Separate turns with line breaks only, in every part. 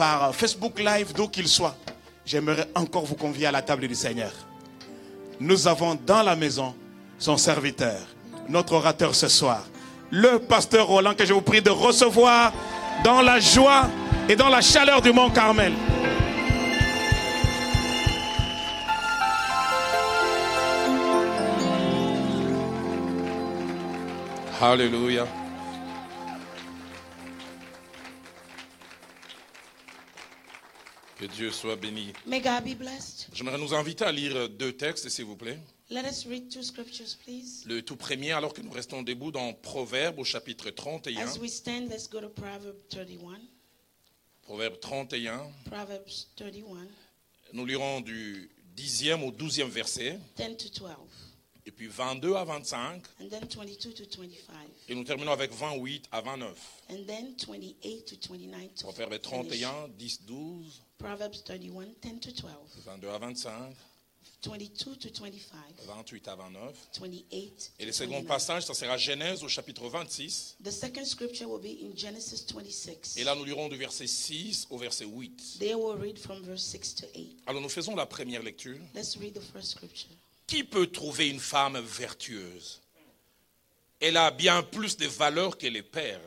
euh, Facebook Live, d'où qu'il soit, j'aimerais encore vous convier à la table du Seigneur. Nous avons dans la maison son serviteur, notre orateur ce soir, le pasteur Roland, que je vous prie de recevoir dans la joie et dans la chaleur du Mont Carmel.
Hallelujah. Que Dieu soit béni.
May God be blessed.
J'aimerais nous inviter à lire deux textes, s'il vous plaît.
Let us read two scriptures, please.
Le tout premier, alors que nous restons debout dans Proverbe au chapitre 31.
As we stand, let's go to Proverb 31.
Proverbe 31.
Proverbs 31,
Nous lirons du 10e au 12e verset,
10 to 12,
et puis 22 à 25,
and then 22 to 25,
et nous terminons avec 28 à 29.
and then 28 to 29 to
Proverbe
finish.
31, 10, 12,
Proverbs 31, 10 to 12,
22 à 25,
22 to 25,
28 à 29.
28
Et
to
le second
29.
passage, ça sera Genèse au chapitre 26.
The second scripture will be in Genesis 26.
Et là, nous lirons du verset 6 au verset 8.
There we'll read from verse 6 to 8.
Alors, nous faisons la première lecture.
Let's read the first scripture.
Qui peut trouver une femme vertueuse Elle a bien plus de valeur que les perles.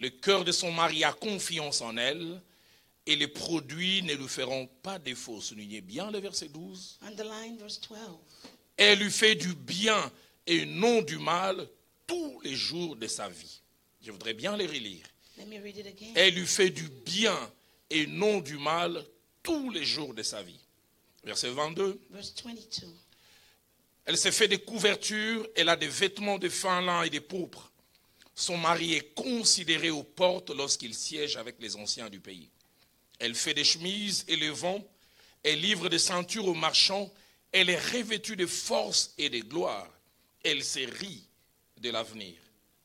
Le cœur de son mari a confiance en elle et les produits ne lui feront pas défaut. Soulignez bien le verset 12.
Underline verse 12.
Elle lui fait du bien et non du mal tous les jours de sa vie. Je voudrais bien les relire.
Let me read it again.
Elle lui fait du bien et non du mal tous les jours de sa vie. Verset 22.
Verse 22.
Elle s'est fait des couvertures, elle a des vêtements de fin lin et de pourpre. Son mari est considéré aux portes lorsqu'il siège avec les anciens du pays. Elle fait des chemises et les vend, elle livre des ceintures aux marchands, elle est revêtue de force et de gloire. Elle se rit de l'avenir.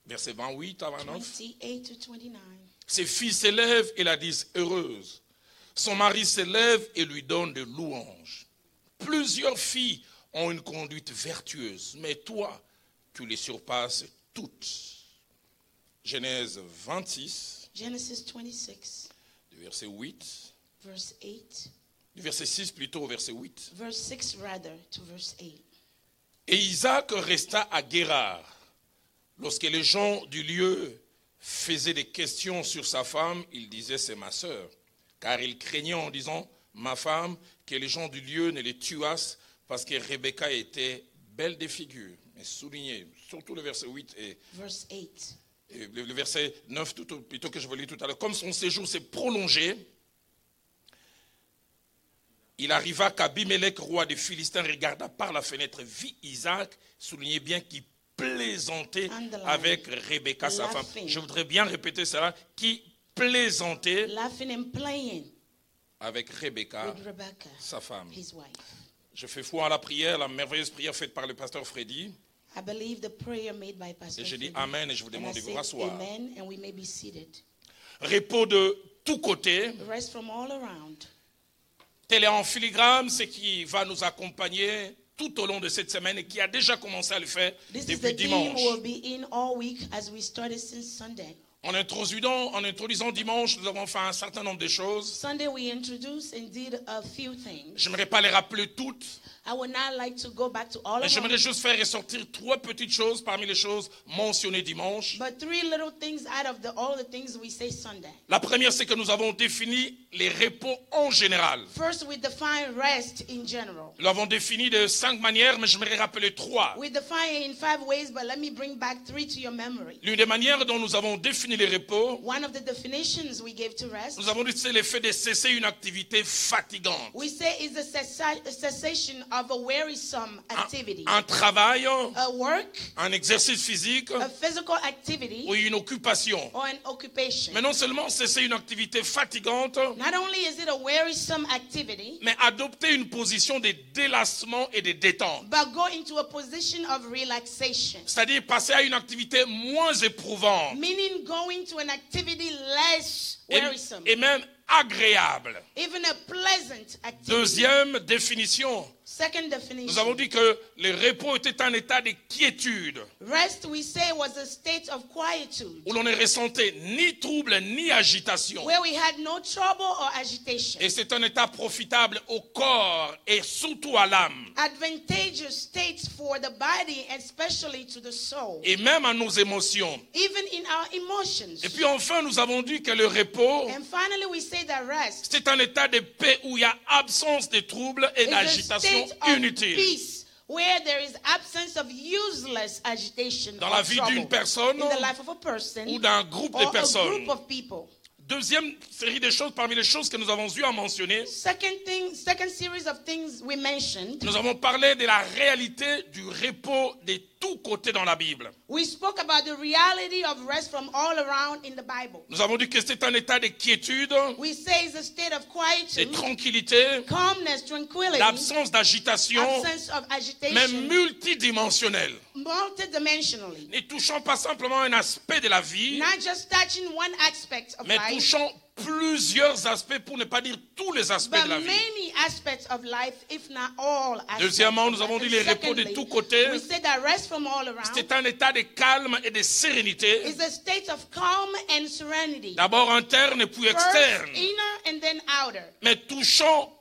Versets 28 à 29.
28 to 29.
Ses filles s'élèvent et la disent heureuse. Son mari s'élève et lui donne de louanges. Plusieurs filles ont une conduite vertueuse, mais toi, tu les surpasses toutes. Genèse 26,
Genesis 26,
du verset 8,
verse 8.
du verset 6 plutôt au verset 8.
Verse 6 rather to verse 8.
Et Isaac resta à Guérard. Lorsque les gens du lieu faisaient des questions sur sa femme, il disait c'est ma sœur, car il craignait en disant ma femme que les gens du lieu ne les tuassent parce que Rebecca était belle des figures. Mais soulignez surtout le verset 8 et,
Verse 8.
et le le verset 9 tout au- plutôt que je vous lis tout à l'heure. Comme son séjour s'est prolongé, il arriva qu'Abimelech, roi des Philistins, regarda par la fenêtre, vit Isaac, soulignez bien qu'il plaisantait
Underline.
avec Rebecca, sa femme.
Laughing.
Je voudrais bien répéter cela, qui plaisantait
Laughing and playing
avec Rebecca,
with Rebecca,
Ah, sa femme.
his wife.
Je fais foi à la prière, la merveilleuse prière faite par le pasteur Freddy.
I believe the prayer made by Pastor.
Et je dis
Freddy.
Amen et je vous
And I
demande de vous
say
rasseoir.
Amen, and we may be seated.
Repos de tous côtés.
Rest from all around.
Tel est en filigrane ce qui va nous accompagner tout au long de cette semaine et qui a déjà commencé à le faire
This is the
depuis
theme
dimanche.
we'll be in all week as we started since Sunday.
En introduisant, en introduisant dimanche, nous avons fait un certain nombre de choses.
Sunday we introduced indeed a few things.
Je n'aimerais pas les rappeler toutes,
I would now like to go back to all
mais
of them.
j'aimerais juste faire ressortir trois petites choses parmi les choses mentionnées dimanche.
But three little things out of the, all the things we say Sunday.
La première, c'est que nous avons défini les repos en général.
First, we define rest in general.
Nous l'avons défini de cinq manières, mais j'aimerais rappeler trois.
We define it in five ways, but let me bring back three to your memory.
L'une des manières dont nous avons défini les repos,
One of the definitions we gave to rest,
nous avons dit que c'est l'effet de cesser une activité fatigante.
we say is the cessa- cessation of a wearisome activity,
un travail,
a work,
un exercice physique
a physical activity,
ou une occupation.
or an occupation.
Mais non seulement cesser une activité fatigante,
Not only is it a wearisome activity,
mais adopter une position de délassement et de détente.
but go into a position of relaxation,
C'est-à-dire passer à une activité moins éprouvante
meaning going to an activity less
et,
wearisome.
et même agréable.
even a pleasant activity.
Deuxième définition,
Second
Nous avons
definition.
dit que le repos était un état de quiétude,
Rest, we say, was a state of quietude
où l'on ne ressentait ni trouble ni agitation.
where we had no trouble or agitation.
Et c'est un état profitable au corps et surtout à l'âme.
Advantageous states for the body, and especially to the soul,
Et même à nos émotions.
even in our emotions.
Et puis enfin, nous avons dit que le repos,
And finally, we say that rest
c'est un état de paix où il y a absence de troubles et
is a
d'agitation
state of
inutile.
peace where there is absence of useless agitation
Dans
or
la vie
trouble
d'une personne
in the life of a person
ou d'un groupe de
or a
personnes.
group of people.
Deuxième série de choses parmi les choses que nous avons eu à mentionner,
Second thing, second series of things we mentioned,
nous avons parlé de la réalité du repos de tous côtés dans la Bible.
we spoke about the reality of rest from all around in the Bible.
Nous avons dit que c'est un état de quiétude,
We say it's a state of
de
quietude,
tranquillité,
calmness, tranquility,
d'absence d'agitation,
absence of
mais
agitation,
multidimensionnelle,
multidimensionally,
ne touchant pas simplement un aspect de la vie,
not just touching one aspect of
mais
life,
touchant plusieurs aspects, pour ne pas dire tous les aspects
but
de la vie.
many aspects of life, if not all aspects.
Deuxièmement,
of
nous
life.
avons dit
And
les repos de
secondly,
tous côtés.
We say that rest from all around
C'est un état de calme et de sérénité,
is a state of calm and serenity,
d'abord interne et puis
first
externe,
inner and then outer,
mais touchant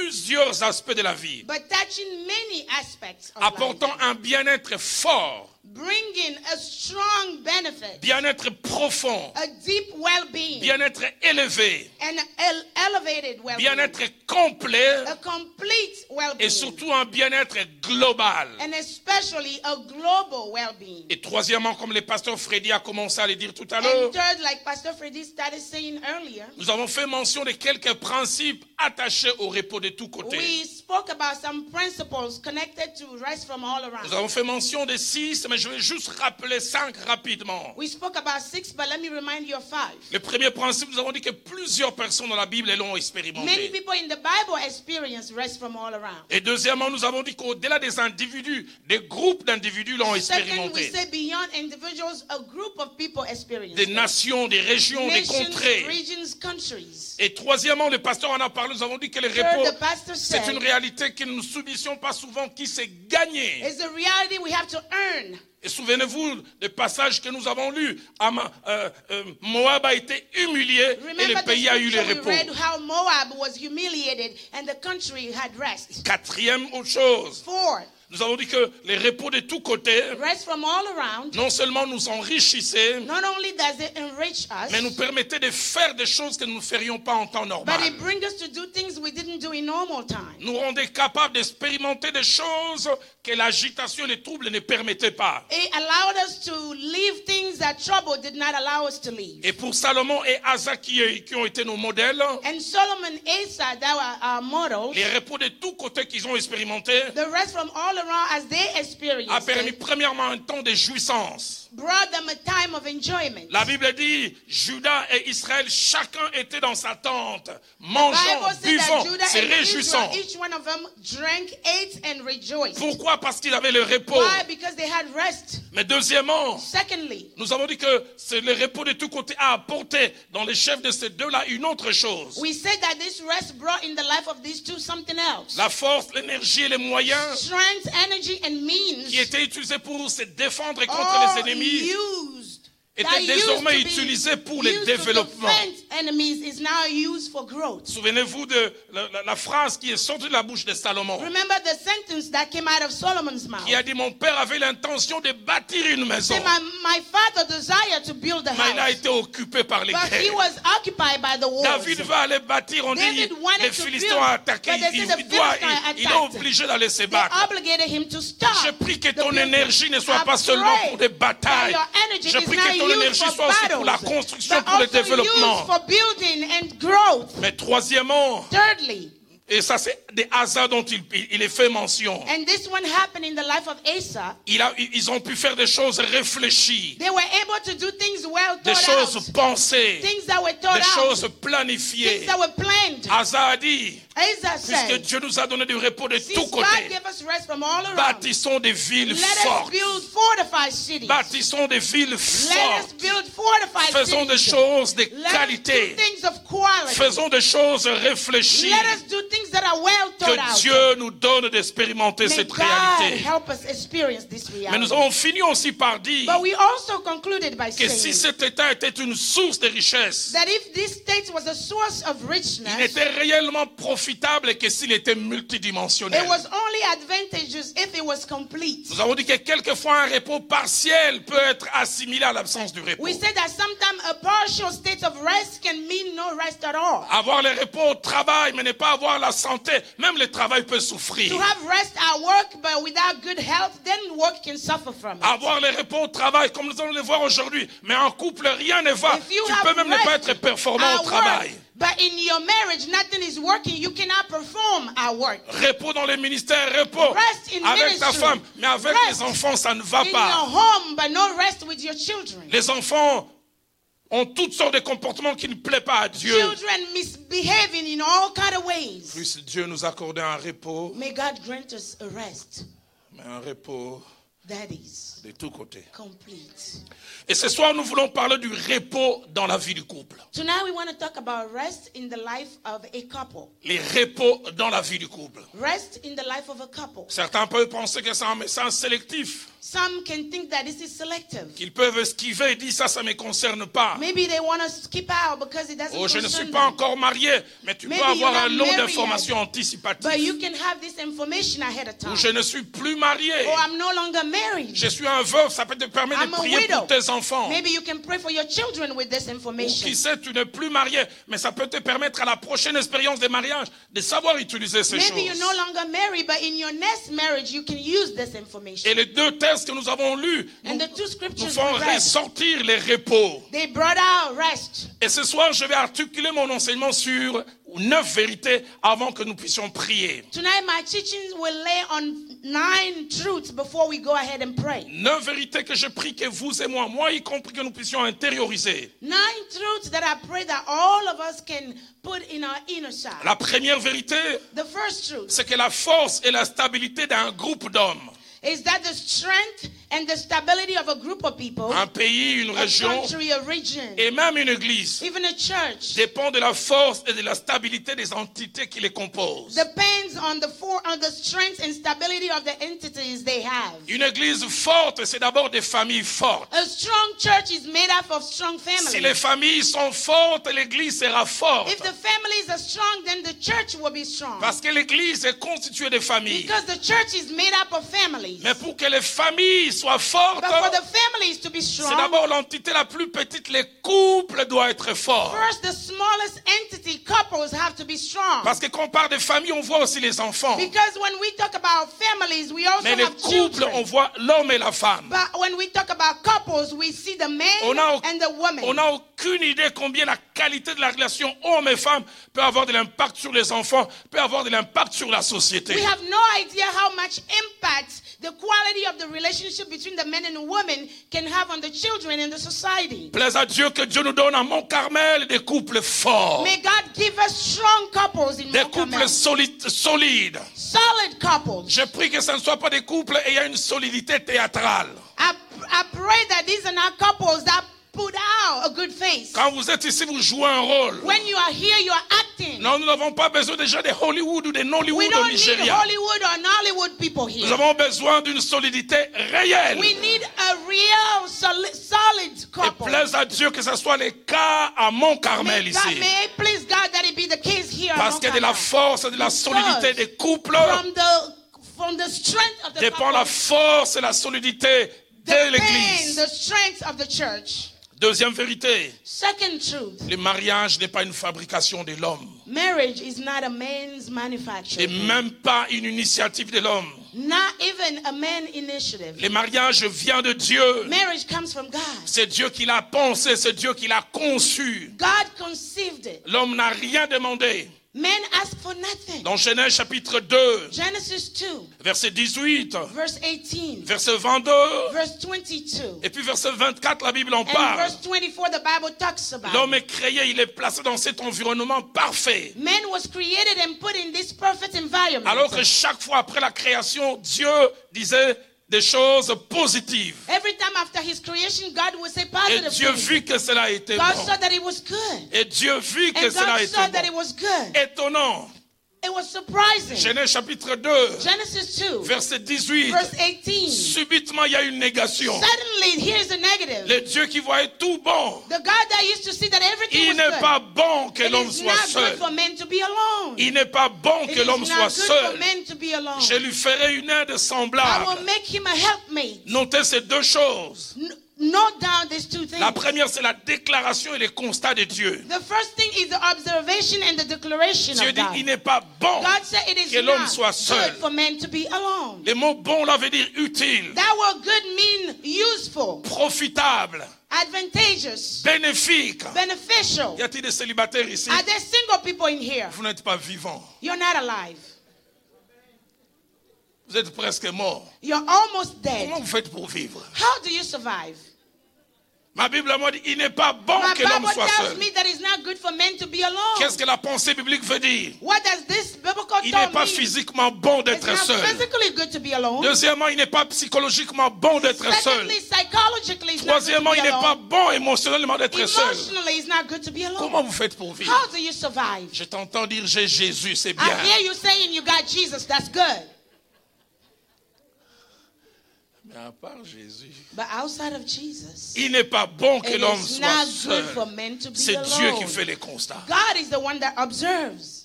plusieurs aspects de la vie,
but touching many aspects of
apportant
life,
un bien-être fort,
bringing a strong benefit,
bien-être profond,
a deep well-being,
bien-être élevé,
an ele- elevated well-being,
bien-être complet
a complete well-being,
et surtout un bien-être global.
and especially a global well-being.
Et troisièmement, comme le pasteur Freddy a commencé à le dire tout à l'heure,
And third, like Pastor Freddy started saying earlier,
nous avons fait mention de quelques principes attachés au repos de tous côtés.
we spoke about some principles connected to rest from all
Nous
around.
avons fait mention de six, mais je vais juste rappeler cinq rapidement.
We spoke about six, but let me remind you of five.
Le premier principe, nous avons dit que plusieurs personnes dans la Bible l'ont
Many
expérimenté.
people in the Bible experience rest from all around.
Et deuxièmement, nous avons dit qu'au-delà des individus, des groupes d'individus l'ont
Second, we
expérimenté.
say beyond individuals, a group of people experience.
Des
it.
nations, des régions, des
Nations,
contrées.
regions, countries.
Et troisièmement, le pasteur en a parlé, nous avons dit que le
Third,
repos,
the pastor
c'est une
said,
réalité que nous ne subissions pas souvent, qui s'est gagnée.
it's a reality we have to earn.
Et souvenez-vous des passages que nous avons lus. Ama- euh, euh, Moab a été humilié et
Remember
le
the
pays a eu le
scripture we
repos.
read how Moab was humiliated and the country had rest.
Quatrième autre chose,
Four,
nous avons dit que les repos de tous côtés,
rest from all around
non seulement nous enrichissaient,
not only does it enrich us,
mais nous permettait de faire des choses que nous ne ferions pas en temps normal.
but it brings us to do things we didn't do in normal time.
Nous rendait capables d'expérimenter des choses que l'agitation et les troubles ne permettaient pas.
It allowed us to leave things that trouble did not allow us to leave.
Et pour Salomon et Asa qui, qui ont été nos modèles,
And Solomon Asa, that were our models,
les repos de tous côtés qu'ils ont expérimentés
the rest from all around as they
a
experienced
permis
it,
premièrement un temps de jouissance.
brought them a time of enjoyment.
La Bible dit, Judas et Israël, chacun était dans sa tente,
Bible
mangeant,
says that
buvant, se
Judah and
réjouissant.
Israel, each one of them drank, ate, and rejoiced.
Pourquoi Parce qu'ils avaient le repos.
Why? Because they had rest.
Mais deuxièmement,
Secondly,
Nous avons dit que c'est le repos de tous côtés a apporté dans les chefs de ces deux-là une autre chose.
we said that this rest brought in the life of these two something else.
La force, l'énergie et les moyens
Strength, energy, and means
qui étaient utilisés pour se défendre contre
all
les ennemis
used.
étaient
that used
désormais
to be
utilisés pour le
used to
développement.
defend Enemies is now used for growth.
Souvenez-vous de la, la- la phrase qui est sortie de la bouche de Salomon,
Remember the sentence that came out of Solomon's mouth.
qui a dit Mon père avait l'intention de bâtir une maison,
Say, my, my father desired to build a
mais il a
house,
été occupé par les
but he
guerres.
was occupied by the wars.
David va aller bâtir, on dit
David wanted
les
to
Philistins
build,
ont attaqué,
but they
il,
said the
il doit-
Philistines
il- il est
attacked.
obligé d'aller se
They
battre.
obligated him to stop.
Je prie que
the
ton
building.
énergie ne soit
I
pas seulement
pray
pour des batailles.
that your energy
Je
is
prie
not
que ton
used
énergie
for
soit aussi pour la
battles,
construction,
but
pour le
also
développement.
used for building and growth.
Mais troisièmement,
Thirdly,
et ça c'est des hasards dont il, il- il est fait mention,
and this one happened in the life of Asa,
il a- ils ont pu faire des choses réfléchies,
they were able to do things well
des
thought
choses
out,
pensées,
things that were
des
thought out,
choses
things
planifiées.
that were planned.
Asa a dit,
Asa
puisque
said,
Dieu nous a donné du repos de tous
since God
côtés,
gave us rest from all around,
bâtissons des villes
let us
fortes.
build fortified cities.
Bâtissons des villes
Let us
fortes.
build fortified
Faisons des
cities.
choses de
Let us do
qualité.
things of quality.
Faisons des choses réfléchies.
Let us do things that are well thought
Que
out.
Dieu nous donne d'expérimenter
May
cette
God
réalité.
help us experience this
Mais
reality.
nous avons fini aussi par dire
But we also concluded by
que
saying
si cet État était une source de richesse,
that if this state was a source of
il
richness,
était réellement profitable et que s'il était multidimensionnel.
it was only advantageous if it was complete.
Nous avons dit que quelquefois un repos partiel peut être assimilé à l'absence du repos.
We said that sometimes a partial state of rest can mean no rest at all.
Avoir le repos au travail, mais ne pas avoir la santé, même le travail peut souffrir.
To have rest at work, but without good health, then work can suffer from it.
Avoir le repos au travail, comme nous allons le voir aujourd'hui, mais en couple, rien ne va.
If you
Tu
have
peux même ne pas
rest
être performant
at
au
work,
travail.
But in your marriage, nothing is working. You cannot perform at work.
Repos dans le ministère, repos
Rest in
avec ta
ministry.
femme, mais avec
Rest
les enfants, ça ne va
in
pas.
your home, but no rest with your children.
Les enfants ont toutes sortes de comportements qui ne plaisent pas à Dieu.
Children misbehaving in all kind of ways.
Plus Dieu nous accorde un repos,
May God grant us a rest
mais un repos
that is
de tous côtés.
complete.
Et ce soir, nous voulons parler du repos dans la vie du couple.
Tonight we want to talk about rest in the life of a couple.
Les repos dans la vie du couple.
Rest in the life of a couple.
Certains peuvent penser que c'est un message sélectif,
Some can think that this is selective.
qu'ils peuvent esquiver et dire ça, ça ne me concerne pas.
Maybe they want to skip out because it doesn't
Oh, je ne
concern
suis pas
them.
encore marié, mais tu peux
Maybe
avoir
you're
un
not
lot
married
d'informations
But you
anticipatives.
can have this information ahead of time.
Ou je ne suis plus marié,
Or Oh, I'm no longer married.
je suis un veuf, ça peut te permettre
I'm
de
a
prier
widow.
pour tes enfants.
Maybe you can pray for your children with this
Ou
information.
qui sait, tu n'es plus marié, mais ça peut te permettre à la prochaine expérience des mariages de savoir utiliser ces
Maybe you're
choses.
no longer married, but in your next marriage you can use this information.
Et les deux textes que nous avons lus
And
nous,
the two
nous
scriptures
font
we read,
ressortir les repos.
they brought out rest.
Et ce soir, je vais articuler mon enseignement sur neuf vérités avant que nous puissions prier.
Tonight my teachings will lay on nine truths before we go ahead and pray.
Neuf vérités que je prie que vous et moi, moi y compris, que nous puissions intérioriser.
Nine truths that I pray that all of us can put in our inner side.
La première vérité,
The first truth
c'est que la force et la stabilité d'un groupe d'hommes,
is that the strength and the stability of a group of people,
un pays, une
a
région
country, a region,
et même une église
even a church
dépend de la force et de la stabilité des entités qui les composent.
depends on the for on the strength and stability of the entities they have.
Une église forte, c'est d'abord des familles fortes.
A strong church is made up of strong
Si
families.
les familles sont fortes, l'église sera forte.
If the families are strong, then the church will be strong.
Parce que l'église est constituée de familles.
Because the church is made up of families.
Mais pour que les familles soient fortes,
But for the families to be
c'est
strong,
d'abord l'entité la plus petite, les couples doivent être forts.
first the smallest entity, couples, have to be strong.
Parce que quand on parle de famille, on voit aussi les enfants.
Because when we talk about families, we also
Mais les
have
couples, on
children.
voit l'homme et la femme.
But when we talk about couples, we see the man
On n'a
and the woman.
on n'a aucune idée combien la qualité de la relation homme et femme peut avoir de l'impact sur les enfants, peut avoir de l'impact sur la société.
We have no idea how much impact the quality of the relationship between the men and women can have on the children and the society.
Plaise à Dieu que Dieu nous donne à Mont Carmel des couples forts,
May God give us strong couples in
des
Mount
couples
Carmel.
solides, solides.
solid couples.
Je prie que ce ne soit pas des couples ayant une solidité théâtrale.
I, I pray that these are not couples that put out a good face.
Quand vous êtes ici, vous jouez un rôle.
When you are here, you are acting.
Non, nous n'avons pas besoin déjà de Hollywood ou de
we
Nollywood au
don't need
Nigeria.
Hollywood or Nollywood people
Nous
here.
avons besoin d'une solidité réelle.
We need a real solid, solid
Et
couple.
plaise à Dieu que ce soit le cas à Mont-Carmel
May,
ici.
God, may it please God that it be the case here. on
Parce que de la
Mount
force et de la solidité des couples
Carmel. from the from the strength of the
dépend la
couple,
force et la solidité de
depends the
l'Église.
strength of the church.
Deuxième vérité,
Second truth,
le mariage n'est pas une fabrication de l'homme.
marriage is not a man's
Et
manufacture.
même pas une initiative de l'homme.
Not even a man initiative.
Le mariage vient de Dieu.
Marriage comes from God.
C'est Dieu qui l'a pensé, c'est Dieu qui l'a conçu.
God conceived it.
L'homme n'a rien demandé.
Men ask for nothing.
Dans Genèse chapitre 2,
Genesis 2,
verset 18,
verse 18,
verset 22,
verse 22,
et puis verset 24, la Bible en
and
parle.
verse 24, the Bible talks about.
L'homme est créé, il est placé dans cet environnement parfait.
Man was created and put in this perfect environment.
Alors que chaque fois après la création, Dieu disait des choses positives.
Every time after his creation, God would say
Et
positive
Dieu
things.
vit que cela était
God saw
bon.
that it was good.
Et Dieu vit que
And God
cela
saw
était
that it
bon.
was good.
Étonnant
It was surprising.
Genèse chapitre 2,
Genesis 2,
verset 18.
verse 18.
Subitement, il y a une négation.
Suddenly, here's the negative.
Le Dieu qui voyait tout bon,
The God that used to see that everything
il
was
n'est
good.
pas bon que
It
l'homme
is
soit
not
seul.
good for men to be alone.
Il n'est pas bon
It
que
is
l'homme soit
not good for
seul.
men to be alone.
Je lui ferai une aide
I will
semblable.
make him a helpmate.
Notez ces deux choses.
N- Note down these two things.
La première, c'est la déclaration et les constats de Dieu.
The first thing is the observation and the declaration
Dieu
of
dit,
God.
il n'est pas bon.
God said it is
que l'homme
not
soit seul.
good for men to be alone.
Les mots bon là veut dire utile,
That word good mean useful,
profitable,
advantageous,
bénéfique.
beneficial.
Y a-t-il des célibataires ici
Are there single people in here?
Vous n'êtes pas vivant.
You're not alive.
Vous êtes presque mort.
You're almost
Comment
dead.
vous faites pour vivre
How do you survive?
Ma Bible m'a dit, il n'est pas bon
My
que l'homme
Bible
soit
tells
seul.
me that it's not good for men to be alone.
Qu'est-ce que la pensée biblique veut dire
What does this biblical
Il n'est
thought
pas
mean?
physiquement bon
It's
d'être
not
seul.
physically good to be alone.
Deuxièmement, il n'est pas psychologiquement bon d'être seul.
Secondly, psychologically, it's not good
Troisièmement,
to
il
be
n'est pas
alone.
bon émotionnellement d'être seul.
Emotionally, it's not good to be
Comment
alone.
vous faites pour vivre
How do you survive?
Je t'entends dire j'ai Jésus, c'est bien.
I hear you saying you got Jesus. That's good.
Mais à part Jésus,
But outside of Jesus,
il n'est pas bon que
it
l'homme
is
soit
not
seul.
good for men to be
C'est Dieu qui
alone.
fait les constats.
God is the one that observes.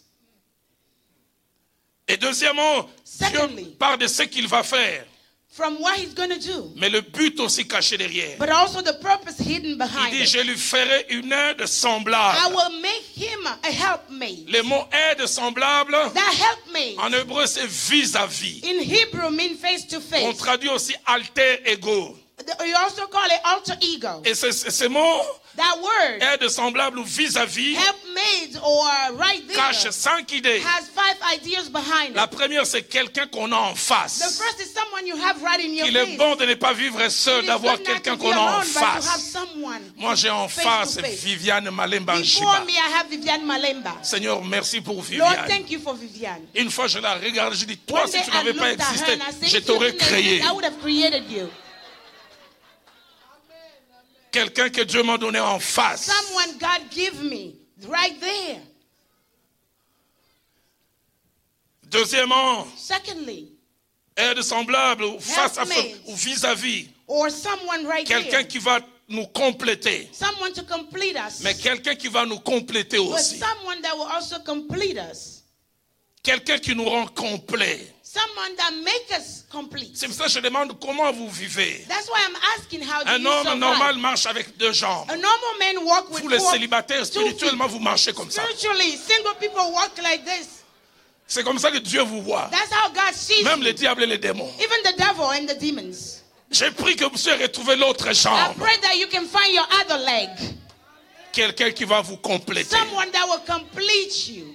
Et deuxièmement, Dieu
Secondly.
parle de ce qu'il va faire,
From what he's going to do,
mais le but aussi caché derrière.
but also the purpose hidden
Il
behind
dit,
it.
je lui ferai une aide
I
semblable.
will make him a helpmate.
Le mot aide semblable,
That helpmate
en hébreu, c'est vis-à-vis.
in Hebrew mean face to
On
face.
traduit aussi alter ego.
You also call it alter ego.
Et ce- ce ce mot,
That word,
aide semblable ou vis-à-vis,
helpmate or right
cache
there,
cinq idées.
has five ideas behind
La
it.
première, c'est quelqu'un qu'on a en
The
face.
first is someone you have right in your
Il est
face.
bon de ne pas vivre
It
seul,
is
d'avoir
good not
quelqu'un
to be
qu'on a en
alone, but to have
face.
someone
Moi, j'ai en
face
face
to face.
Viviane Malemba
Before
Nshiba.
me, I have Viviane Malemba.
Seigneur, merci pour
Lord,
Viviane.
thank you for Viviane.
Une fois, je la regarde, je dis, toi,
One
si
day
tu
I
n'avais
looked
pas
at her
existé,
and I
je
said, "If you
t'aurais
didn't exist,
créé.
I would have created you.
Quelqu'un que Dieu m'a donné en face.
Someone God give me right there.
Deuxièmement,
Secondly,
aide semblable, ou face à face,
Helpmate.
ou vis-à-vis.
or someone right
Quelqu'un
there.
qui va nous compléter.
Someone to complete us.
Mais quelqu'un qui va nous compléter
But
aussi.
someone that will also complete us.
Quelqu'un qui nous rend complet.
Someone that make us complete.
C'est pour ça que je demande comment vous vivez.
That's why I'm asking how do
Un
you
homme
survive?
normal marche avec deux jambes.
A normal man walk with
Vous les
four-
célibataires,
two feet.
spirituellement, vous marchez comme ça.
Spiritually, single people walk like this.
C'est comme ça que Dieu vous voit.
That's how God sees
Même
you.
les diables et les démons.
Even the devil and the demons.
J'ai pris que vous puissiez retrouver l'autre
I
jambe.
pray that you can find your other leg.
Quelqu'un qui va vous compléter.
Someone that will complete you.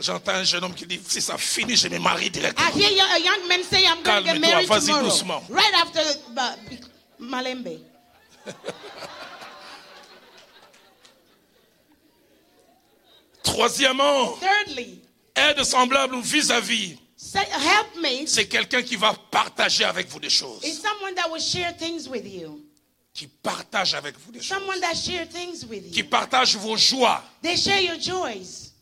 J'entends un jeune homme qui dit, si ça finit, je me marie
I
directement.
hear you- a young man say, I'm going to get
Calme-toi,
married
vas-y
tomorrow.
doucement.
Right after ba- be- Malembe.
Troisièmement,
Thirdly,
aide semblable ou vis-à-vis.
say, helpmate
C'est quelqu'un qui va partager avec vous des
is
choses.
someone that will share things with you.
Qui partage avec vous des choses.
Someone that share things with
Qui
you.
partage vos joies.
They share your joys,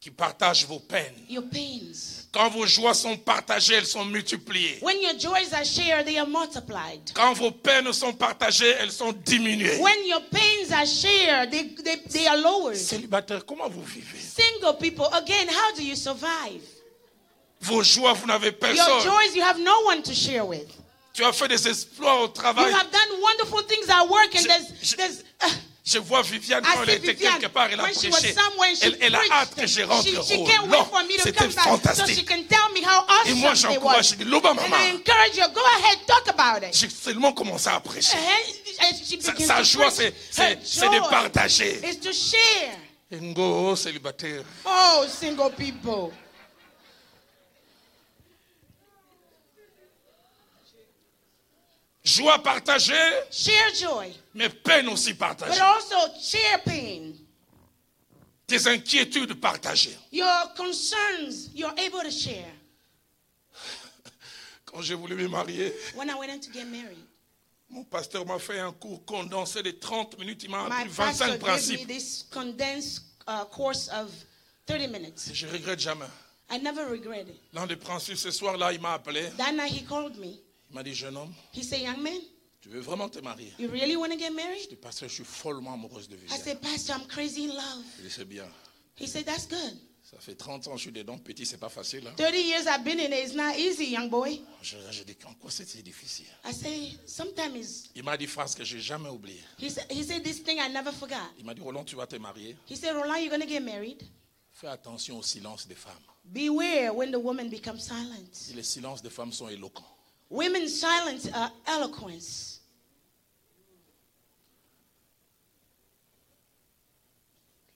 Qui partage vos peines.
your pains.
Quand vos joies sont partagées, elles sont multipliées.
When your joys are shared, they are multiplied.
Quand vos peines sont partagées, elles sont diminuées.
When your pains are shared, they, they, they are lowered.
Célibataire, comment vous vivez
Single people, again, how do you survive?
Vos joies, vous n'avez
Your
personne.
joys, you have no one to share with.
Tu as fait des exploits au
You
travail.
have done wonderful things at work, and
Je-
there's,
je-
there's uh,
Je vois Viviane
I
quand elle
see
était
Ah, Viviane,
quelque part, elle a
when she
prêché.
was somewhere, and she
elle, elle a
preached.
hâte que je rentre
she,
au
she can't wait
Lord.
for me to
C'était
come back so she
fantastique.
can tell me how
Et moi,
awesome it
j'encourage, je
was.
dis, Loba,
And
maman,
I encourage you, go ahead, talk about it.
j'ai seulement commencé à prêcher.
And and she
Sa,
begins
sa
to
joie, c'est
preach. Her
c'est- c'est de
joy
partager.
is to share.
Ngo, célibataire.
Oh, single people.
Joie partagée,
Share joy,
mais peine aussi
but
partagée.
also share pain.
Des inquiétudes partagées.
Your concerns, you're able to share.
Quand j'ai voulu me marier,
When I went in to get married,
mon pasteur m'a fait un cours condensé de 30 minutes. Il m'a
my
appris 25
pastor gave me
principes.
this condensed uh, course of 30 minutes.
Je regrette jamais.
I never regretted.
L'un des principes, ce soir-là, il m'a appelé.
That night he called me.
Il m'a dit, jeune homme,
He said, Young man,
tu veux vraiment te marier
you really want to get married?
Je dis, pasteur, je suis follement amoureuse de
I
Viviane.
said, Pastor, I'm crazy in love.
Il dit, c'est bien.
He said, That's good.
Ça fait 30 ans que je suis dedans, petit, c'est pas facile. hein.
30 years I've been in it. It's not easy, young boy.
Je, je dis, en quoi c'était difficile
I say, sometimes it's,
Il m'a dit une phrase que j'ai jamais oubliée.
he, sa- he said this thing I never forgot.
Il m'a dit, Roland, tu vas te marier.
He said, Roland, you're going to get married.
Fais attention au silence des femmes.
Beware when the woman becomes silent.
Si les silences des femmes sont éloquents.
Women's silence are eloquence.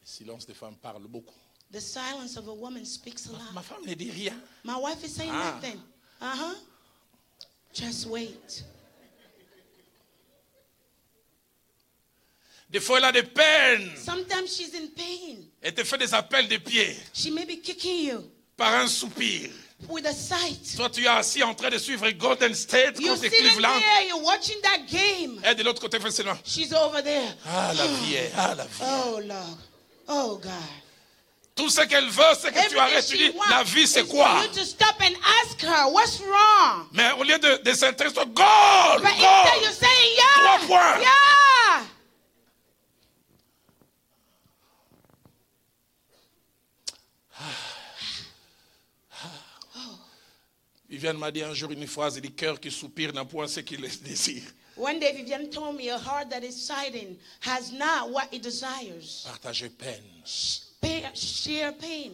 Les silences des femmes parlent beaucoup.
The silence of a woman speaks a
Ma
lot.
femme ne dit rien.
My wife is saying
Ah.
nothing. Uh huh. Just wait.
Des fois, elle a des peines.
Sometimes she's in pain.
Elle te fait des appels de pied
She may be kicking you
par un soupir.
with a sight.
Toi, tu es assis en train de suivre Golden State
You're
contre
sitting
Cleveland.
there, you're watching that game.
Et de l'autre côté, fait seulement.
She's over there.
Ah, la vie est, ah, la vie.
Oh, Lord. Oh, God.
Tout ce qu'elle veut, c'est que tu arrêtes. Tu dis, la vie, c'est
is for
quoi
you to stop and ask her, what's wrong?
Mais au lieu de, de s'intéresser, au goal,
But instead you're
goal.
saying,
Trois
yeah,
points.
yeah.
Viviane m'a dit un jour une phrase, il dit, cœur qui soupire n'a point ce qu'il désire.
One day Vivian told me a heart that is sighing has not what it desires.
Partager peine.
Pain, sheer pain.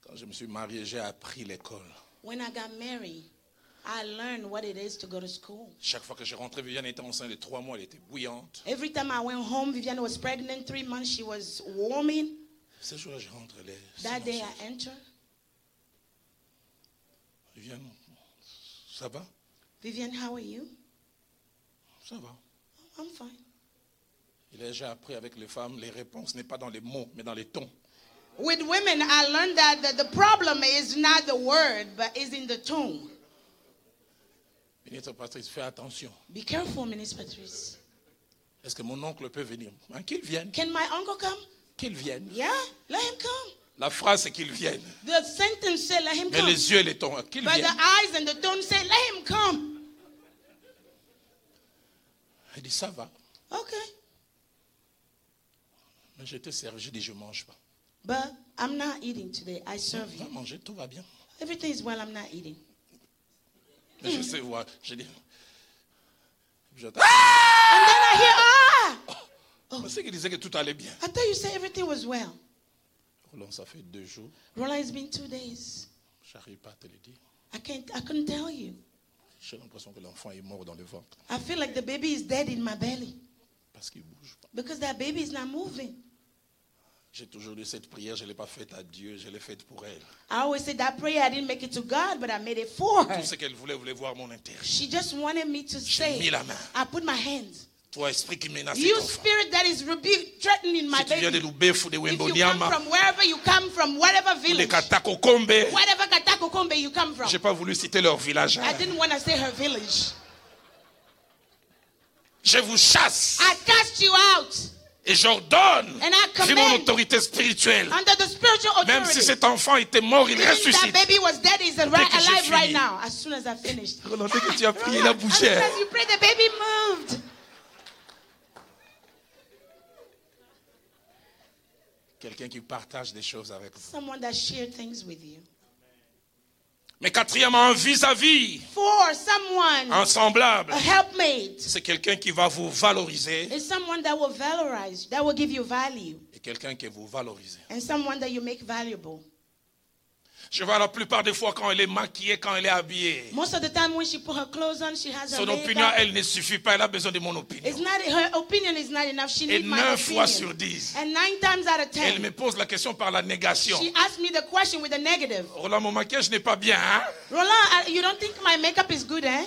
Quand je me suis marié, j'ai appris l'école.
When I got married, I learned what it is to go to school.
Chaque fois que je rentrais, Viviane était enceinte de trois mois, elle était bouillante.
Every time I went home, Vivian was pregnant. Three months she was warming.
Ce jour-là, je rentre, elle est
That day
silencieuse.
I entered.
Viviane, ça va
Vivian, how are you?
Ça va.
I'm fine.
Il a déjà appris avec les femmes, les réponses n'est pas dans les mots, mais dans les tons.
With women, I learned that the, the problem is not the word, but is in the tone.
Ministre Patrice, fais attention.
Be careful, Minister Patrice.
Est-ce que mon oncle peut venir Hein, Qu'il vienne,
Can my uncle come?
qu'il vienne.
Yeah, let him come.
La phrase, c'est qu'il vienne.
The sentence said, let him
Mais
come.
les yeux et les tons, hein, qu'il
But the
vienne.
eyes and the tone said, let him come.
Elle dit, ça va.
Okay.
Mais je te sers, je dis, je mange pas.
But I'm not eating today. I serve
Va
you.
manger, tout va bien.
Everything is well, I'm not eating.
Mais je sais voir. Je dis, j'attends.
And then I hear, ah!
Je sais qu'il disait que tout allait bien.
I thought you said everything was well.
Roland, ça fait deux jours,
Roland, it's been two days.
j'arrive pas à te le dire.
I can't, I couldn't tell you.
J'ai l'impression que l'enfant est mort dans le ventre
I feel like the baby is dead in my belly
parce qu'il bouge pas.
because that baby is not moving.
J'ai toujours dit cette prière, je ne l'ai pas faite à Dieu, je l'ai faite pour elle.
I always say that prayer, I didn't make it to God, but I made it for her.
Tout ce qu'elle voulait, voulait voir mon intérêt.
She just wanted me to
mis
say,
la main.
I put my hands.
Toi, esprit qui menace ton
You
enfant.
spirit that is rebuke, threatening my
Si tu viens de
baby.
Loubef ou de
If you come
Wemboniama
from wherever you come from, whatever
ou de
village,
Katakokombe,
whatever Katakokombe you come from,
j'ai pas voulu citer leur village. hein.
I didn't want to say her village.
Je vous chasse
I cast you out
et j'ordonne
And I
sur mon
command.
autorité spirituelle.
under the spiritual
Même si
authority.
cet enfant était mort, il
Even that
ressuscite.
baby was dead, he's alive,
que j'ai
alive right
fini.
now. As soon as I finished.
Roland, dès que tu as prié, il a
As soon
bougé.
as you prayed, the baby moved.
Quelqu'un qui partage des choses avec vous.
Someone that shared things with you.
Mais quatrièmement, un vis-à-vis,
For someone,
un semblable,
a helpmate,
c'est quelqu'un qui va vous valoriser
is someone that will valorize, that will give you value,
et quelqu'un qui vous valorise.
and someone that you make valuable.
Je vois la plupart des fois quand elle est maquillée, quand elle est habillée.
Most of the time, when she put her clothes on, she has her
Son opinion,
makeup.
elle ne suffit pas, elle a besoin de mon opinion.
It's not her opinion is not enough. She
Et
needs my
neuf fois
opinion.
sur dix.
And nine times out of
Elle
ten,
me pose la question par la négation.
she asked me the question with a negative.
Roland, mon maquillage n'est pas bien, hein
Roland, I- you don't think my makeup is good, eh?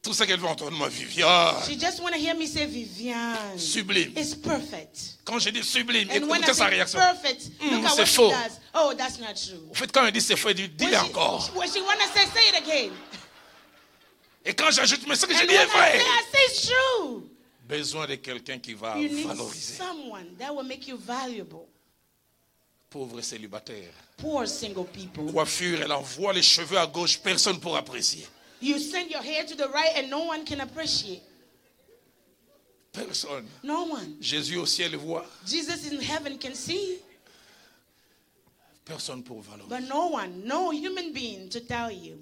Tout ce qu'elle veut entendre, moi, Viviane,
She just want to hear me say, Vivian,
sublime.
it's perfect.
Quand je dis sublime,
And when I
écoutez sa
say
réaction.
perfect,
Hmm,
look at
c'est
what
faux.
she does. Oh, that's not true.
En fait, quand elle dit c'est faux, elle dit dis-le
When she-
encore.
when she want to say, say it again.
Et quand j'ajoute, mais ce que je
And
dis
when
est
I
vrai.
say, I say it's true.
besoin de quelqu'un qui va
You need
valoriser.
someone that will make you valuable.
Pauvre célibataire.
Poor single people.
Coiffure, elle envoie les cheveux à gauche, personne pour apprécier.
You send your hair to the right and no one can appreciate.
Personne.
No one.
Jésus au ciel voit,
Jesus in heaven can see,
personne pour valoriser.
but no one, no human being to tell you.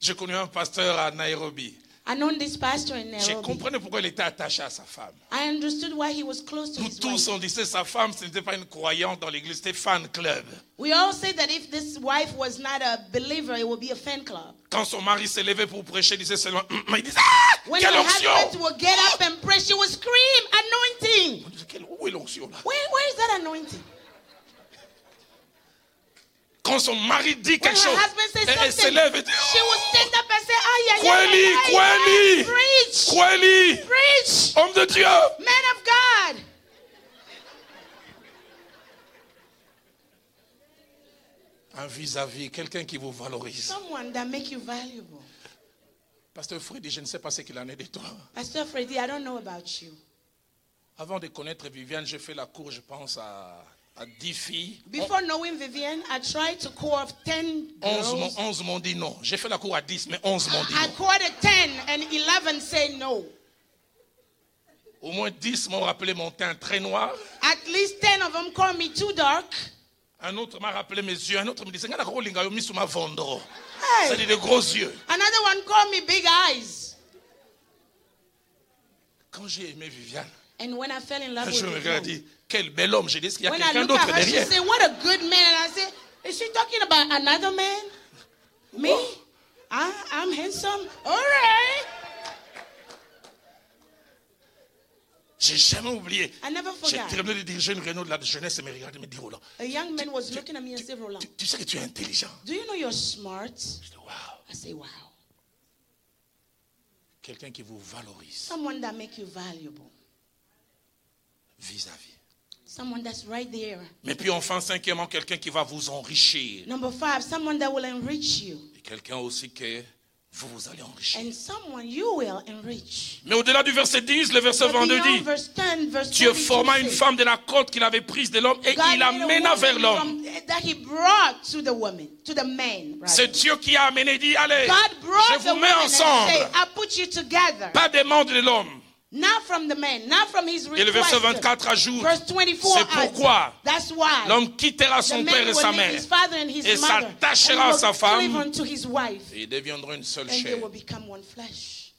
J'ai connu un pasteur à Nairobi.
I known this pastor in
Je
Nairobi.
comprenais pourquoi il était attaché à sa femme.
I understood why he was close to
Nous
his
tous,
wife.
on disait sa femme, ce n'était pas une croyante dans l'église, c'était fan club.
We all say that if this wife was not a believer, it would be a fan club.
Quand son mari s'est levé pour prêcher, il disait seulement, il disait, ah,
When
quelle
her
onction
husband will get up and pray, she will scream, anointing.
On disait, Quelle- Où est l'onction là
Where, where is that anointing?
Quand son mari dit
When
quelque
her
chose,
husband
et-
says
elle se
something,
lève et dit, oh,
she will stand up and say, ay, ay,
Croyez-lui,
ay, ay, ay,
croyez-lui.
preach,
croyez-lui,
preach,
homme de Dieu.
man of God.
Un vis-à-vis, quelqu'un qui vous valorise.
Someone that make you valuable.
Pasteur Freddy, je ne sais pas ce qu'il en est de toi.
Pastor Freddy, I don't know about you.
Avant de connaître Viviane, j'ai fait la cour, je pense, à, à 10 filles.
Before knowing Vivian, I tried to co-op 10
11
girls.
m'ont, 11 m'ont dit non. J'ai fait la cour à 10, mais 11 m'ont dit
I
non.
co-opted 10 and 11 say no.
Au moins 10 m'ont rappelé mon teint très noir.
At least 10 of them call me too dark.
Un autre m'a rappelé mes yeux. Un autre me disait, Ngana koko linga yo misu ma vondro.
Hey.
C'est-à-dire des gros yeux.
Another one called me big eyes.
Quand j'ai aimé Viviane,
And when I fell in love
un
with
jour, elle
Vivian,
m'a dit, quel bel homme. J'ai dit, est-ce qu'il y a
when I
quelqu'un
look
d'autre
at her, she
derrière
said, What a good man. And I said, Is she talking about another man? Me? I, I'm handsome. All right.
J'ai jamais oublié.
I never
J'ai
forgot.
terminé de diriger une réunion de la jeunesse et me regarder me dit, Roland,
A young man was looking at me and said, Roland,
tu, tu sais que tu es intelligent.
do you know you're smart?
Je dis, waouh,
I say, Wow.
quelqu'un qui vous valorise
Someone that make you valuable.
vis-à-vis.
Someone that's right there.
Mais puis enfin, cinquièmement, quelqu'un qui va vous enrichir.
Number five, someone that will enrich you.
Et quelqu'un aussi que vous, vous allez enrichir.
And someone you will enrich.
Mais au-delà du verset 10, le verset
But
22
beyond
dit,
verse 10, verse
Dieu
22
forma une
says,
femme de la côte qu'il avait prise de l'homme et
God
il
made a
l'amena
woman
vers l'homme.
from- eh, That he brought to the woman, to the man. rather.
C'est Dieu qui a amené, dit, allez,
God brought
je
the
vous
woman
mets
and said, "Ah,
ensemble.
I put you together.
Pas demande de l'homme.
Not from the man, not from his request.
Et le verset 24 ajoute,
Verse 24
c'est pourquoi
adds, That's why.
l'homme quittera
the
son
man
père et
will
sa
leave
mère
His father and his
et
mother,
s'attachera
and
à sa
will cleave
femme
unto his wife,
et deviendront une seule
and they
chair.
will become one flesh.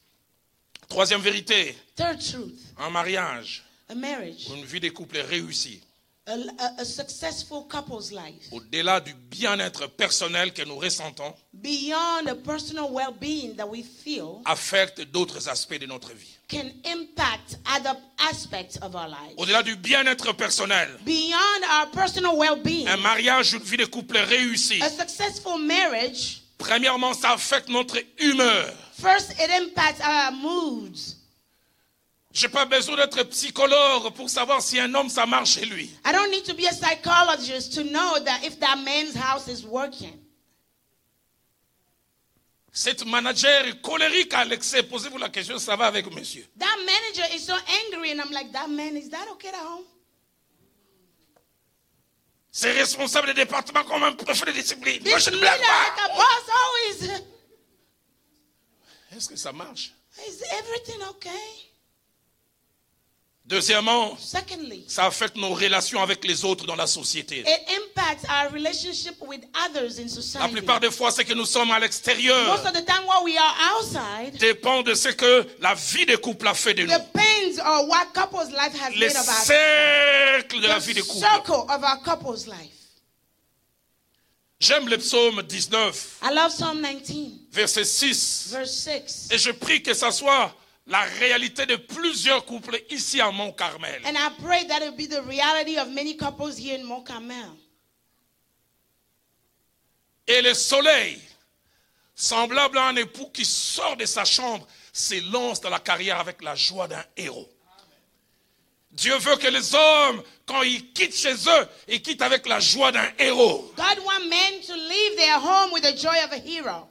Troisième vérité,
Third truth,
un mariage,
a marriage,
une vie de couple réussie.
a, a- a successful couple's life,
Au-delà du bien-être personnel que nous ressentons,
beyond the personal well-being that we feel,
affecte d'autres aspects de notre vie.
can impact other aspects of our life.
Au-delà du bien-être personnel,
Beyond our personal well being,
un mariage, une vie de couple réussie,
a successful marriage,
premièrement, ça affecte notre humeur.
first it impacts our moods.
J'ai pas besoin d'être psychologue pour savoir si un homme ça marche chez lui.
I don't need to be a psychologist to know that if that man's house is working.
Cette manager est colérique à l'excès, posez-vous la question, ça va avec monsieur.
That manager is so angry, and I'm like, that man, is that okay at home?
C'est responsable des départements comme un préfet de discipline. Moi,
This
je ne
leader,
blague
like a
pas.
boss, always
Est-ce que ça marche
is everything okay?
Deuxièmement,
Secondly,
ça affecte nos relations avec les autres dans la société.
it impacts our relationship with others in
La
society.
plupart des fois, c'est que nous sommes à
Most
l'extérieur
of the time, while we are outside,
dépend de ce que la vie de couple a fait de nous.
depends on what couple's life has
Les
made of us.
cercles de la
the
vie de couple.
circle of our couple's life.
J'aime le psaume 19,
I love Psalm 19,
verset 6.
verse 6.
Et je prie que ça soit la réalité de plusieurs couples ici à Mont-Carmel.
And I pray that it be the reality of many couples here in Mont Carmel.
Et le soleil, semblable à un époux qui sort de sa chambre, s'élance dans la carrière avec la joie d'un héros. Dieu veut que les hommes, quand ils quittent chez eux, ils quittent avec la joie d'un héros.
God wants men to leave their home with the joy of a hero.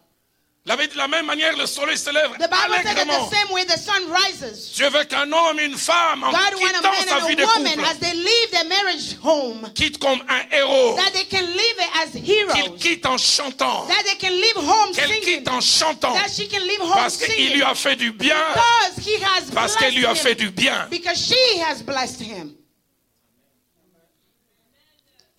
La Bible dit de la même manière, le soleil se lève
The Bible said that
allègrement.
the same way the sun rises,
Dieu veut qu'un homme et une femme, en
God wants a
quittant sa vie
man and
de
a woman
couple,
as they leave their marriage home,
quitte comme un héros,
that they can leave it as
qu'il
heroes,
quitte en chantant,
that they can leave home
qu'elle
singing,
quitte en chantant,
that she can leave home
parce qu'il
singing
lui a fait du bien,
because he
parce
has blessed
qu'elle lui a fait
him,
du bien.
because she has blessed him.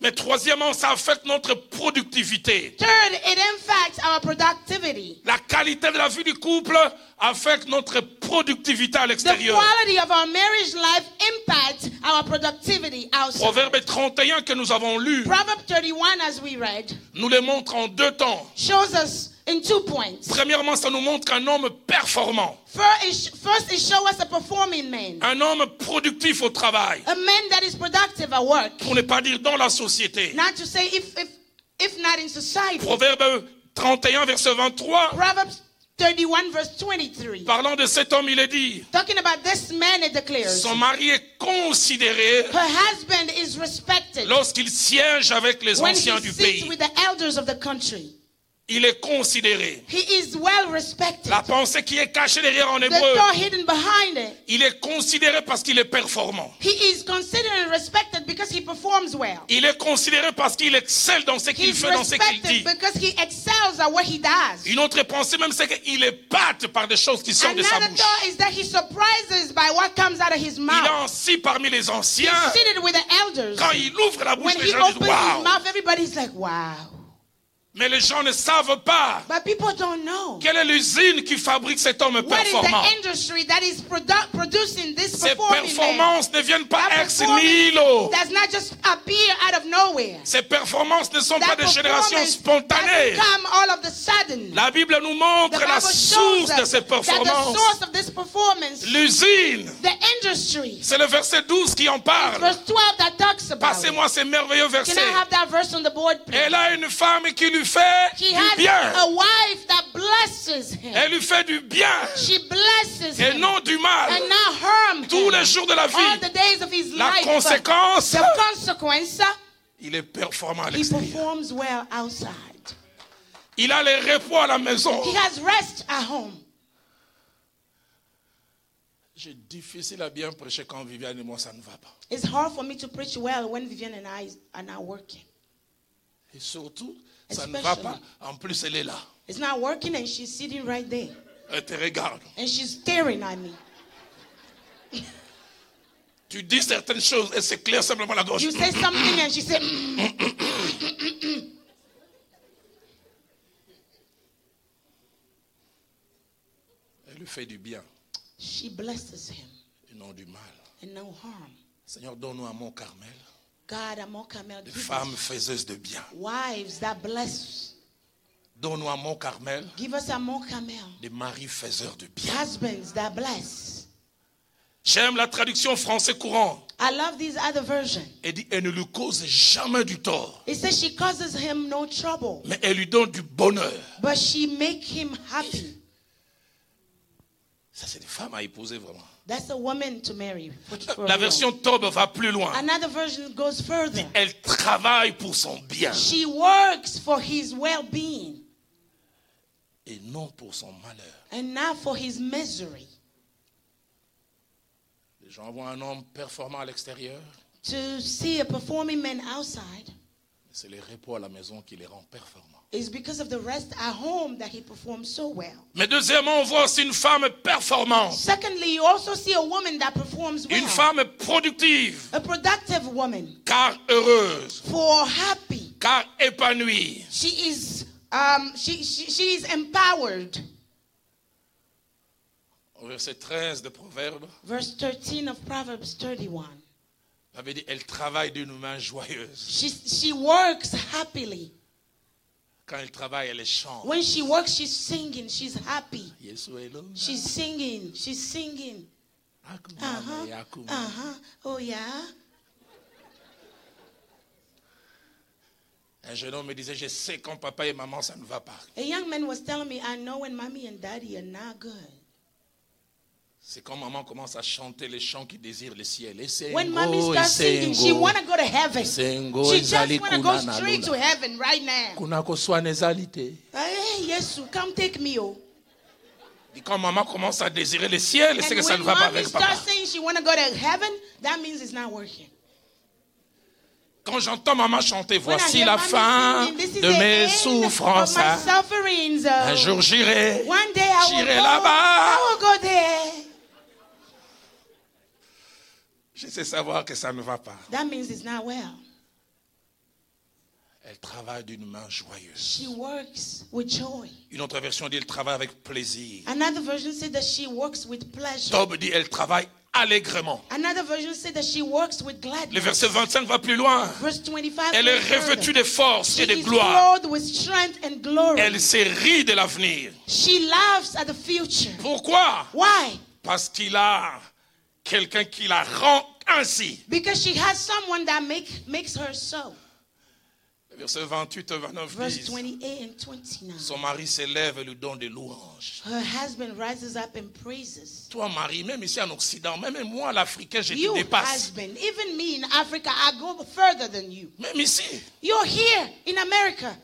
Mais troisièmement, ça affecte notre productivité.
Third, it impacts our productivity.
La qualité de la vie du couple affecte notre productivité à
The
l'extérieur.
quality of our marriage life impacts our productivity outside.
Proverbe 31 que nous avons lu
Proverb 31, as we read,
nous les montre en deux temps.
shows us in two points.
Premièrement, ça nous montre un homme performant,
First, it sh- first it shows us a performing man,
un homme productif au travail,
a man that is productive at work.
pour ne pas dire dans la société.
Not to say if, if, if not in society.
Proverbe 31, verset 23,
Proverbs 31, verse 23.
parlant de cet homme, il est dit,
Talking about this man, it declares
son
her
mari est
Hein?
considéré
husband is respected
lorsqu'il siège avec les
when he
anciens du
sits
pays.
with the elders of the country.
Il est considéré.
He is well respected.
La pensée qui est cachée derrière en
The
hébreu,
thought hidden behind it.
il est considéré parce qu'il est performant.
He is considered and respected because he performs well.
Il est considéré parce qu'il excelle dans ce qu'il
He's
fait, dans ce qu'il dit.
respected because he excels at what he does.
Une autre pensée même, c'est qu'il épatte par des choses qui sortent de
Another
sa bouche.
thought is that he surprises by what comes out of his
Il est
mouth.
ainsi parmi les anciens.
He's seated with the elders.
Quand il ouvre la bouche,
When
les
he
gens
opens
disent
his
Waouh
mouth, everybody's like, wow.
Mais les gens ne savent pas
But people don't know.
quelle est l'usine qui fabrique cet homme
What is
performant.
the industry that is produ- producing this
Ses
performing man?
performances ne viennent pas
That
ex
performance
nihilo.
does not just appear out of nowhere.
Ces performances ne sont pas des
That
générations
performance
spontanées.
doesn't come all of the sudden.
La Bible nous
The
montre la
Bible shows
source de
us
ces
that the
performances.
source of this performance,
L'usine.
the industry,
C'est le verset 12 qui en parle.
verse 12 that talks about it.
Passez-moi ces merveilleux
Can I
versets.
have that verse on the board, please?
Elle a une femme qui lui fait
He
du
has
bien.
a wife that blesses him.
Elle lui fait du bien
She blesses
et
him
non du mal.
and not harm
Tous les
him
jours de la
all
vie.
the days of his
La
life.
conséquence,
The consequence,
il est performant à
he
l'extérieur.
performs well outside.
Il a les repos à la maison.
He has rest at home.
J'ai difficile à bien prêcher quand Viviane et moi, ça ne va pas.
It's hard for me to preach well when Vivian and I are not working.
Et surtout, ça ne va pas. En plus, elle est là.
It's not working and she's sitting right there.
Elle te regarde.
And she's staring at me.
Tu dis certaines choses et c'est clair simplement la gauche.
You say something and she said, "Mm."
Elle lui fait du bien
she blesses him
et non du mal.
and no harm.
Seigneur, donne-nous un mot Carmel.
God, Amor Carmel,
Des
give us
femmes faiseuses de bien.
wives that bless.
Donne-nous un mot Carmel.
Give us Amor Carmel,
Des maris faiseurs de bien.
husbands that bless.
J'aime la traduction français courant.
I love this other version.
Elle dit, elle ne lui cause jamais du tort,
It says she causes him no trouble,
mais elle lui donne du bonheur.
but she make him happy.
Ça, c'est des femmes à épouser vraiment.
That's a woman to marry. for- for
La
real.
version Tob va plus loin.
Another version goes further.
Elle travaille pour son bien
She works for his well-being
et non pour son malheur.
and not for his misery.
Les gens voient un homme performant à l'extérieur,
To see a performing man outside
mais c'est les repos à la maison qui les rend performants.
is because of the rest at home that he performs so well.
Mais deuxièmement, on voit aussi une femme performante,
Secondly, you also see a woman that performs well.
une femme productive,
a productive woman,
car heureuse,
for happy.
car épanouie.
She is um, she, she, she is empowered.
Au verset 13 de Proverbe,
Verse 13 of Proverbs 31.
la Bible dit, elle travaille d'une main joyeuse.
She, she works happily.
Quand elle travaille, elle chante.
When she works, she's singing. She's happy.
Yesu Elona,
She's singing. She's singing.
Akuma,
Uh-huh.
Yakuma.
Uh-huh. Oh, yeah. ah.
Un jeune homme me disait, je sais quand papa et maman, ça ne va pas.
A young man was telling me, I know when mommy and daddy are not good.
C'est quand maman commence à chanter les chants qui désirent le ciel. Et c'est
When
un
mommy
go,
starts
et
singing,
c'est un
she
go.
want to go to heaven.
Sengo
She just
ezali
want to go
kuna na
straight to
luna.
heaven right now.
Kuna koswana ezali te.
Hey, Yesu, come take me, oh.
Et Quand maman commence à désirer le ciel, c'est
And
que ça ne
when
va pas
mommy
avec papa.
starts saying she want to go to heaven, that means it's not working.
Quand j'entends maman chanter,
When I
voici
hear
la
mommy
fin
singing, this is
de
the
mes
end
souffrances.
Of my sufferings. oh.
Un jour j'irai.
One day I will
J'irai
go.
là-bas.
I will go there.
Je sais savoir que ça ne va pas.
That means it's not well.
Elle travaille d'une main joyeuse.
She works with joy.
Une autre version dit elle travaille avec plaisir.
Another version said that she works with pleasure.
Job dit elle travaille allègrement.
Another version said that she works with
Le
gladness.
verset 25 va plus loin.
Verse 25.
Elle est
goes further.
revêtue de force
She
et de
is
gloire.
clothed with strength and glory.
Elle se rit de l'avenir.
She laughs at the future.
Pourquoi
Why?
Parce qu'il a quelqu'un qui la rend ainsi.
Because she has someone that make, makes her so.
Verset 28 et 29
Verse
disent
28 and 29.
Son mari s'élève et lui donne des louanges.
Her husband rises up and praises.
Toi, mari, même ici en Occident, même moi, l'Africain, je
You,
te dépasse.
husband, even me in Africa, I go further than you.
Même ici,
You're here in America.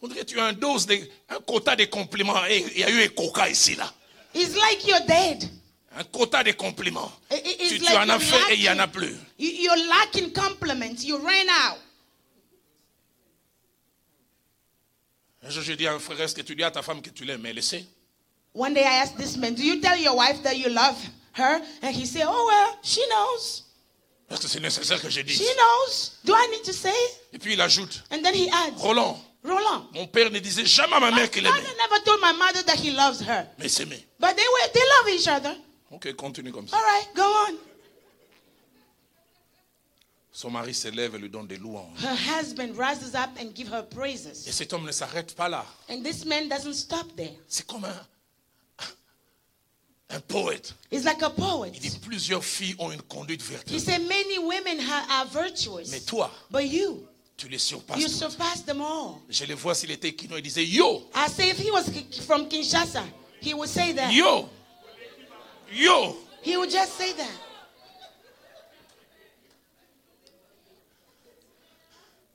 on dirait que tu as un dose, de, un quota de compliments. Et il y a eu un coca ici, là.
It's like you're dead.
Un quota de compliments.
I- i- it's
Tu, tu
like
en as
you're
fait et il n'y en a
lacking.
plus.
You- You're lacking compliments. You ran out.
Un jour, je dis à un frère, est-ce que tu dis à ta femme que tu l'aimes Mais elle le sait.
One day I asked this man, Do you tell your wife that you love her? And he said, Oh, well, she knows.
Est-ce que c'est nécessaire que je dise
She knows. Do I need to say it?
Et puis il ajoute,
And then he adds,
Roland,
Roland.
mon père ne disait jamais à ma
My
mère qu'il
father
aimait.
never told my mother that he loves her.
Mais s'aimer.
But they were they love each other.
Ok, continue comme ça.
All right, go on.
Son mari s'élève et lui donne des louanges.
Her husband rises up and give her
Et
praises.
cet homme ne s'arrête pas là.
And this man doesn't stop there.
C'est comme un, un poète.
He's like a
Il dit
poet.
plusieurs filles ont une conduite
He
vertueuse.
said many women ha- are
Mais
virtuous.
toi,
But you,
tu les
you
surpasses. toutes.
surpass them all.
Je le vois s'il était Kino, il disait Yo,
I say if he was ki- from Kinshasa, he would say that.
yo, yo.
He would just say that.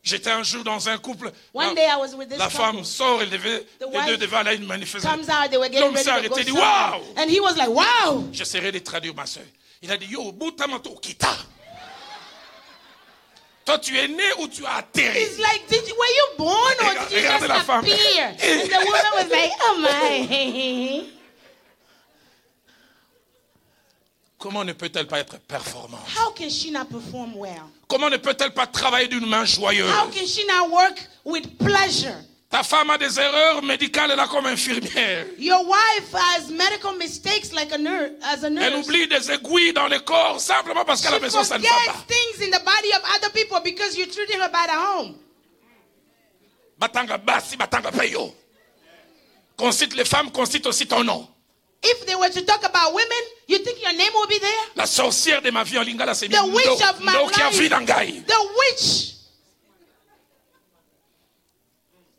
J'étais un jour dans un couple.
One
la-
day I was with this
la femme
couple.
sort, elle devait,
The
les deux
wife
devaient aller à une manifestation.
Comes out, they were getting
L'homme s'est
ready to go
arrêté, dit
somewhere.
Waouh
And he was like, wow.
J'essaierai de traduire ma soeur. Il a dit Yo, Boutamato, Kita. Toi, tu es né ou tu as atterri
It's like, did you, were you born or did you
Regarde la
just
femme.
appear? And the woman was like, oh my.
Comment ne peut-elle pas être performante
How can she not perform well?
Comment ne peut-elle pas travailler d'une main joyeuse
How can she not work with pleasure?
Ta femme a des erreurs médicales, elle a comme infirmière.
Your wife has medical mistakes like a nurse, as a
Elle
nurse.
oublie des aiguilles dans le corps simplement parce qu'à la
She
maison ça ne va
forgets
pas.
things in the body of other people because you're treating her bad at home.
Batanga basi, batanga payo. Qu'on cite les femmes, qu'on cite aussi ton nom.
If they were to talk about women, you think your name will be there?
La sorcière de ma vie en lingala, c'est
The witch of my
qui a
life.
vu d'Angai.
The witch.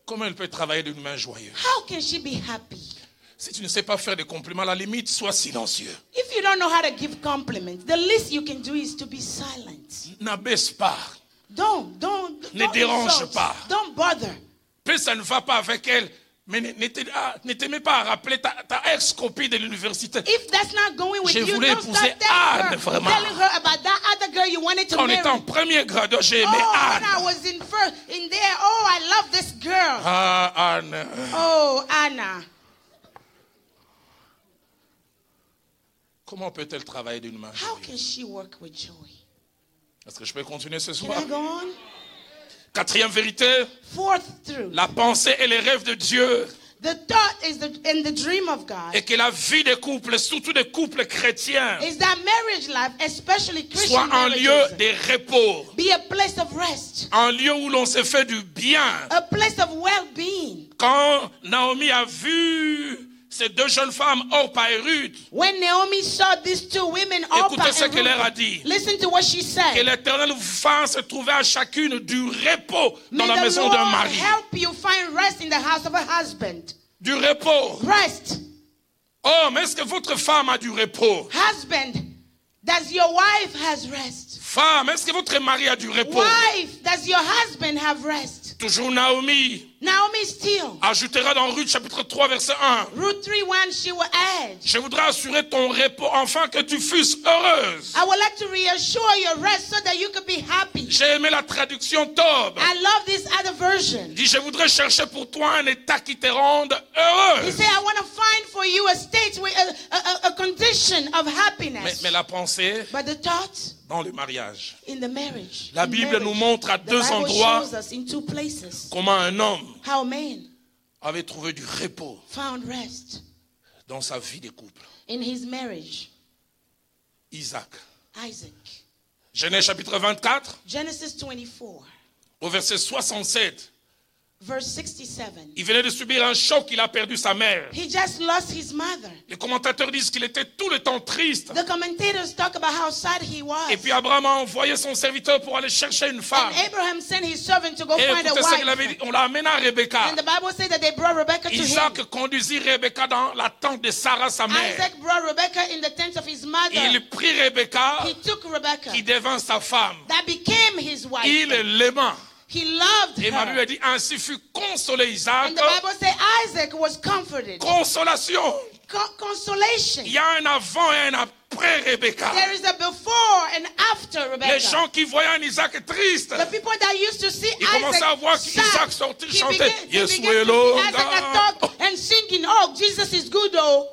Comment elle peut travailler d'une main joyeuse
How can she be happy?
Si tu ne sais pas faire des compliments, à la limite, sois silencieux.
If you don't know how to give compliments, the least you can do is to be silent.
N'abaisse pas.
Don't, don't,
Ne
don't
dérange
insult.
pas.
Don't bother.
Puis ça ne va pas avec elle. Mais ne ne t'aide- ah, ne t'aimais pas à rappeler ta, ta ex-copie de l'université.
If that's not going with
Je
you,
voulais
don't start
épouser
telling
Anne,
her,
vraiment.
telling her about that other girl you wanted to
Quand on
marry.
était en premier grade, j'ai
oh,
aimé
when I
Anne.
was in first in there, oh, I love this girl.
Ah, Anne.
Oh, Anna.
Comment peut-elle travailler d'une main
How
joyeuse
can she work with joy?
Est-ce que je peux continuer ce
Can
soir
I go on?
Quatrième vérité,
Fourth through.
la pensée et les rêves de Dieu
The thought is the in the dream of God
et que la vie des couples, surtout des couples chrétiens,
is that marriage life, especially
soit
Christian
un
marriages,
lieu de repos,
be a place of rest,
un lieu où l'on se fait du bien.
a place of well-being.
Quand Naomi a vu ces deux jeunes femmes, Orpa et Ruth,
When Naomi saw these two women, Orpah
Écoutez ce
and
qu'elle leur a
Ruth,
dit.
listen to what she said.
que l'Éternel vous fasse trouver à chacune du repos dans
May
la
the
maison
Lord
d'un mari.
help you find rest in the house of a husband.
Du repos.
Rest.
Homme, est-ce que votre femme a du repos
Husband, does your wife has rest?
Femme, est-ce que votre mari a du repos
Wife, does your husband have rest?
Toujours Naomi
Naomi still.
ajoutera dans Ruth chapitre 3 verset 1.
Ruth 3 1, she will add.
Je voudrais assurer ton repos afin que tu fusses heureuse.
I would like to reassure your rest so that you could be happy.
J'ai aimé la traduction Tob.
I love this other version.
Dit, je voudrais chercher pour toi un état qui te rende
He
heureuse.
said, I want to find for you a state with a, a, a- a condition of
Mais,
happiness.
mais la pensée
But the thought
dans le mariage.
in the marriage.
La
in
Bible
marriage,
nous montre à
the
deux
Bible
endroits
shows us in two places
comment un homme
how man
avait trouvé du repos
found rest
dans sa vie de couple.
in his marriage.
Isaac.
Isaac.
Genèse chapitre 24,
Genesis 24,
au verset 67.
verse 67.
Il venait de subir un choc, il a perdu sa mère.
He just lost his mother.
Les commentateurs disent qu'il était tout le temps triste.
The commentators talk about how sad he was.
Et puis Abraham a envoyé son serviteur pour aller chercher une femme.
And Abraham sent his servant to go
Et
find
Eh,
a
écoutez ce qu'il avait dit.
wife.
On l'a amené à Rebecca.
And the Bible says that they brought Rebecca to him.
Isaac conduisit Rebecca dans la tente de Sarah, sa mère.
Isaac brought Rebecca in the tent of his mother.
Il prit Rebecca,
He took Rebecca,
qui devint sa femme.
that became his wife.
Il l'aima.
He loved
Et ma Bible
her.
dit, ainsi fut consolé Isaac.
And the Bible says Isaac was comforted.
Consolation.
Co- consolation.
Il y a un avant et un après Rebecca.
There is a before and after Rebecca.
Les gens qui voyaient un Isaac triste.
the people that used to see
Ils
Isaac,
commençaient à voir
sad,
qu'Isaac sortait
he
chanter.
began- he
Yes,
began
we
to see
love
Isaac
God.
at talk and singing, oh, Jesus is good, oh.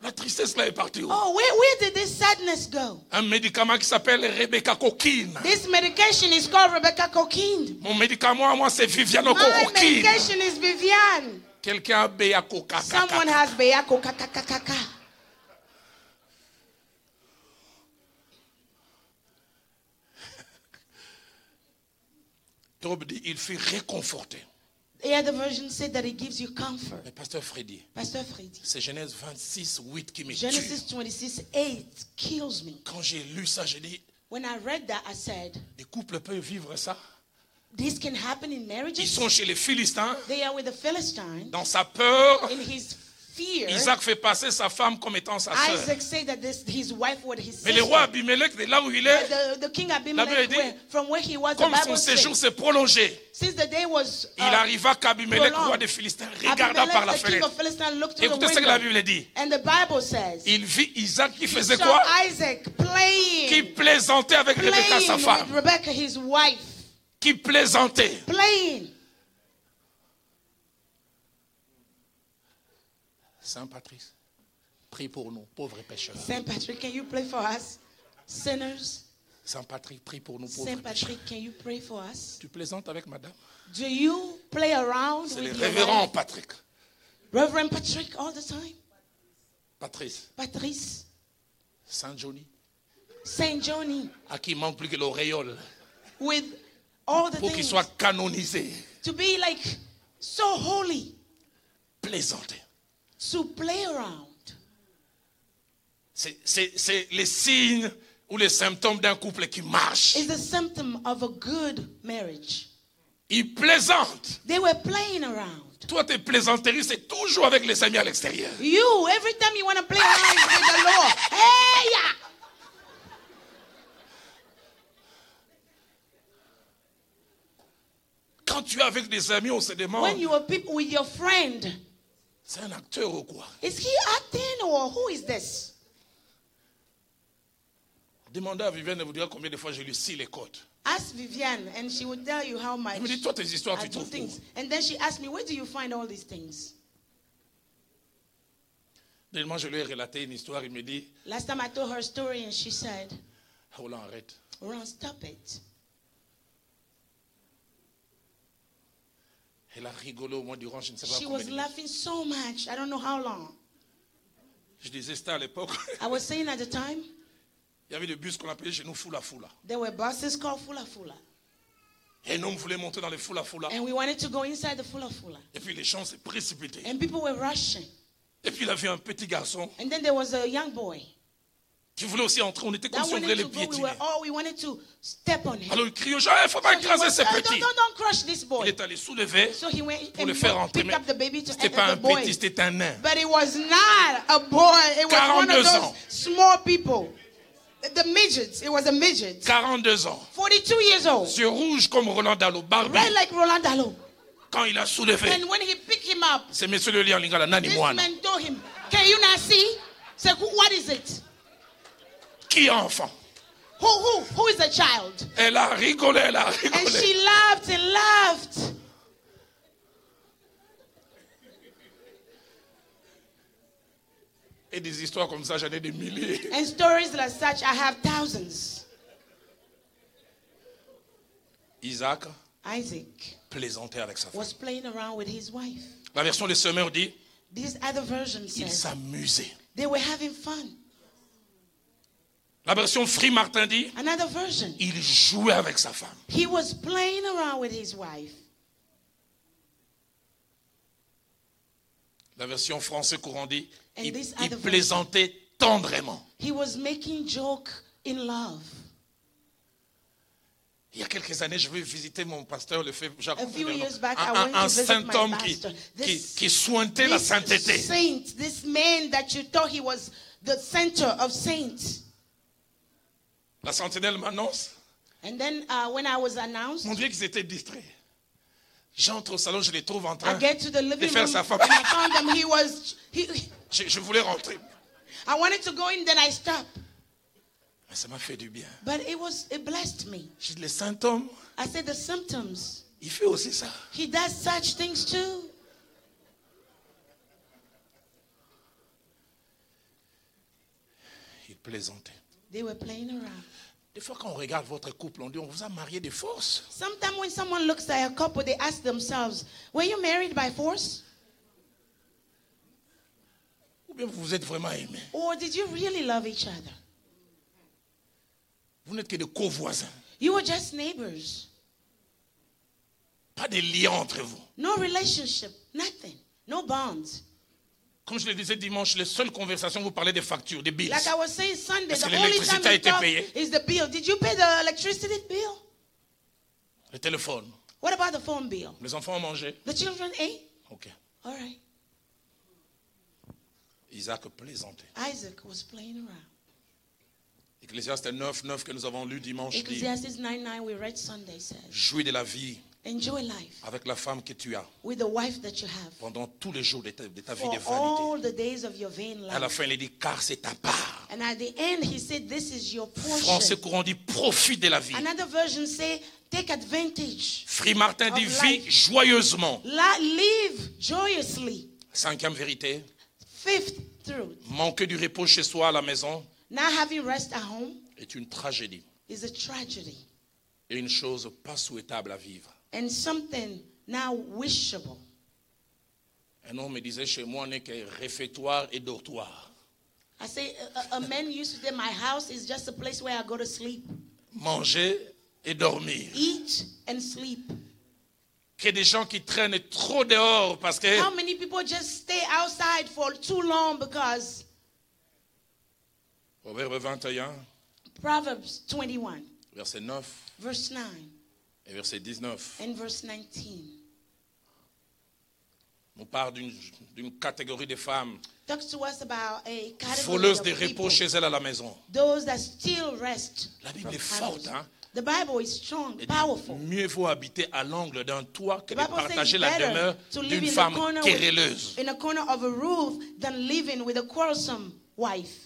La tristesse là est partie. où?
Oh, where, where did this sadness go?
Un médicament qui s'appelle Rebecca Coquine.
This medication is called Rebecca Coquine.
Mon médicament à moi, c'est Viviano
My
Coquine.
medication is Vivian.
Quelqu'un a béa coca.
Someone has Beyako kakakakaka.
Job dit, il fut réconforté.
The other version said that it gives you comfort.
Mais pasteur Freddy,
Pastor Freddy,
c'est Genèse 26, 8 qui me tue.
Genesis 26 8 kills me.
Quand j'ai lu ça, j'ai dit,
When I read that, I said,
les couples peuvent vivre ça.
This can happen in
Ils
marriages.
sont chez les Philistins.
They are with the Philistine.
Dans sa peur,
In his fear,
Isaac fait passer sa femme comme étant sa sœur.
Ah, Isaac said that this, his wife was his
Mais le roi
sister.
Abimelech, de là où il est,
uh, The, the king
La Bible
Abimelech,
dit,
where, from where he was, the
comme son
Bible
séjour
said,
s'est prolongé,
since the day was
il
uh,
arriva qu'Abimelech,
prolonged,
roi des Philistins, regarda
Abimelech,
par la
the king of
fenêtre.
Philistine, looked through the
Écoutez ce que la
window.
Bible dit.
And the Bible says,
Il vit Isaac qui faisait
saw
quoi
Isaac playing,
Qui plaisantait avec
playing
Rebecca, sa
with
femme.
Rebecca, his wife,
Qui plaisantait.
playing.
Saint Patrice, prie pour nous, pauvres pécheurs.
Saint Patrick, can you play for us, sinners?
Saint Patrick, prie pour nous, pauvres
Saint
pécheurs.
Patrick, can you pray for us?
Tu plaisantes avec madame
Do you play around
C'est le
with your
révérend
wife?
Patrick.
Reverend Patrick all the time?
Patrice,
Patrice,
Saint Johnny,
Saint Johnny,
à qui il manque plus que l'auréole
with all the
pour qu'il
things
soit canonisé.
to be like so holy,
Plaisanter.
to play around.
C'est- C'est c'est les signes ou les symptômes d'un couple qui marche.
is a symptom of a good marriage.
Ils plaisantent.
They were playing around.
Toi, tes plaisanteries, c'est toujours avec les amis à l'extérieur.
You, every time you want to play around with the Lord, hey, yeah.
Quand tu es avec des amis, on se
When
demande,
you are people with your friend,
c'est un acteur ou quoi
is he acting or who is this?
Demandez à Vivienne de vous dire combien de fois je lui scie les côtes.
Ask Vivienne, and she will tell you how much
Elle me dit, toi, tes histoires, tu
I do
trouves où
things. And then she asked me, where do you find all these things?
Dernièrement, je lui ai relaté une histoire. Il me dit,
Last time I told her a story, and she said,
Roland, arrête.
Ron, stop it.
Elle a rigolé au moins durant, je ne sais pas
She
combien
was
de minutes.
laughing so much, I don't know how long.
Je disais ça à l'époque.
I was saying at the time,
Il y avait des bus qu'on appelait chez nous Foula Foula.
there were buses called Fula Fula.
Et nous, on voulait monter dans les Foula Foula.
And we wanted to go inside the Fula Fula.
Et puis les gens se précipitaient.
Eh And people were rushing.
Et puis il a vu un petit garçon
And then there was a young boy.
qui voulait aussi entrer. On était comme
That
si on voulait
wanted
les
to go, we
piétiner.
were all we wanted to step on him.
Alors il crie aux gens, il ne eh, faut pas
So he
écraser
was,
ces
"Oh, don't,
petits.
don't, don't crush this boy.
Il est allé soulever
So he went
pour le
and
faire entrer.
picked
Mais
up the baby to
c'était
enter
pas un
the boy.
petit, c'était un nain.
But it was not a boy. It was one
42
of those
ans.
small people. The midgets. It was a midget.
42 ans,
42 years old.
yeux rouges comme Roland Dallot, barbu,
Red like Roland Dalo.
quand il a soulevé.
And when he picked him up,
C'est monsieur le lien lingala, nani
this
moana.
man told him, Can you not see? Say, "Who- What is it?
Qui est enfant
Who, who, who is the child?
Elle a rigolé, elle a
And
rigolé.
she laughed and laughed.
Et des histoires comme ça, j'en ai des milliers.
And stories like such, I have thousands.
Isaac
Isaac
plaisantait avec sa femme.
was playing around with his wife.
La version des semeurs dit,
This other version
il
says
s'amusait.
they were having fun.
La version Free Martin dit,
Another version,
il jouait avec sa femme.
he was playing around with his wife.
La version français courant dit,
And
il,
this
il
other
plaisantait tendrement.
He was making joke in love.
Il y a quelques années, je vais visiter mon pasteur, le fait Jacques
A few
Fernand,
years back, I
un,
went
un- un
to visit
saint
my
homme qui,
pastor.
qui,
This-
qui sointait la sainteté.
This saint, this man that you thought he was the center of saints.
La sentinelle m'annonce,
And then uh, when I was announced,
mon Dieu, qu'ils étaient distraits. J'entre au salon, je les trouve en
I
train.
get to the living
faire
room
sa
and
femme.
I found him. He was. He,
Je, je voulais rentrer.
I wanted to go in, then I stopped.
Mais ça m'a fait du bien.
But it was it blessed me.
Je dis, le saint homme,
I said the symptoms.
il fait aussi ça.
He does such things too.
Il plaisantait.
They were playing around.
Des fois, quand on regarde votre couple, on dit, on vous a marié de force.
Sometimes when someone looks at a couple, they ask themselves, Were you married by force?
Ou bien vous vous êtes vraiment aimé.
Or did you really love each other?
Vous n'êtes que des co-voisins,
You were just neighbors.
pas des liens entre vous.
No relationship, nothing, no bonds.
Comme je le disais dimanche, les seules conversations, vous parlez des factures, des bills.
Like I was saying Sunday,
Est-ce
the
que
only time
l'électricité a
you
été
talk
payée?
is the bill. Did you pay the electricity bill?
Le téléphone.
What about the phone bill?
Les enfants ont mangé.
The children ate?
Ok.
All right.
Isaac plaisantait.
Isaac was playing around.
Ecclésiaste 9, 9 que nous avons lu dimanche dit
Ecclesiastes 9 9, we read Sunday, says,
Jouis de la vie
Enjoy life
avec la femme que tu as
with the wife that you have
pendant tous les jours de ta, de ta vie
for
de vanité.
all the days of your vain
À la
life.
fin, il dit Car c'est ta part.
And at the end, he said, This is your
Français
portion.
courant dit Profite de la vie.
Another version say, Take advantage.
Free Martin dit
Of
Vis
life.
joyeusement.
La- live joyously.
Cinquième vérité
Fifth truth.
manquer du repos chez soi à la maison
Not having rest at home
est une tragédie
is a tragedy
et une chose pas souhaitable à vivre.
and something now wishable.
Un homme me disait Chez moi, on n'est que réfectoire et dortoir.
I say, a, a- a man used to say, my house is just a place where I go to sleep,
Manger et dormir.
eat, and sleep.
que des gens qui traînent trop dehors parce que
How many people just stay outside for too long because
Proverbe 21,
Proverbs 21,
verset 9
verse 9
et verset 19
and verse 19
nous parle d'une- d'une catégorie de femmes
talks to us about a category
voleuses
of
de repos
people,
chez elles à la maison.
those that still rest.
La Bible
from
est forte,
others.
hein?
The Bible is strong,
Elle dit,
powerful.
Mieux vaut habiter à l'angle d'un toit que de
The Bible says
partager la
better
demeure
to live
d'une
in the
femme
corner with-
querelleuse.
in a corner of a roof than living with a quarrelsome wife.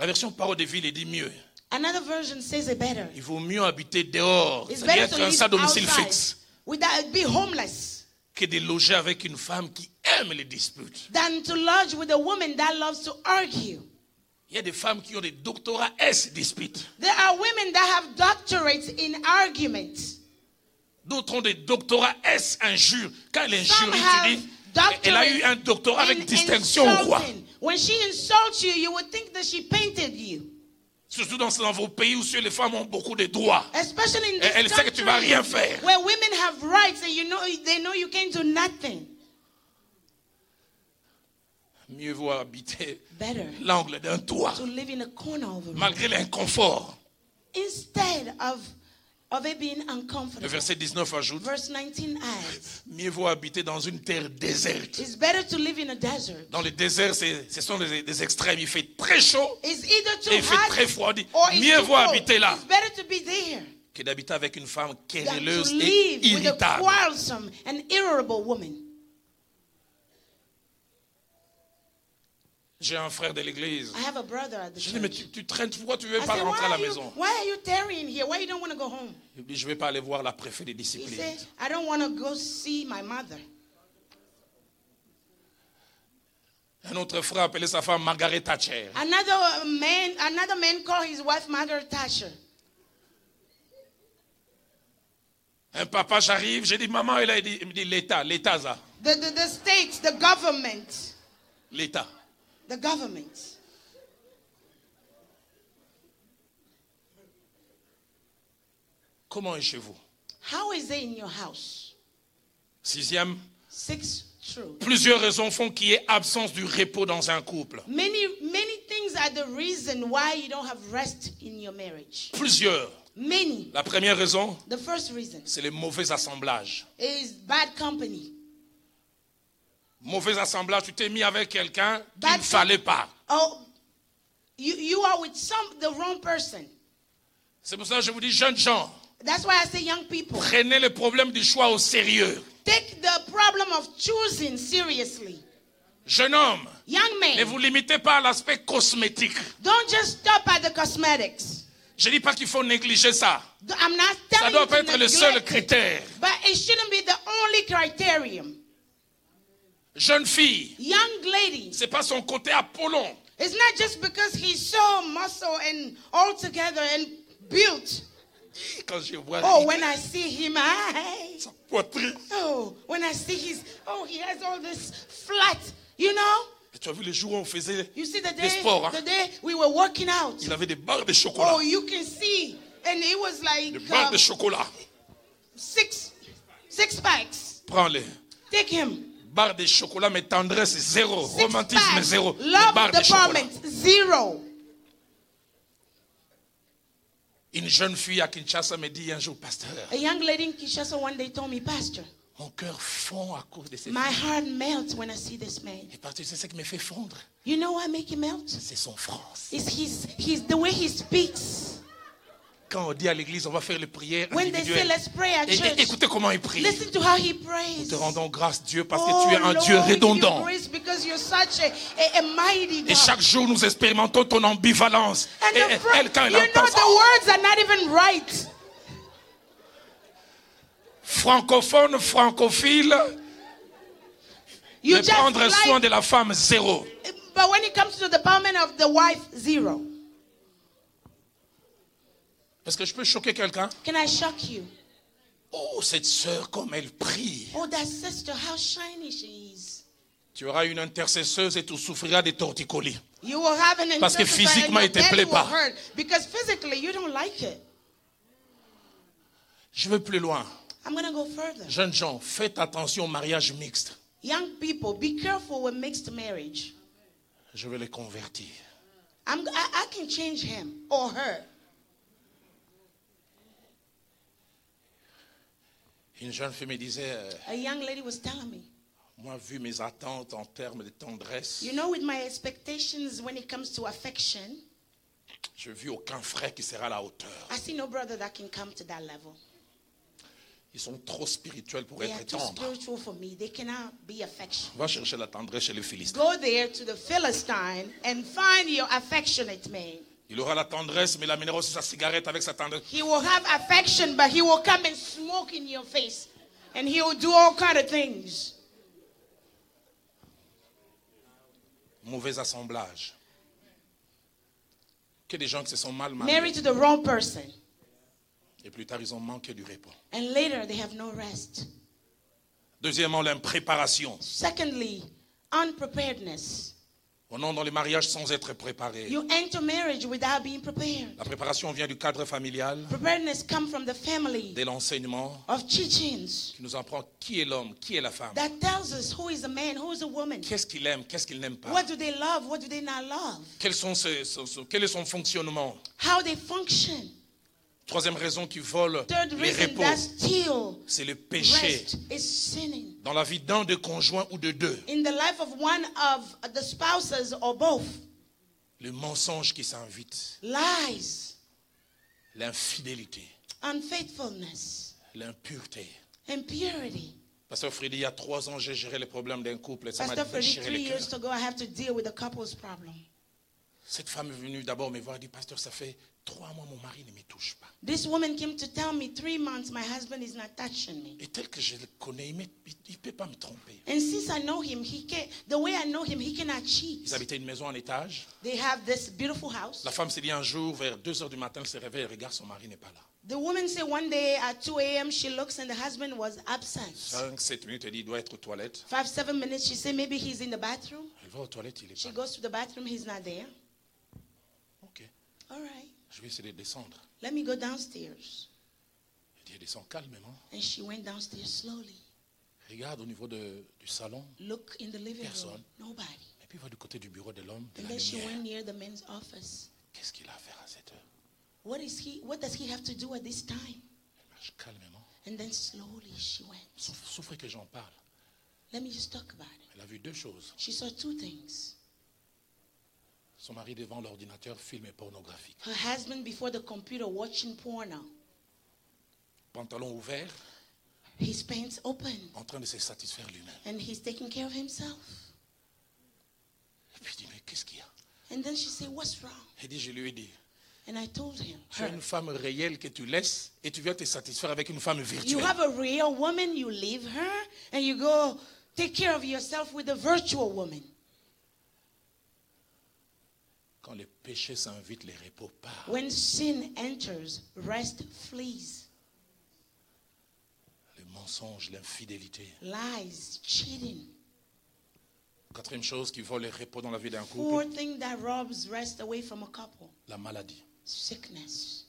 La version parole de ville dit mieux.
Another version says it better.
Il vaut mieux habiter dehors,
It's
c'est-à-dire
better
être
to
un
live
sans domicile
outside
fixe,
without be homeless
que de loger avec une femme qui aime les disputes.
than to lodge with a woman that loves to argue.
Il y a des femmes qui ont des doctorats S disputes.
There are women that have doctorates in argument.
D'autres ont des doctorats S injures. Quand elle
Some
injure, tu
have
dis, elle a eu un doctorat
doctorates
avec
in
distinction ou quoi
insulting. When she insults you, you would think that she painted you.
Surtout dans, dans vos pays où les femmes ont beaucoup de droits.
Especially in
Elle- elle
this
sait que tu vas
country
rien faire.
where women have rights and you know they know you can't do nothing.
Mieux vaut habiter
Better
l'angle d'un toit,
to live in a corner of a room
malgré l'inconfort.
instead of, of it being
Le
uncomfortable.
verset 19 ajoute
Verse 19 adds,
Mieux vaut habiter dans une terre déserte.
it's better to live in a desert.
Dans les déserts, c'est- ce sont des, des extrêmes. Il fait très chaud
It's either
et
too
il fait très
hot
froid. Il dit,
or it's
Mieux
too
vaut
cold.
habiter là
It's better to be there
que d'habiter avec une femme
than to
querelleuse et
live with a
irritable.
quarrelsome and irritable woman.
J'ai un frère de l'église.
I have a brother at the
Je dis, mais
church.
tu, tu traînes, pourquoi tu ne
I
veux pas
said,
rentrer
why
à la
are, you,
maison
why are you tarrying here? Why you don't want to go home?
Il dit, je ne vais pas aller voir la préfet des
He
disciplines.
said, I don't want to go see my mother.
Un autre frère appelait sa femme Margaret Thatcher.
Another uh, man, another man called his wife Margaret Thatcher.
Un papa, j'arrive, j'ai dit, maman, il, a dit, il me dit, l'État, l'État, ça,
The, the, the state, the government,
l'État.
the government.
Comment est chez vous
How is it in your house?
Sixième,
Six true.
plusieurs raisons font qu'il y ait absence du repos dans un couple.
Many many things are the reason why you don't have rest in your marriage.
Plusieurs.
Many.
La première raison,
The first reason
c'est les mauvais assemblages.
is bad company.
Mauvais assemblage, tu t'es mis avec quelqu'un qu'il
Bad
ne fallait pas.
Oh, you you are with some the wrong person.
C'est pour ça que je vous dis, jeunes gens,
That's why I say young people
prenez le problème du choix au sérieux.
take the problem of choosing seriously.
Jeune homme,
Young
ne
man,
vous limitez pas à l'aspect cosmétique.
don't just stop at the cosmetics.
Je ne dis pas qu'il faut négliger ça.
Th- I'm not
Ça
telling
doit
you
pas
to
être le
neglect
seul
it,
critère.
but it shouldn't be the only criterion.
Jeune fille,
Young lady,
c'est pas son côté Apollon.
it's not just because he's so muscle and all together and built.
Quand je vois
Oh, when I see him, I
sa poitrine,
oh, when I see his oh, he has all this flat, you know.
Et tu as vu les jours où on faisait
You see the
des
day,
sports, hein?
the day we were working out.
il avait des barres de chocolat,
Oh, you can see, and it was like
des barres
um,
de chocolat.
six, six packs.
Prends-les.
Take him.
Barres de chocolat, mais tendresse zéro,
Six
romantisme
packs.
zéro, Les barres
Love
de chocolat.
department zero.
Une jeune fille à Kinshasa me dit un jour, pasteur,
A young lady in Kinshasa one day told me, Pastor,
mon cœur fond à cause de cette
my
fille.
heart melts when I see this man.
Et partout, c'est ce qui me fait fondre,
You know what make him melt?
c'est son France.
Is his he's the way he speaks.
Quand on dit à l'église, on va faire les prières
When they say
individuelles.
let's pray at
Et- et-
church,
Eh, écoutez comment il prie.
listen to how he prays.
Te rendons grâce, Dieu, parce
Oh,
que tu es un
Lord,
Dieu
we give you
redondant.
praise because you're such a, a, a mighty God.
Et chaque eh, jour, nous expérimentons ton ambivalence.
And
Et
the fr-
elle, quand elle
you
entend
know
ça,
the words are not even right.
francophone, francophile,
You
de
just
prendre
like-
soin de la femme, zéro.
but when it comes to the department of the wife, zero.
Est-ce que je peux choquer quelqu'un
Can I shock you?
Oh, cette sœur, comme elle prie.
Oh, that sister, how shiny she is.
Tu auras une intercesseuse et tu souffriras des torticolis.
You will have an
Parce que
intercessor and
physiquement,
your
il te
back
plaît
will
pas.
hurt Because physically, you don't like it.
Je vais plus loin.
I'm going to go further.
Jeunes gens, faites attention au mariage mixte.
Young people, be careful with mixed marriage.
Je vais les convertir.
I'm, I, I can change him or her.
Une jeune fille me disait, euh,
A young lady was telling me,
moi, vu mes attentes en termes de tendresse,
you know, with my expectations when it comes to affection,
je vis aucun frère qui sera à la hauteur.
I see no brother that can come to that level.
Ils sont trop spirituels pour
They are
être
too
tendres.
spiritual for me. They cannot be affectionate.
Va chercher la tendresse chez les Philistins.
Go there to the Philistine and find your affectionate man.
Il aura la tendresse, mais il amènera aussi sa cigarette avec sa tendresse.
He will have affection, but he will come and smoke in your face, and he will do all kind of things.
Mauvais assemblage. Que des gens qui se sont mal
Married
mariés.
to the wrong person,
Et plus tard, ils ont manqué du repos.
and later they have no rest.
Deuxièmement, l'impréparation.
Secondly, unpreparedness.
On entre dans le mariage sans être préparé.
You enter marriage without being prepared.
La préparation vient du cadre familial,
Preparedness comes from the family
de l'enseignement,
of teachings
qui nous apprend qui est l'homme, qui est la femme,
that tells us who is a man, who is a woman,
qu'est-ce qu'il aime, qu'est-ce qu'il n'aime pas,
what do they love, what do they not love,
quels sont ses- son- son- quel est son fonctionnement.
how they function.
Troisième raison qui vole
Third
les
reason
repos,
that steal
c'est le péché.
rest is sinning.
Dans la vie d'un de conjoints ou de deux,
In the life of one of the spouses or both,
le mensonge qui s'invite,
lies,
l'infidélité,
unfaithfulness,
l'impureté.
impurity.
Pasteur Freddy, il y a trois ans, j'ai géré les problèmes d'un couple et ça m'a
Pastor, for
déchiré
three
le cœur.
years ago, I have to deal with the couple's problem.
Cette femme est venue d'abord me voir et dit, Pasteur, ça fait trois mois, mon mari ne me touche pas.
This woman came to tell me three months my husband is not touching me.
Et tel que je le connais, il ne peut pas me tromper.
And since I know him, he can the way I know him, he cannot cheat.
Ils habitaient une maison en étage.
They have this beautiful house.
La femme s'est dit un jour, vers 2 heures du matin, elle se réveille, elle regarde, son mari n'est pas là.
The woman said one day at 2 a.m. she looks and the husband was absent.
5, 7 minutes, elle dit, il doit être aux toilettes.
Five, seven minutes, she said maybe he's in the bathroom.
Elle va aux toilettes, il est
She
pas là.
goes to the bathroom, he's not there.
Ok,
All right,
je vais essayer de descendre.
let me go downstairs.
Elle dit, elle descend calmement.
And she went downstairs slowly.
Regarde au niveau de- du salon.
Look in the living room,
Personne.
nobody.
Et puis va du côté du bureau de l'homme, de
And
la
then she went
lumière.
near the men's office.
Qu'est-ce qu'il a à faire à cette heure
What is he? What does he have to do at this time?
Elle marche calmement.
And then slowly she went.
Souff- Souffrez que j'en parle.
Let me just talk about it.
Elle a vu deux choses.
She saw two things.
Son mari devant l'ordinateur, film et pornographique.
Her husband before the computer watching porno.
Pantalon ouvert,
His pants open
en train de se satisfaire lui-même.
and he's taking care of himself.
Et puis il dit, mais qu'est-ce qu'il y a
And then she said, What's wrong?
Elle dit, je lui ai dit,
And I told him,
tu as
her,
une femme réelle que tu laisses et tu viens te satisfaire avec une femme
You
virtuelle.
have a real woman, you leave her and you go take care of yourself with a virtual woman.
Quand le péché s'invite, les repos partent.
When sin enters, rest flees.
Le mensonge, l'infidélité.
Lies, cheating.
Quatrième chose qui vole les repos dans la vie d'un
Four
couple,
thing that robs rest away from a couple.
la maladie.
Sickness.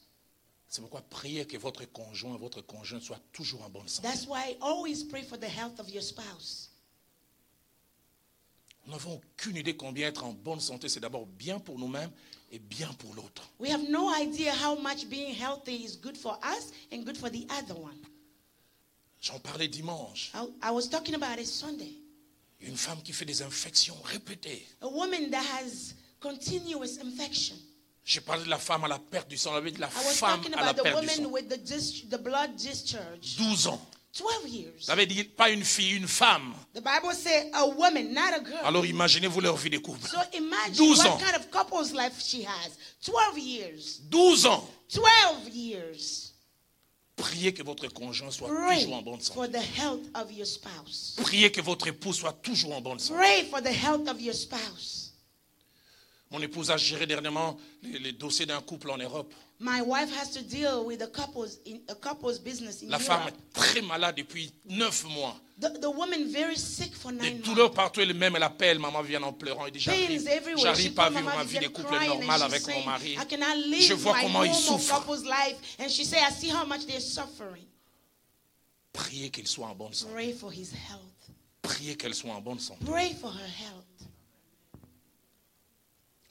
C'est pourquoi priez que votre conjoint, votre conjointe soit toujours en bonne santé.
That's why I always pray for the health of your spouse.
Nous n'avons aucune idée combien être en bonne santé, c'est d'abord bien pour nous-mêmes et bien pour l'autre.
We have no idea how much being healthy is good for us and good for the other one.
J'en parlais dimanche.
I, I was talking about it Sunday.
Une femme qui fait des infections répétées.
A woman that has continuous infection.
J'ai parlé de la femme à la perte du sang, on avait de la
I was
femme
talking
à la
about the
perte du
woman
sang.
with the, dis- the blood discharge.
12 ans.
12 years.
Ça veut dire pas une fille, une femme.
The Bible says a woman, not a girl.
Alors imaginez-vous leur vie de couple.
So imagine what
ans.
kind of couple's life she has. 12 years.
12 ans.
12 years.
Priez que votre conjoint soit
Pray
toujours en bonne santé.
for the health of your spouse.
Priez que votre époux soit toujours en bonne santé.
Pray for the health of your spouse.
Mon épouse a géré dernièrement les, les dossiers d'un couple en Europe.
My wife has to deal with a couple's in a couple's business in
La femme
Europe.
est très malade depuis 9 mois.
The, the woman very sick for
Des
nine months.
douleurs partout, elle-même, elle appelle, maman vient en pleurant. Elle dit,
Pains
j'arrive
everywhere. She
j'arrive pas à
told my
vivre ma
mom,
vie de
"She's
couple
crying," and
normale
she's
avec mon
saying,
mari.
I cannot live
Je vois
my
comment il
normal
souffre.
couple's life. And she said, I see how much they're suffering.
Priez qu'elle soit en bonne santé.
Pray for his health.
Priez qu'elle soit en bonne santé.
Pray for her health.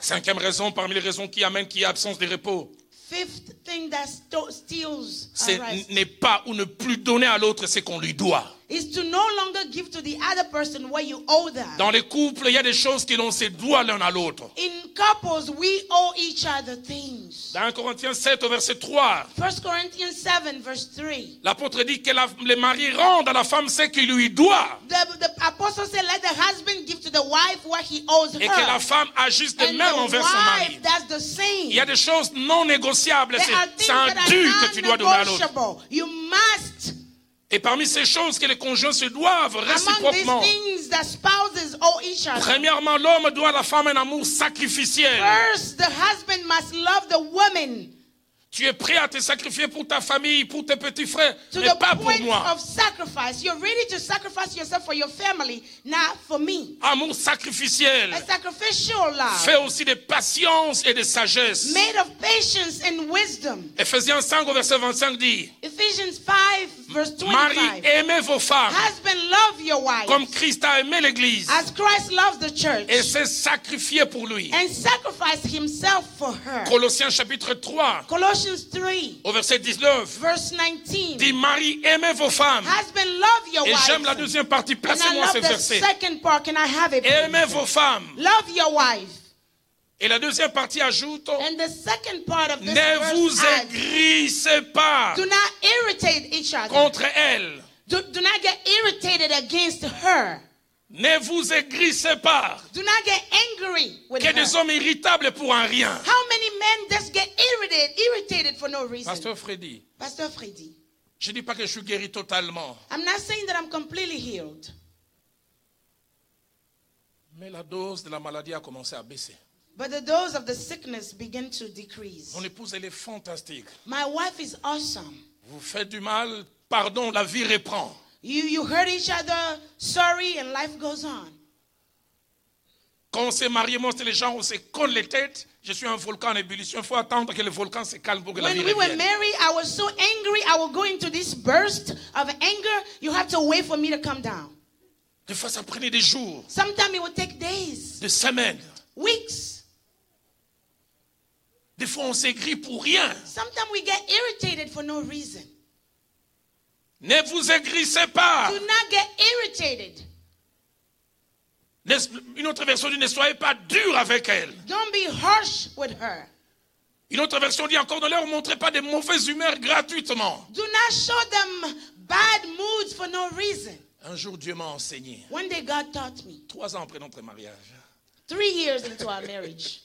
Cinquième raison, parmi les raisons qui amènent, qui est absence de repos,
Fifth thing that sto- steals our
c'est
rest
n'est pas ou ne plus donner à l'autre ce qu'on lui doit.
is to no longer give to the other person what you owe them.
Dans les couples, il y a des choses que l'on se doit l'un à l'autre.
In couples, we owe each other things.
Dans 1 Corinthiens 7, au verset 3,
1 Corinthians 7, verse 3.
l'apôtre dit que la- les maris rendent à la femme ce qu'il lui doit
The, the apostle said, Let the husband give to the wife what he owes her.
et que la femme agisse de
and
même
the
envers son mari.
wife does the same.
Il y a des choses non négociables.
There
C'est
are things
c'est un
that
dû
are
que tu dois donner à l'autre.
non-negotiable. You must,
Et parmi ces choses que les conjoints se doivent
among these
réciproquement,
things that spouses owe each other.
premièrement, l'homme doit à la femme un amour sacrificiel.
First, the husband must love the woman.
Tu es prêt à te sacrifier pour ta famille, pour tes petits frères,
to
mais
the
pas pour
point
moi.
of sacrifice. You're ready to sacrifice yourself for your family, not for me.
Amour sacrificiel,
A sacrificial love
fait aussi de patience et de sagesse.
made of patience and wisdom.
Ephésiens 5 au verset 25 dit,
Ephesians 5, verse
Marie,
25.
aimez vos femmes
Husband, love your
e- comme
wife
Christ a aimé l'Église
as Christ loves the
et
church
s'est sacrifié pour lui.
and sacrificed himself for her.
Colossiens chapitre 3
Colossians 3,
au verset 19
verse 19.
dit, Marie, aimez vos femmes.
Husband, love your
Et j'aime la
wife.
deuxième partie,
And I
placez-moi
love
ce
the
verset.
second part. Can I have it?
Aimez
please?
vos femmes.
Love your wife.
Et la deuxième partie ajoute,
And the second part of this
ne vous
verse adds,
aigrissez pas
do not irritate each other.
contre elle.
Do, do not get irritated against her.
Ne vous aigrissez pas.
Do not get angry with
Que des
her.
hommes irritables pour un rien.
How many men just get irritated, irritated for no reason?
Pasteur Freddy,
Pastor Freddy,
je ne dis pas que je suis guéri totalement,
I'm not saying that I'm completely healed,
mais la dose de la maladie a commencé à baisser.
but the dose of the sickness begin to decrease.
Mon épouse, elle est fantastique.
My wife is awesome.
Vous faites du mal, pardon, la vie reprend.
You, you hurt each other, sorry, and life goes on.
Quand on s'est marié, moi, c'est les gens, on se colle les têtes. Je suis un volcan en ébullition. Il faut attendre que le volcan se calme pour que la vie
When we were
revienne.
married, I was so angry. I would go into this burst of anger. You have to wait for me to come down.
Des fois, ça prenait des jours,
Sometimes it would take days,
des semaines.
weeks.
Des fois, on s'aigrit pour rien.
Sometimes we get irritated for no reason.
Ne vous aigrissez pas.
Do not get irritated.
Ne- Une autre version dit ne soyez pas dur avec elle.
Don't be harsh with her.
Une autre version dit encore ne leur montrez pas des mauvaises humeurs gratuitement.
Do not show them bad moods for no reason.
Un jour, Dieu m'a enseigné,
One day God taught me,
trois ans après notre mariage,
three years into our marriage,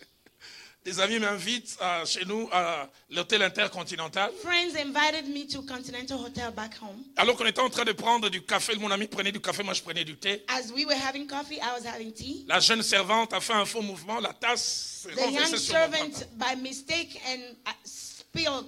des amis m'invitent à- chez nous à l'hôtel intercontinental.
friends invited me to Continental Hotel back home.
Alors qu'on était en train de prendre du café, mon ami prenait du café, moi je prenais du thé.
As we were having coffee, I was having tea.
La jeune servante a fait un faux mouvement, la tasse s'est
The young
renversée sur mon
servant,
pantalon.
by mistake, and uh, spilled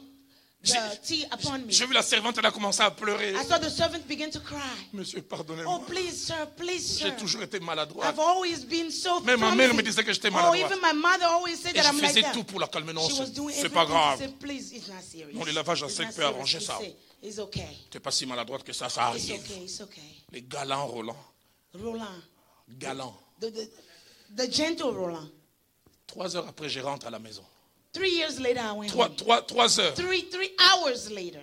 the
J'ai-
tea upon me.
J'ai vu la servante, elle a commencé à pleurer.
I saw the servant begin to cry.
Monsieur, pardonnez-moi.
Oh, please, sir, please, sir.
J'ai toujours été maladroit.
I've always been so
Même ma mère me
clumsy.
disait que j'étais
Oh,
maladroit.
even my mother always said
Et
that
je
I'm like
faisais
that.
tout pour la calmer. Non,
She was
c'est
doing
c'est
everything.
pas
She
grave.
said, please, it's not serious.
Non, le lavage à
It's
sec
not
peut
serious.
arranger
She
ça. Ah,
said, It's okay.
T'es pas si maladroite que ça, ça
It's
arrive.
okay. It's okay.
Les galants Roland.
Roland,
Galants.
the, the, the gentle Roland.
Trois heures après, je rentre à la maison.
Three years later, I went
Trois,
home.
trois, trois heures.
Three, three hours later.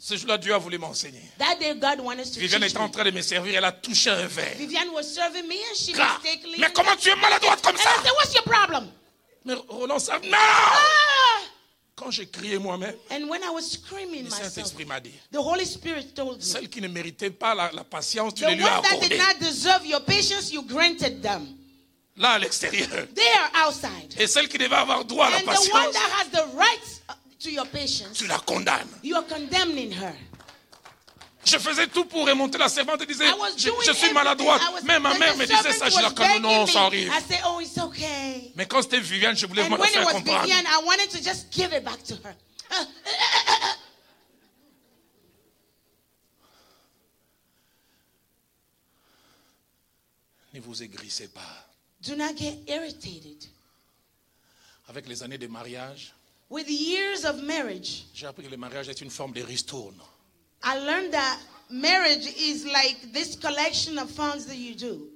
Ce jour-là, Dieu a voulu m'enseigner.
That day, God wanted us to
Viviane
teach
était en
me.
train de me servir, elle a touché un verre.
Viviane was serving me and she
Gras.
mistakenly.
Mais comment tu es maladroite comme
and
ça
I said, What's your problem?
Mais Roland, ça. Non
Ah!
Quand j'ai crié moi-même,
And when I was screaming
le
myself,
Saint-Esprit m'a dit
the Holy Spirit told me,
celle qui ne méritait pas la, la patience, tu
The
les
ones
lui as
that did
accordées.
not deserve your patience, you granted them.
Là, à l'extérieur.
They are outside.
Et celle qui devait avoir droit à la
And the one
patience,
that has the right uh, to your patience,
tu la condamnes.
you are condemning her.
Je faisais tout pour remonter la servante et disais
I was
Je,
doing
je suis
everything.
maladroite.
I was-
Même ma
and
mère
the
me disait
servant
ça, je
was
la condamne. Non,
begging
ça
me.
arrive.
I said, oh, it's okay.
Mais quand c'était Viviane, je voulais
And
vraiment
when
la faire
it was
comprendre.
Vivian, I wanted to just give it back to her.
Ne vous aigrissez pas.
Do not get irritated.
Avec les années de mariage,
With years of marriage,
j'ai appris que le mariage est une forme de ristourne.
I learned that marriage is like this collection of funds that you do.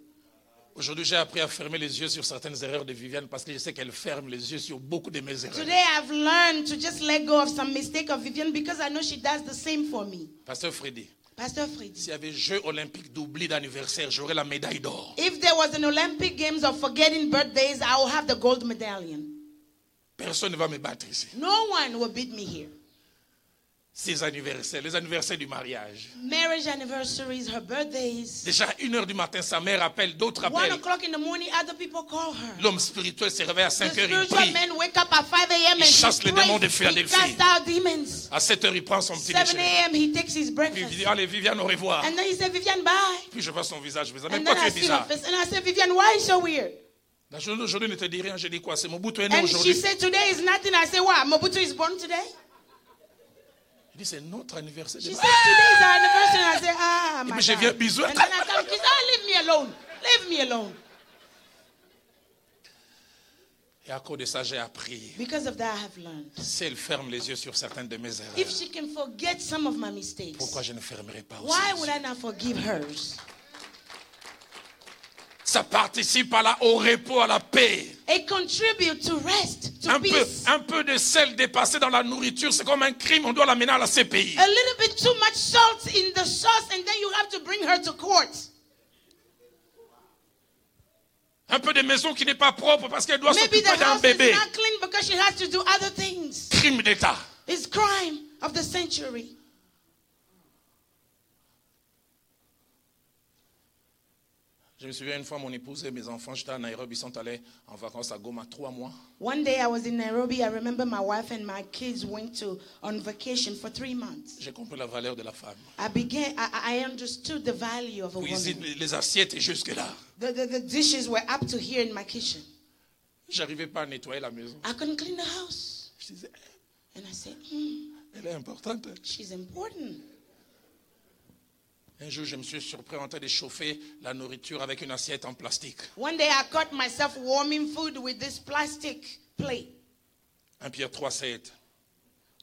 Aujourd'hui, j'ai appris à fermer les yeux sur certaines erreurs de Viviane parce que je sais qu'elle ferme les yeux sur beaucoup de mes erreurs.
Today I've learned to just let go of some mistake of Vivian because I know she does the same for me.
Pasteur Freddy,
Pastor Freddy.
s'il y avait Jeux olympiques d'oubli d'anniversaire, j'aurais la médaille d'or.
If there was an Olympic Games of forgetting birthdays, I will have the gold medallion.
Personne ne va me battre ici.
No one will beat me here.
Ces anniversaires, les anniversaires du mariage.
Marriage anniversaries, her birthdays.
Déjà, une heure du matin, sa mère appelle, d'autres
One
appellent.
o'clock in the morning, other people call her.
L'homme spirituel se réveille à
The
5 heures, il
spiritual
prie.
men wake up at 5 a.m.
Il
and he,
chasse les démons de
prays. he
Philadelphie.
casts out demons.
À 7 heures, il prend son petit
7
déjeuner.
a.m. he takes his
Puis il
breakfast.
dit, allez, Viviane, au revoir.
And then he said, Vivian, bye.
Puis je vois son visage, je me dis, mais
And then
pourquoi
I
tu es
see her
bizarre
face. And I said, Vivian, why are you so weird?
La journée d'aujourd'hui ne te dit rien, je dis quoi C'est mon bout, tu es né
And she
aujourd'hui.
said, Today is nothing. I said, Why? Mobutu is born today?
Il dit, c'est notre anniversaire.
She
demain.
said, today is our anniversary. I said, ah, my
Mais je viens
God.
bisous.
And then I come, she said, oh, leave me alone. Leave me alone.
Et à cause de ça, j'ai appris.
Because of that, I have learned.
Si elle ferme les yeux sur certaines de mes
If
erreurs,
she can forget some of my mistakes,
pourquoi je ne fermerai pas aussi
why
les
would
yeux
I not forgive hers?
Ça participe à la, au repos, à la paix.
It contributes to rest, to
Un peu,
peace.
un peu de sel dépassé dans la nourriture, c'est comme un crime, on doit l'amener à la CPI.
A little bit too much salt in the sauce, and then you have to bring her to court.
Un peu de maison qui n'est pas propre parce qu'elle doit
Maybe the
s'occuper d'un
house is
bébé.
not clean because she has to do other things.
Crime d'État.
It's crime of the century.
Je me souviens une fois, mon épouse et mes enfants, j'étais à Nairobi, ils sont allés en vacances à Goma trois mois.
One day I was in Nairobi. I remember my wife and my kids went to on vacation for three months.
J'ai compris la valeur de la femme.
I began. I, I understood the value of a
Cuisine,
woman.
les les assiettes et jusque-là.
The, the, the dishes were up to here in my kitchen.
J'arrivais pas à nettoyer la maison.
I couldn't clean the house,
Je disais,
and I said, hmm,
elle est importante.
"She's important."
Un jour, je me suis surpris en train de chauffer la nourriture avec une assiette en plastique.
One day I caught myself warming food with this plastic plate.
1 Pierre 3, 7.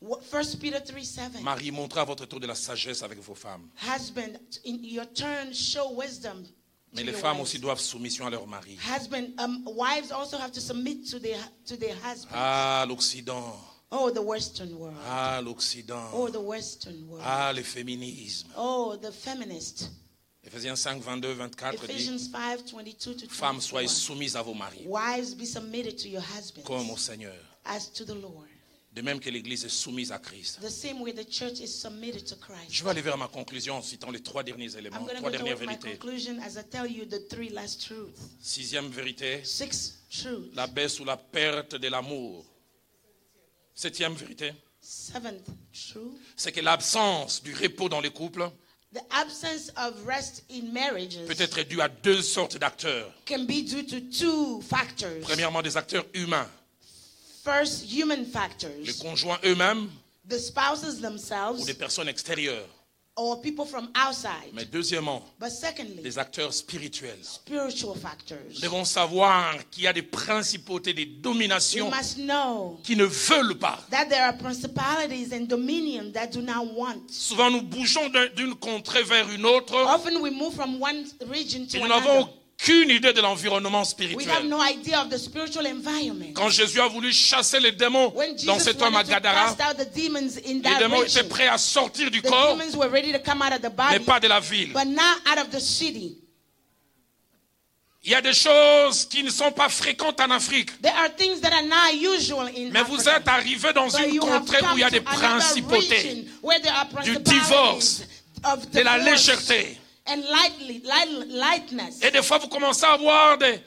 Wha- First Peter three seven.
Marie, montrez à votre tour de la sagesse avec vos femmes.
Husband, in your turn, show wisdom. to
Mais les
your
femmes
wives.
aussi doivent soumission à leur mari.
Husband, um, wives also have to submit to their to their husband.
Ah, l'Occident.
Oh, the Western world.
Ah, l'Occident.
Oh, the Western world.
Ah, le féminisme.
Oh, the feminist.
Ephésiens 5, 22, 24 dit
Ephesians 5 22 to
Femmes, soyez
24.
soumises à vos maris,
Wives, be submitted to your husbands
comme au Seigneur.
as to the Lord.
De même que l'Église est soumise à Christ.
The same way the church is submitted to Christ.
Je vais aller vers ma conclusion en citant les trois derniers éléments,
I'm going to
trois
go
dernières
towards my
vérités.
conclusion as I tell you the three last truths.
Sixième vérité,
Six truths.
la baisse ou la perte de l'amour. Septième vérité,
Seventh truth.
c'est que l'absence du repos dans les couples
The absence of rest in marriages
peut être due à deux sortes d'acteurs.
can be due to two factors.
Premièrement, des acteurs humains,
First, human
les
factors.
conjoints eux-mêmes
The spouses
ou
themselves
des personnes extérieures.
or people from outside.
Mais deuxièmement,
But secondly,
des acteurs spirituels.
spiritual
Nous
factors.
devons savoir qu'il y a des principautés, des
You
dominations
must know
qui ne veulent pas.
that there are principalities and dominion that do not want.
Souvent, nous bougeons d'un- d'une contrée vers une autre
Often we move from one region
et
to
nous
another.
n'avons aucune idée de l'environnement
We have
spirituel.
no idea of the spiritual environment.
Quand Jésus a voulu chasser les démons
When
dans
Jesus
cet homme à
wanted to
Gadara,
cast out the demons in
les
that
démons étaient
region,
prêts à sortir du
the
corps,
demons were ready to come out of the
mais
body,
pas de la ville.
but not out of the city.
Il y a des choses qui ne sont pas fréquentes en Afrique.
There are things that are not usual in
Mais vous êtes
Africa.
arrivé dans
But
une
you have
contrée où
come
il y a des
to another region
principautés,
where there are
du
principalities of
de la
divorce
légèreté.
and lightly, light, lightness.
Et des fois, vous commencez à avoir des,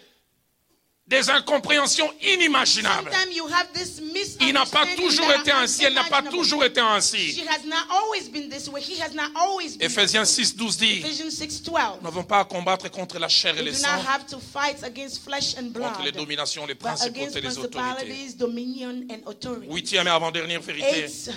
des incompréhensions inimaginables.
Sometimes you have this
Il n'a pas toujours été ainsi, elle n'a pas toujours été ainsi.
She has not always been this way. He has not always been.
Ephésiens 6, 12 dit
Ephesians
Nous
6:12.
n'avons pas à combattre contre la chair et
We
le
do
sang,
not have to fight against flesh and blood,
contre les dominations, les
but
principautés,
against
les autorités.
principalities, dominion, and authority.
Huitième et avant-dernière vérité
It's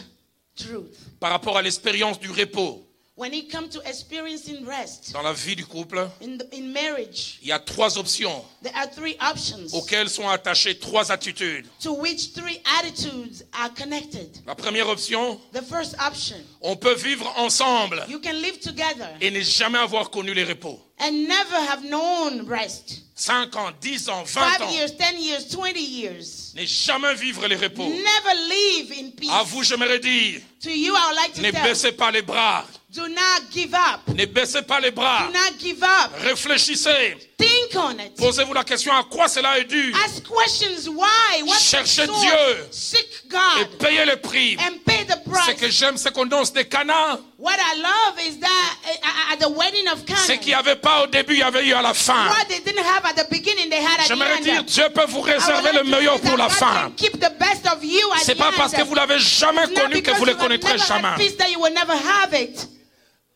truth.
par rapport à l'expérience du repos
When it comes to experiencing rest
dans la vie du couple,
in, the, in marriage,
il y a trois options
there are three options
auxquelles sont attachées trois attitudes.
to which three attitudes are connected.
La première option,
The first option,
on peut vivre ensemble
you can live together
et ne jamais avoir connu les repos.
and never have known rest.
5 ans, 10 ans, 20
Five
ans,
years, ten years, twenty years.
ne jamais vivre les repos.
Never live in peace.
Oh. À vous, j'aimerais dire,
to you, I would like
ne
to tell
baissez pas les bras.
do not give up.
Ne baissez pas les bras.
Do not give up.
Réfléchissez.
Think on it.
Posez-vous la question à quoi cela est dû
Ask questions why. What's the
Cherchez
source?
Dieu.
Seek
et
God
payez le prix.
and pay the
Ce
price.
que j'aime, c'est qu'on danse des canards.
What I love is that uh, uh, at the wedding of
Ce qu'il n'y
Cana,
avait pas au début, il y avait eu à la fin.
what they didn't have at the beginning, they had at the
J'aimerais
end.
dire, Dieu peut vous
I would
réserver le
like to say
meilleur
that
pour la
God
fin.
can Keep the best of you at
C'est
the
pas
end.
parce que vous l'avez jamais
It's not
connu que
because
vous le
you have
connaîtrez
never had
jamais.
peace that you will never have it.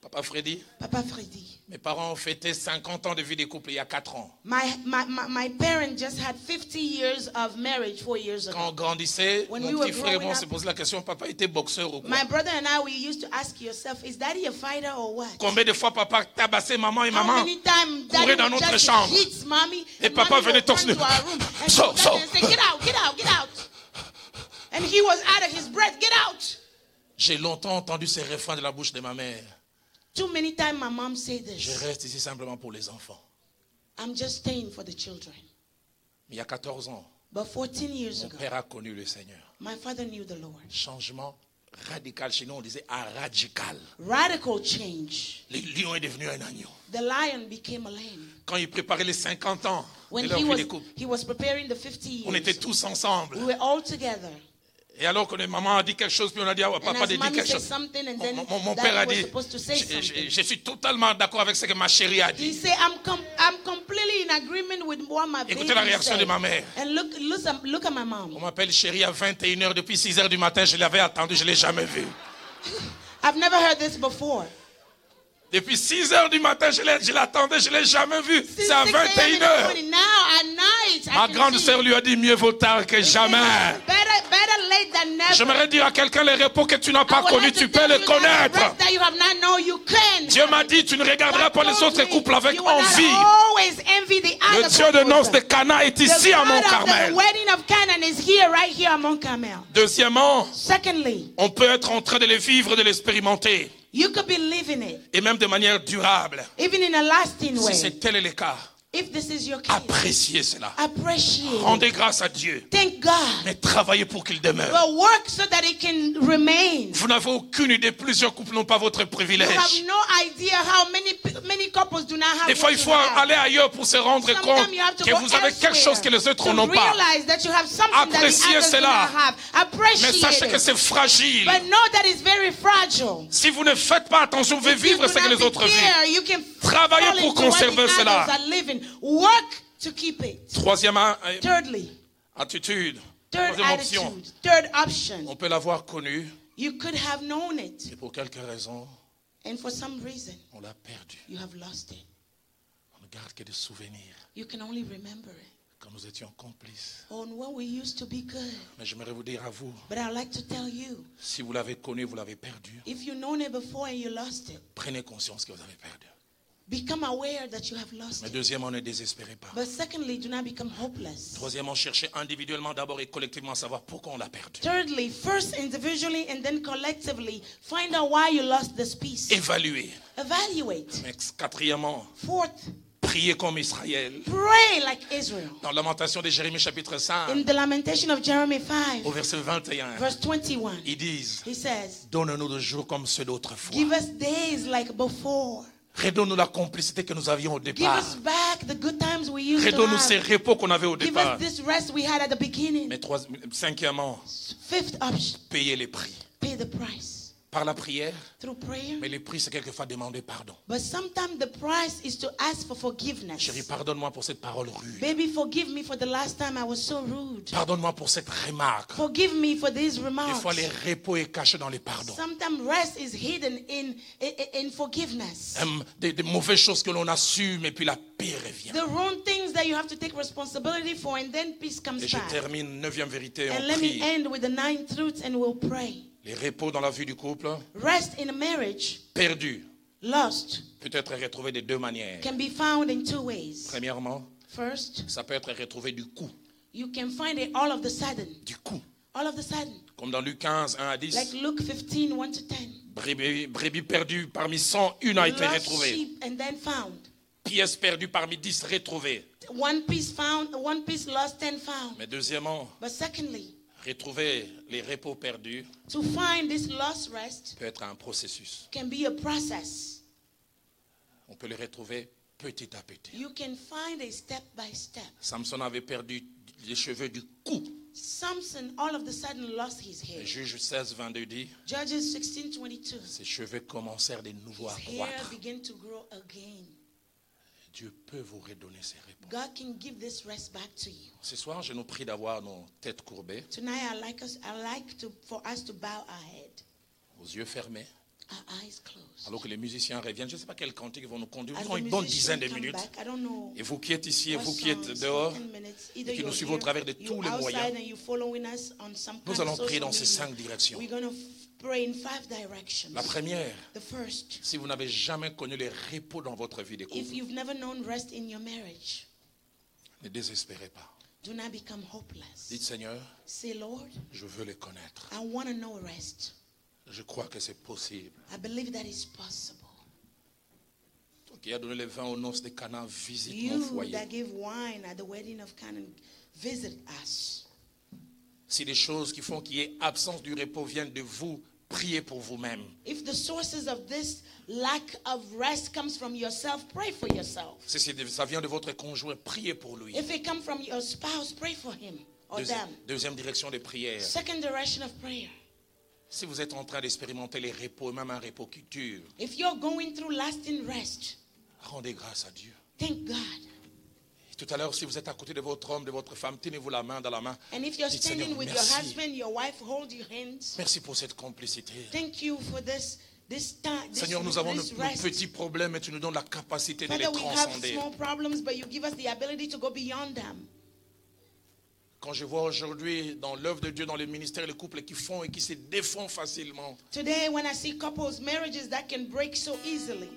Papa Freddy,
Papa Freddy,
Mes parents ont fêté 50 ans de vie des couples il y a 4 ans.
My, my, my, my parents just had 50 years of marriage four years
Quand on
ago.
grandissait,
When we
mon
were
petit frère et
growing
moi on se
up-
posait la question, papa était boxeur ou quoi
My brother and I, we used to ask yourself, is daddy a fighter or what?
Combien de fois papa tabassait maman et
How
maman
many times
courait
daddy
dans
would
notre
just
chambre.
hit mommy,
Et
and
papa
mommy
venait
would
torse
run
nu.
to our room and
Sors,
she would
sors.
and say, get out, get out, get out. And he was out of his breath, get out.
J'ai longtemps entendu ces refrains de la bouche de ma mère.
Too many times my mom said
Je
this.
reste ici simplement pour les enfants.
I'm just staying for the children.
Mais il y a 14 ans,
But 14 years
mon
ago,
père a connu le Seigneur.
my father knew the Lord.
Changement radical. Chez nous, on disait un radical.
Radical change.
Le lion est devenu un agneau.
The lion became a lamb.
Quand il préparait les 50 ans de
When
leur
he
vie
was,
des couples,
he was preparing the 50
on était
years,
tous
we
ensemble.
were all together.
Et alors que maman a dit quelque chose, puis on a dit, ah,
And
papa a
as
dit
mommy
quelque
said
chose.
something, and
Mon,
then
mon- mon père a
daddy was
dit,
supposed to say
je, je-
something.
je suis totalement d'accord avec ce que ma chérie a
He
dit.
said, I'm, com- I'm completely in agreement with what my
Écoutez
baby
la réaction
said.
de ma mère. Oh,
And look, look, um, look at my
On
mom.
m'appelle chérie à 21h depuis 6h du matin, je l'avais attendu, je ne l'ai jamais vue.
I've never heard this before.
Depuis 6h du matin, je l'ai- je l'attendais, je ne l'ai jamais vue.
Since
C'est à
6 a.m. in the
21h.
morning, Now at night, I
Ma
can
grande
see.
sœur lui a dit mieux vaut tard que
He said,
jamais.
Better, better late than never.
J'aimerais dire à quelqu'un les repos que tu n'as
I
pas
would
connus,
like to
tu
tell
peux les
you that the
connaître.
rest that you have not known, you can.
Dieu m'a dit, tu ne regarderas
God
pas les
told
autres
me,
couples avec
you will not
envie.
always envy the other
Le Dieu de
people.
noces de Cana est ici
the
à Mont
God of
Carmel.
The wedding of Canaan is here, right here at Mount Carmel.
Deuxièmement,
Secondly,
on peut être en train de les vivre, de l'expérimenter,
you could be living it,
et même de manière durable.
even in a lasting
Si
way.
c'est tel est le cas,
If this is your case,
appréciez cela.
appreciate. it.
Rendez grâce à Dieu,
Thank God.
mais travaillez pour qu'il demeure.
But work so that it can remain.
Vous n'avez aucune idée, plusieurs couples n'ont pas votre
You
privilège.
have no idea how many pe- many couples do not have.
Des fois,
what
il
you
faut
have.
aller ailleurs pour se rendre compte
Sometimes you have to
que
go
vous avez quelque
elsewhere
chose que les autres
to
n'ont pas.
realize that you have something that the
Appréciez
others do
cela.
not have.
Mais sachez
Appreciate
que
it.
c'est fragile.
But know that it's very fragile.
Si vous ne faites pas attention, vous pouvez
If you
vivre
do
ce que
not
les autres vivent.
care, you can
Travaillez
fall
pour
into what the
conserver
others
cela.
are living. Work to keep it.
Troisième euh,
Thirdly,
attitude,
third
troisième option,
attitude, third option.
on peut l'avoir connue,
You could have known it,
mais pour quelque raison,
and for some reason,
on l'a perdue.
you have lost it.
On ne garde que des souvenirs
You can only remember it
quand nous étions complices.
on when we used to be good.
Mais j'aimerais vous dire à vous,
But I'd like to tell you,
si vous l'avez connu, vous l'avez perdu,
if you've known it before and you lost it,
prenez conscience que vous avez perdu.
become aware that you have lost
Mais
it.
deuxièmement, ne désespérez pas.
But secondly, do not become hopeless.
Troisièmement, cherchez individuellement d'abord et collectivement à savoir pourquoi on l'a perdu.
Thirdly, first individually and then collectively, find out why you lost this piece.
Évaluez.
Evaluate.
Mais quatrièmement,
Fourth,
priez comme Israël.
pray like Israel.
Dans Lamentation de Jérémie chapitre 5,
In the lamentation of Jeremiah
au
5,
verset 21,
verse 21,
ils disent,
he says,
donne-nous de jours comme ceux d'autrefois.
Give us days like before.
Redonne-nous la complicité que nous avions au
Give
départ.
us back the good times we used to
Redonne-nous ces
have.
repos qu'on avait au
Give
départ.
us this rest we had at the beginning.
Mais trois- cinquièmement,
Fifth option,
payez les prix.
pay the price
Par la prière,
through prayer.
mais les prix, c'est quelquefois demander pardon.
But sometimes the price is to ask for
Chérie,
forgiveness.
pardonne-moi pour cette parole rude.
Baby, forgive me for the last time I was so rude.
Pardonne-moi pour cette remarque.
Forgive me for these
Des
remarks.
fois, les repos est caché dans les pardons.
Sometimes rest is hidden in, in, in forgiveness.
Hum, Des, des mauvaises choses que l'on assume et puis la paix revient.
The wrong things that you have to take responsibility for, and then peace
Et
comes
je
back.
termine, neuvième vérité,
And
on
let me
prie.
end with the nine truths, and we'll pray.
Les repos dans la vie du couple,
Rest in a marriage,
perdus,
lost,
peut être retrouvés de deux manières.
can be found in two ways.
Premièrement,
First,
ça peut être retrouvé du coup.
you can find it all of the sudden.
Du coup.
All of the sudden.
Comme dans Luc 15, 1 à 10.
Like Luke 15, 1 to 10.
Brebis, brebis perdues parmi 100, une a été
Lost
retrouvée.
sheep and then found.
Pièce perdue parmi 10 retrouvée.
One piece found, one piece lost, ten found.
Mais deuxièmement,
But secondly,
retrouver les repos perdus
to find this lost rest
peut être un processus.
can be a process.
On peut les retrouver petit à petit.
You can find it step by step.
Samson avait perdu les cheveux du cou.
Samson all of a sudden lost his
Et
hair.
Juge 16, 22 dit,
Judges 16:22.
ses cheveux commencèrent de nouveau
His
à
hair
croître.
began to grow again.
Dieu peut vous redonner ses repos.
God can give this rest back to you.
Ce soir, je nous prie d'avoir nos têtes courbées,
Tonight, I like us. I like to for us to bow our head,
aux yeux fermés,
our eyes closed.
Alors que les musiciens reviennent, je ne sais pas quel cantique ils vont nous conduire. Ils
As
auront
the
une bonne
musicians
dizaine de
come
minutes.
back, I don't know
Et vous qui êtes ici et
what
vous qui êtes
songs,
dehors,
certain minutes. Either
et qui nous
you're
suivez au
here,
travers de
you're
tous les
outside
moyens,
and you're following us on some
nous
kind of
allons prier
social
dans ces
media.
cinq directions.
We're going to pray in five directions.
la première,
The first,
si vous n'avez jamais connu le repos dans votre vie de
if
couple,
you've never known rest in your marriage,
ne désespérez pas.
do not become hopeless.
Dites Seigneur,
Say, Lord,
je veux le connaître.
I want to know rest.
Je crois que c'est possible.
I believe that is possible.
Toi qui as donné le vin aux noces de Canaan, visite mon
You
foyer.
that gave wine at the wedding of Canaan, visit us.
Si les choses qui font qu'il y ait absence du repos viennent de vous, priez pour vous-même.
If the sources of this lack of rest comes from yourself, pray for yourself.
Si c'est de- ça vient de votre conjoint, priez pour lui.
If it come from your spouse, pray for him or
Deuxi-
them.
deuxième direction de prière.
Second direction of prayer.
Si vous êtes en train d'expérimenter les repos, même un repos qui dure,
If you're going through lasting rest,
rendez grâce à Dieu.
thank God.
Et tout à l'heure, si vous êtes à côté de votre homme, de votre femme, tenez-vous la main dans la main.
And if you're
Dites,
standing
Seigneur,
with your
merci.
husband, your wife, hold your hands.
Merci pour cette complicité.
Thank you for this this time. This,
Seigneur, nous avons nos,
this
nos
rest.
petits problèmes et tu nous donnes la capacité de les
Father, we have
transcender.
small problems, but you give us the ability to go beyond them.
Quand je vois aujourd'hui dans l'œuvre de Dieu, dans les ministères, les couples qui font et qui se défont facilement,
Today, when I see couples, marriages that can break so easily,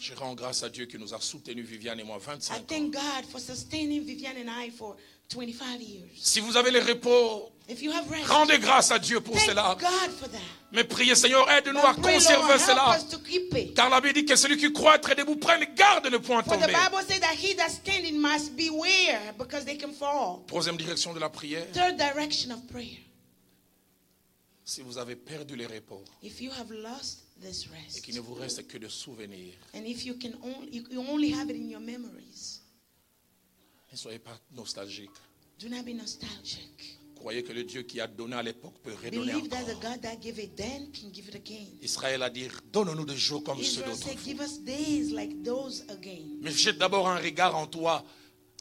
je rends grâce à Dieu qui nous a soutenus, Viviane et moi,
I
25 ans.
thank God for sustaining Vivian and I for 25 years.
Si vous avez les repos,
If you have rest,
rendez grâce à Dieu pour
thank
cela.
God for that.
Mais priez, Seigneur, aide-nous à
But pray, Lord,
conserver
help
cela.
us to keep it.
Car la Bible dit que celui qui croit être debout prenne garde de ne point
For the
tomber.
Bible says that he that standing must beware because they can fall.
Troisième direction de la prière,
Third direction of prayer.
si vous avez perdu les repos
If you have lost this
et
rest,
qu'il ne vous reste que de souvenirs,
and if you can only you, you only have it in your memories,
ne soyez pas nostalgique.
do not be nostalgic.
Croyez que le Dieu qui a donné à l'époque peut redonner
Believe that the
encore.
God that gave it then can give it again.
Israël a dit, donne-nous des jours comme ceux
Israel said,
d'autrefois.
Give us days like those again.
Mais jette d'abord un regard en toi.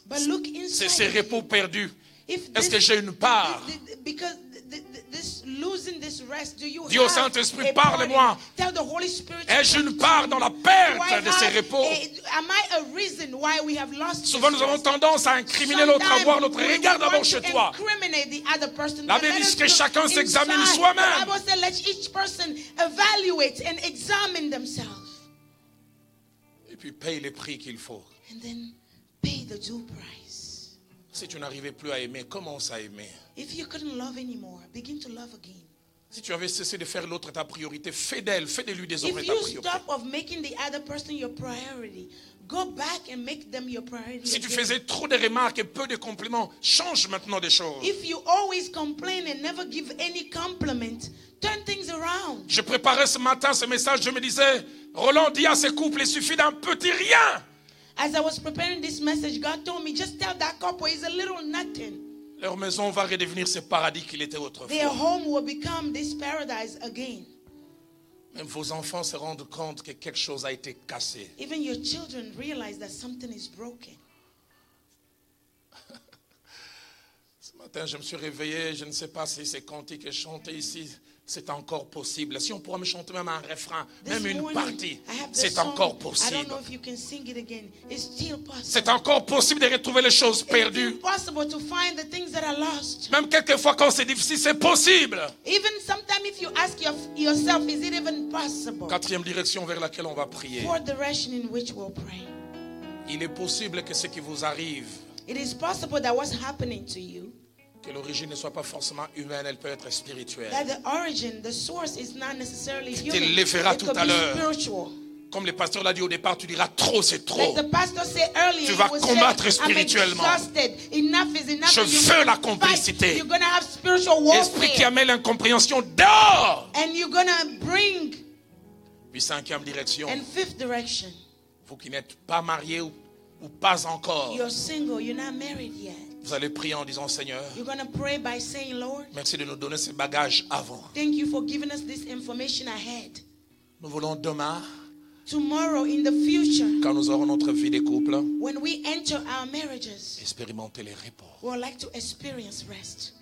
But look
C'est ces
inside.
repos
you.
perdus.
If
Est-ce
this-
que j'ai une part?
th- th- Because th- th- this losing this rest, do you
Dis au
have
Saint-Esprit,
a part in
parle-moi.
it? Tell the Holy Spirit to
Ai-je
come
une
to
part
me?
dans la
Do I
perte de ces
have
repos?
a- am I a reason why we have lost
Souvent,
this
nous avons
rest?
tendance à incriminer l'autre, à
Sometimes
voir l'autre.
we want
Regarde d'abord
to
chez toi.
incriminate the other person,
La
but
Bible
let
dit
us
que
look
chacun s'examine
inside.
soi-même.
The Bible says, let each person evaluate and examine themselves.
Et puis paye les prix qu'il faut.
And then pay the due price.
Si tu n'arrivais plus à aimer, commence à aimer.
If you couldn't love anymore, begin to love again.
Si tu avais cessé de faire l'autre ta priorité, fais d'elle, fais de lui désormais
If
ta
you
priorité.
stop of making the other person your priority, go back and make them your priority.
Si tu
again.
faisais trop de remarques et peu de compliments, change maintenant des choses.
If you always complain and never give any compliment, turn things around.
Je préparais ce matin ce message, je me disais, Roland dit à ses couples, il suffit d'un petit rien.
As I was preparing this message, God told me, just tell that couple it's a little nothing.
Leur maison va redevenir ce paradis qu'il était
Their
autrefois.
home will become this paradise again.
Même vos enfants se rendent compte que quelque chose a été cassé.
Even your children realize that something is broken.
Ce matin, je me suis réveillé, je ne sais pas si ces cantiques chantés ici, c'est encore possible. Si on pourrait me chanter même un refrain,
This
même une
morning,
partie,
I have this
c'est
song.
encore
I don't
possible.
know if you can sing it again. It's still possible.
C'est encore possible de retrouver les choses
It's
perdues.
impossible to find the things that are lost.
Même quelquefois quand c'est difficile, c'est possible.
Even sometimes, if you ask your, yourself, is it even possible?
Quatrième direction vers laquelle on va prier.
For the direction in which we'll pray.
Il est possible que ce qui vous arrive,
It is possible that what's happening to you,
que l'origine ne soit pas forcément humaine, elle peut être spirituelle.
that the origin, the source is not necessarily
Tu te
human.
lèveras
it
tout
could
à
be
l'heure.
spiritual.
Comme le pasteur l'a dit au départ, tu diras trop, c'est trop.
Like the pastor said earlier,
Tu
he
vas
was
combattre
saying, I'm
spirituellement.
exhausted. Enough is enough.
Je
and you're
veux
gonna
la
fight.
complicité.
You're gonna have spiritual
Esprit qui
warfare.
amène l'incompréhension dehors.
And you're gonna bring
Puis cinquième direction,
and fifth direction.
vous qui n'êtes pas mariés ou, ou pas encore,
You're single, you're not married yet.
vous allez prier en disant Seigneur,
You're gonna pray by saying, Lord,
merci de nous donner ces bagages avant.
thank you for giving us this information ahead.
Nous voulons demain,
Tomorrow in the future,
quand nous aurons notre vie de couple,
when we enter our marriages,
expérimenter les repos.
we would like to experience rest.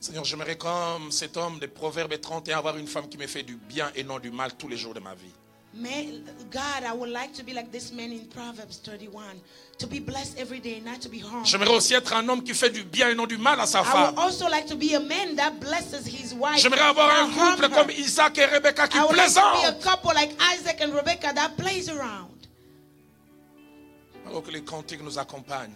Seigneur, j'aimerais comme cet homme des Proverbes 31 avoir une femme qui me fait du bien et non du mal tous les jours de ma vie.
May, God, I would like to be like this man in Proverbs 31, to be blessed every day, not to be harmed.
J'aimerais aussi être un homme qui fait du bien et non du mal à sa
I
femme.
would also like to be a man that blesses his wife.
J'aimerais avoir
not
un
harm
couple
her.
comme Isaac et Rebecca qui
I would like to be
plaisante.
a couple like Isaac and Rebecca that plays around.
Alors que les cantiques nous accompagnent,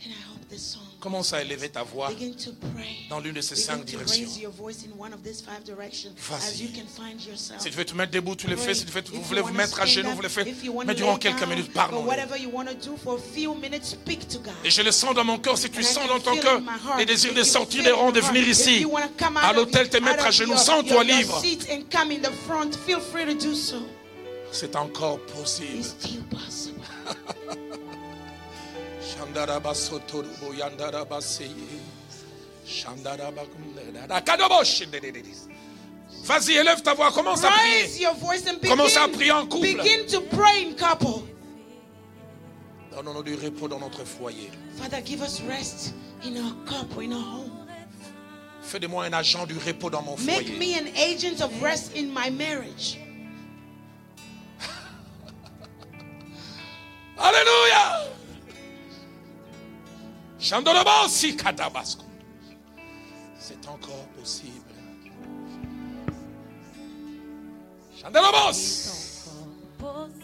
And I hope this song
commence à élever ta voix.
begin to pray.
dans l'une de ces
begin
cinq
to
directions.
raise your voice in one of these five directions
Vas-y.
as you can find yourself.
Si tu veux te mettre debout, tu le fais. Si tu veux-
If
vous
you
voulez vous
wanna
mettre à
stand
genoux,
up,
vous le faites.
if you wanna
Mais
lay
durant quelques
down,
minutes,
but
parlons.
whatever you wanna do for a few minutes, speak to God.
Et je le sens dans mon cœur, si tu
And I
sens
can
dans ton
feel
cœur
in my heart,
les désirs
if
de
you
sortir
feel
des
in
rangs,
my
de
heart,
venir
if
ici,
you wanna come out
à
of
l'hôtel, te
your-
mettre
out
à
of
genoux,
your-
sens-toi
your- your
libre.
seat and come in the front. Feel free to do so.
C'est encore
It's
possible.
still possible.
Shandarabasotorobo yandarabaseye. Shandarabakumdara. Kadoboshindededes. Vas-y, élève ta voix, commence à
Raise
prier.
your voice and begin,
Commence à prier en couple.
begin to pray in couple.
Donnons-nous du repos dans notre foyer.
Father, give us rest in our couple, in our home.
Fais de moi un agent du repos dans mon
Make
foyer.
me an agent of rest in my marriage.
Alléluia. Shandorobosi katabasco. C'est encore possible. Shandorobos.
Possible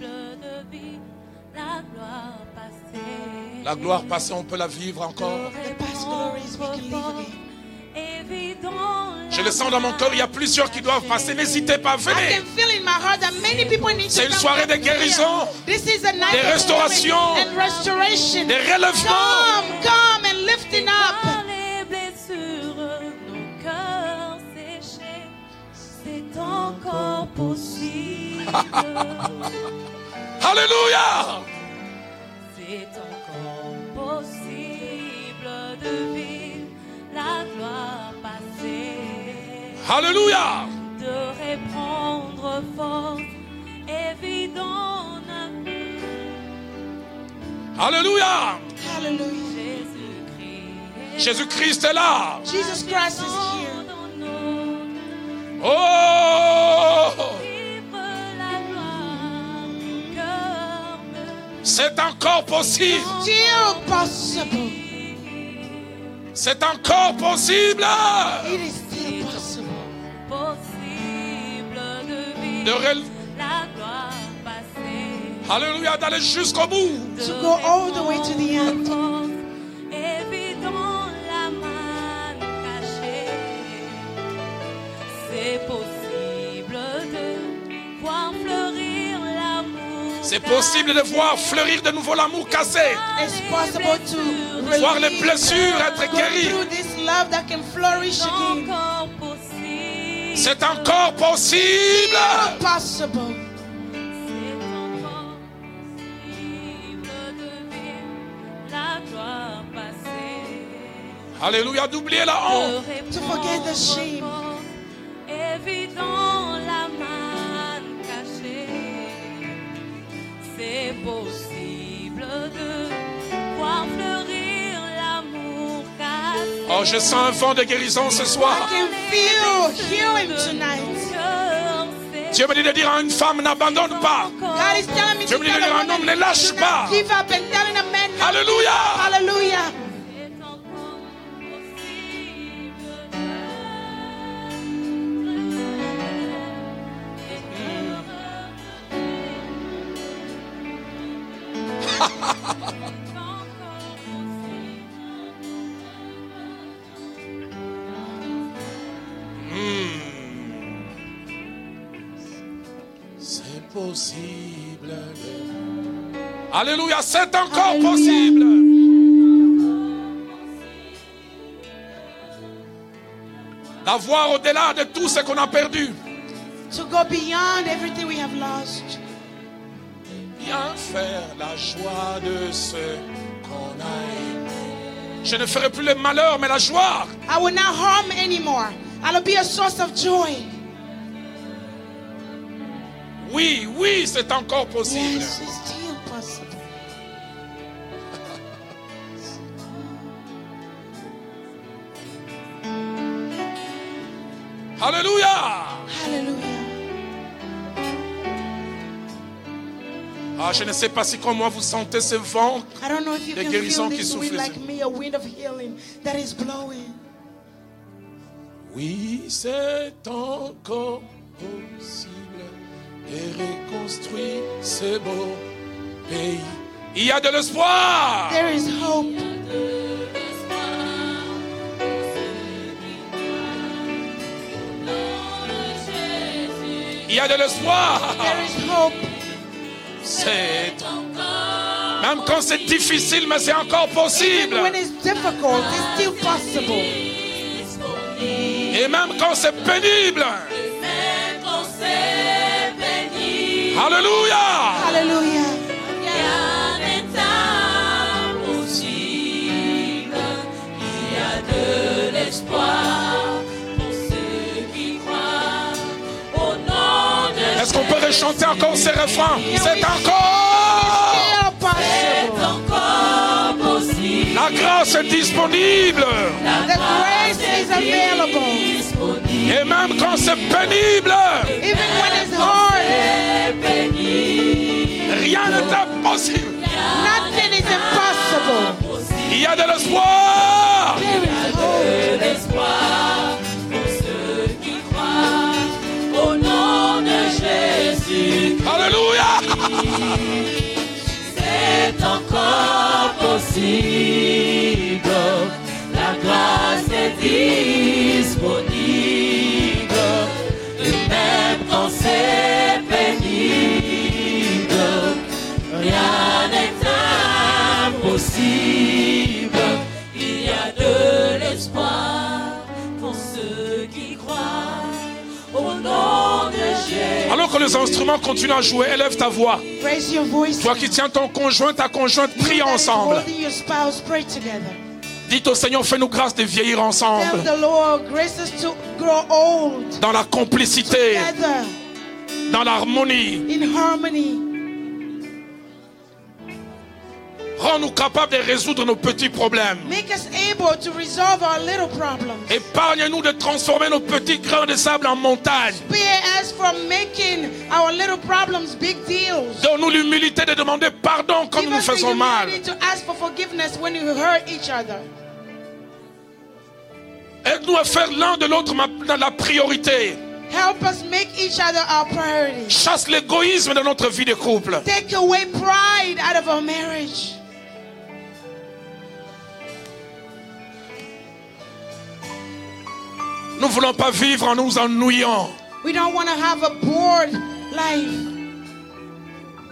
de vivre la gloire passée.
La gloire passée, on peut la vivre encore.
De
The past glories we can live again.
Évident
Je le sens dans mon corps, il y a plusieurs qui doivent passer. N'hésitez pas,
I can
venez.
feel in my heart that many people need
C'est
to
une
come
soirée de
back here.
guérison,
This is a night
de
of
restauration,
healing and restoration.
de relèvement.
Come, come and lifting
Par
up.
les blessures, nos cœurs séchés, c'est encore possible.
Alléluia.
C'est encore possible de vivre la gloire passée.
Alléluia.
de reprendre force évident
Alléluia.
Hallelujah.
Jésus-Christ.
Jésus-Christ est là.
Jesus Christ is here.
Dans nos
Oh,
vives la gloire, nos cœurs me
c'est encore possible.
Still possible.
C'est encore possible
It is still possible.
possible
de
de vivre
relever.
la gloire passée.
Alléluia, d'aller jusqu'au bout.
De
go all the way to the end.
reprendre force évident la manne cachée. C'est possible de voir fleurir l'amour.
C'est possible de voir fleurir de nouveau l'amour cassé.
It's possible to
Voir les
release
blessures être
go through
guéries.
this love that can flourish
C'est
again.
encore possible.
C'est encore possible.
Still possible.
C'est encore possible de vivre la gloire passée.
Alléluia, d'oublier la honte.
To
Oh, To forget the shame.
Évident la manne cachée. C'est possible de voir fleurir l'amour cassé.
Oh, je sens un vent de guérison ce soir.
I can feel healing tonight.
Dieu me dit de dire à une femme, n'abandonne pas.
God is telling me
Dieu
to
me dit de
tell
dire à
a
un homme,
woman,
ne lâche
do
pas.
not give up and telling a man, not to give
Alléluia.
up. Hallelujah.
C'est encore possible de- Et de- C'est encore
Hmm. C'est possible. de- Alléluia, c'est encore
Alléluia.
possible. D'avoir au-delà de tout ce qu'on a perdu.
To go beyond everything we have lost.
Viens faire la joie de ce qu'on a aimé. Je ne ferai plus le malheur, mais la joie.
I will not harm anymore. I will be a source of joy.
Oui, oui, c'est encore possible.
Yes, it's still possible.
Alléluia.
Hallelujah.
Ah, je ne sais pas si comme moi vous sentez ce vent.
I don't know if you
Les
can feel
guérissons qui
this
soufflent,
wind
les
like
amis.
me, a wind of healing that is blowing.
Oui, c'est encore possible. Et reconstruire ce beau pays. Il y a de l'espoir.
There is hope.
Il y a de l'espoir.
There is hope.
C'est même quand c'est difficile, mais c'est encore possible.
Even when it's difficult, it's still possible.
Et même quand c'est pénible.
Ah.
Alléluia.
Hallelujah.
Est-ce qu'on peut chanter encore ces refrains C'est encore
Still possible.
la grâce est disponible.
The grace is available.
Et même quand c'est pénible,
Even when it's hard,
rien n'est impossible.
nothing is impossible.
Il y a de l'espoir.
There is hope.
Alléluia. Alors que les instruments continuent à jouer, élève ta voix.
Raise your voice.
Toi qui tiens ton conjoint, ta conjointe, prie
That is
ensemble.
Holding your spouse, pray together.
Dites au Seigneur, fais-nous grâce de vieillir
Tell
ensemble
the Lord, grace us to grow old
dans la complicité,
together
dans l'harmonie.
in harmony.
Rends-nous capables de résoudre nos petits problèmes.
Make us able to resolve our little problems.
Épargne-nous de transformer nos petits grains de sable en montagne.
Spare us from making our little problems big deals.
Donne-nous l'humilité de demander pardon quand
Give
nous nous
us the
faisons mal.
humility to ask for forgiveness when we hurt each other.
Aide-nous à faire l'un de l'autre ma- dans la priorité.
Help us make each other our priority.
Chasse l'égoïsme de notre vie de couple.
Take away pride out of our marriage.
Nous ne voulons pas vivre en nous ennuyant.
We don't want to have a bored life.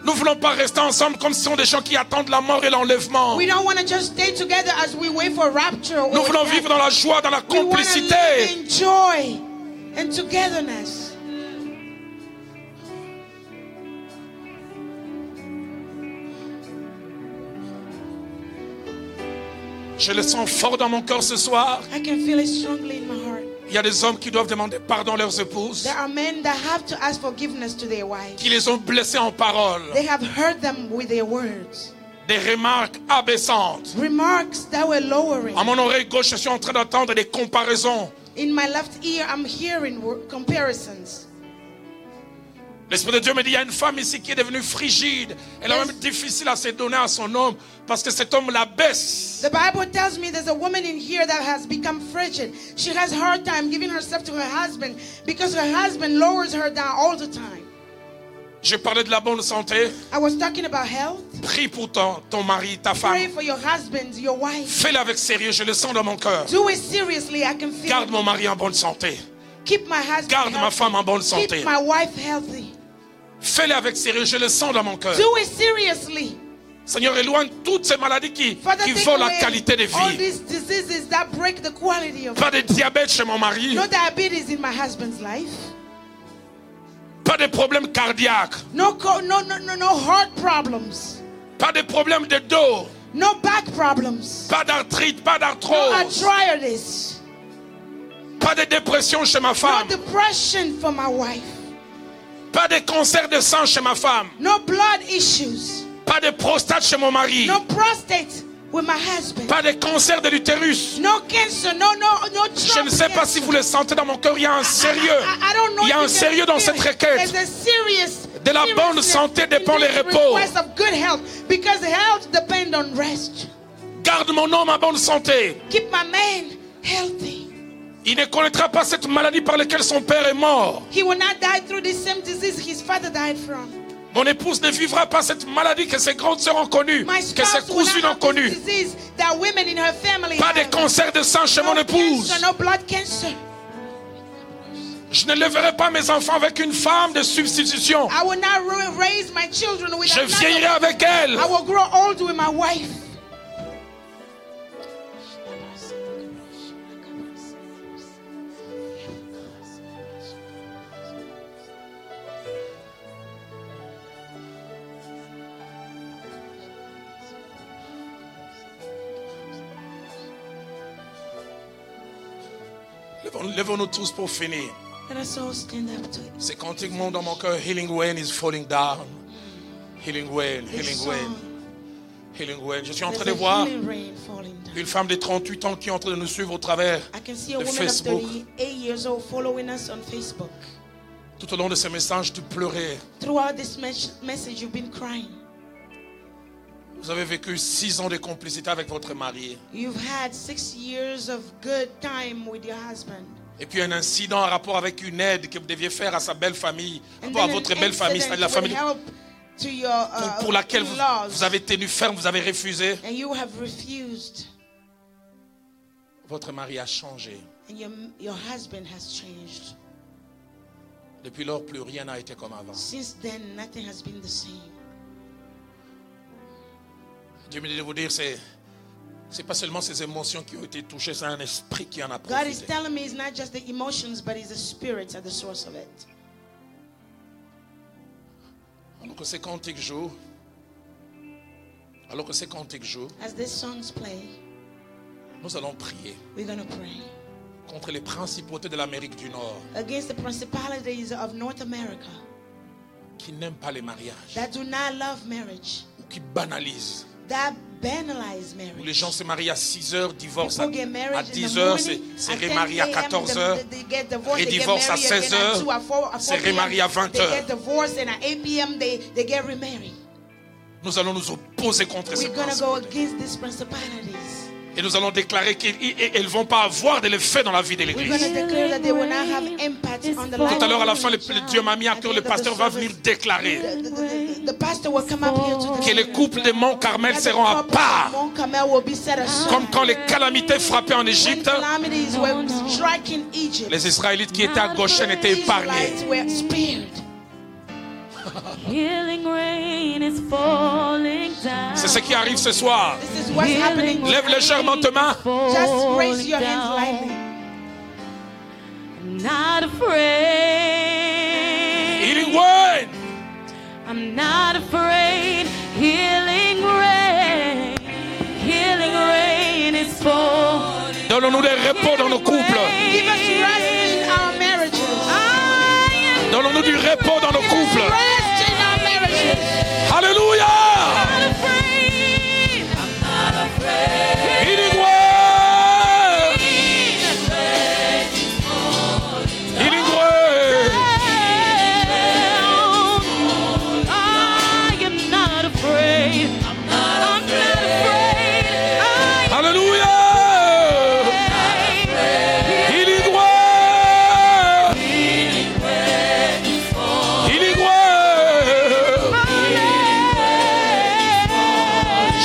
Nous ne voulons pas rester ensemble comme si ce sont des gens qui attendent la mort et l'enlèvement.
We don't want to just stay together as we wait for rapture. Or
Nous voulons
death.
vivre dans la joie, dans la
We want to live
complicité.
in joy and togetherness.
Je le sens fort dans mon cœur ce soir.
I can feel it strongly in my heart.
Il y a des hommes qui doivent demander pardon à leurs épouses,
There are men that have to ask forgiveness to their wives.
qui les ont blessés en parole.
They have hurt them with their words.
Des remarques abaissantes.
Remarks that were lowering.
À mon oreille gauche, je suis en train d'entendre des comparaisons.
In my left ear, I'm hearing wo- comparisons.
L'Esprit de Dieu me dit, il y a une femme ici qui est devenue frigide. Elle est
Yes.
même difficile à se donner à son homme parce que cet homme la baisse.
The Bible tells me there's a woman in here that has become frigid. She has a hard time giving herself to her husband because her husband lowers her down all the time.
Je parlais de la bonne santé.
I was talking about health.
Prie pour ton, ton mari, ta
Pray
femme.
for your husband, your wife.
Fais-le avec sérieux, je le sens dans mon cœur.
Do it seriously. I can feel.
Garde
it.
mon mari en bonne santé.
Keep my husband.
Garde ma
healthy.
femme en bonne santé.
Keep my wife healthy.
Fais-le avec sérieux, je le sens dans mon cœur.
Do it seriously.
Seigneur, éloigne toutes ces maladies qui,
Father,
qui
take
volent la
away
qualité de
all
vie.
these diseases that break the quality of.
Pas de diabète chez mon mari,
No diabetes in my husband's life.
pas de problèmes cardiaques,
No, co- no, no, no, no heart problems.
pas de problèmes de dos,
No back problems.
pas d'arthrite, pas
No
d'arthrose,
arthritis.
pas de dépression chez ma
No
femme,
depression for my wife.
pas de cancer de sang chez ma femme,
No blood issues.
pas de prostate chez mon mari,
No prostate with my husband.
Pas des cancers de l'utérus.
No cancer, no, no, no
Je ne sais pas si vous le sentez dans mon cœur, il y a un sérieux. Il y a un sérieux dans cette requête.
De
De la bonne santé dépend le repos.
Of good health, because health depend on rest.
Garde mon homme à bonne santé.
Keep my man healthy.
Il ne connaîtra pas cette maladie par laquelle son père est mort.
He will not die through the same disease his father died from.
Mon épouse ne vivra pas cette maladie que ses grandes sœurs ont connue,
My
que ses
spouse will
cousines ont
not have this
connue.
disease that women in her family
Pas de
have.
cancer de sang chez mon
no
épouse.
cancer, no blood cancer.
Je ne leverai pas mes enfants avec une femme de substitution.
I will not ru- raise my children with
Je
another.
vieillirai avec elle.
I will grow old with my wife.
Levons- Levons-nous tous pour finir.
Let us all stand up to it.
C'est continuellement dans mon cœur. Healing Wayne is falling down. Healing Wayne,
This
Healing Wayne,
song,
Healing Wayne. Je suis en
there's
train de
a
voir
healing rain falling down.
une femme de 38 ans qui est en train de nous suivre au travers
I can see a
de
woman of
Facebook.
38 years old following us on Facebook.
Tout au long de ces messages, tu pleurais.
Throughout this mes- message, you've been crying.
Vous avez vécu 6 ans de complicité avec votre mari.
You've had six years of good time with your husband.
Et puis un incident en rapport avec une aide que vous deviez faire à sa belle famille, en rapport à
an
votre belle famille,
incident
c'est-à-dire la
with
famille
help to your,
pour,
uh,
pour laquelle vous,
in-laws,
vous avez tenu ferme, vous avez refusé.
and you have refused,
Votre mari a changé.
and your, your husband has changed.
Depuis lors, plus rien n'a été comme avant.
Since then, nothing has been the same.
Dieu me dit de vous dire, c'est c'est pas seulement ces émotions qui ont été touchées, c'est un esprit qui en a
God is
profité.
telling me it's not just the emotions, but it's the spirits at the source of it.
Alors que c'est cantique jour, alors que c'est cantique jour,
As these songs play,
nous allons prier
we're going to pray
contre les principautés de l'Amérique du Nord
against the principalities of North America
qui n'aiment pas les mariages
that do not love marriage,
ou qui banalisent.
that banalize
Où
marriage.
les gens se marient à 6 heures, divorcent à,
People get married
à
in the
10 heures, se
morning,
se
at 10
remarient à
a.m.,
14
they-
heures.
they get divorced,
et
they get
divorcent à
married again
16
at
heures,
2, at 4, at
se
4 p.m.,
remarient à 20
They
heures.
get divorced and at 8 p.m. they, they get remarried.
Nous allons nous opposer contre ces
We're going to go
principes.
against these principalities.
Et nous allons déclarer qu'elles ne vont pas avoir de l'effet dans la vie de
We're going
l'Église.
to declare that they will not have impact on the life
Tout à l'heure, à la
of
fin, le, le Dieu m'a mis à cœur, le pasteur va venir déclarer
The, the- the- the pastor will come up here to
que les couples de Mont Carmel seront à part.
Mount Carmel will be set aside.
Comme quand les calamités frappaient en
When
Égypte,
calamities were striking Egypt,
les Israélites qui étaient à Goshen étaient épargnés.
Israelites were spared.
Healing rain is falling down.
C'est ce qui arrive ce soir.
This is what's happening.
Lève légèrement tes mains.
Just raise your hands lightly.
I'm not afraid.
Healing word.
I'm not afraid. Healing rain. Healing rain is falling.
Donnons-nous des repos dans nos couples.
Give us rest in our marriages.
I
Donnons-nous du repos dans nos couples.
Rest in our marriages.
Alléluia.
am not afraid. I'm not afraid.
Healing word. Healing word.
I am not afraid. I'm not afraid. I
Alléluia.
am
Healing word. Healing word.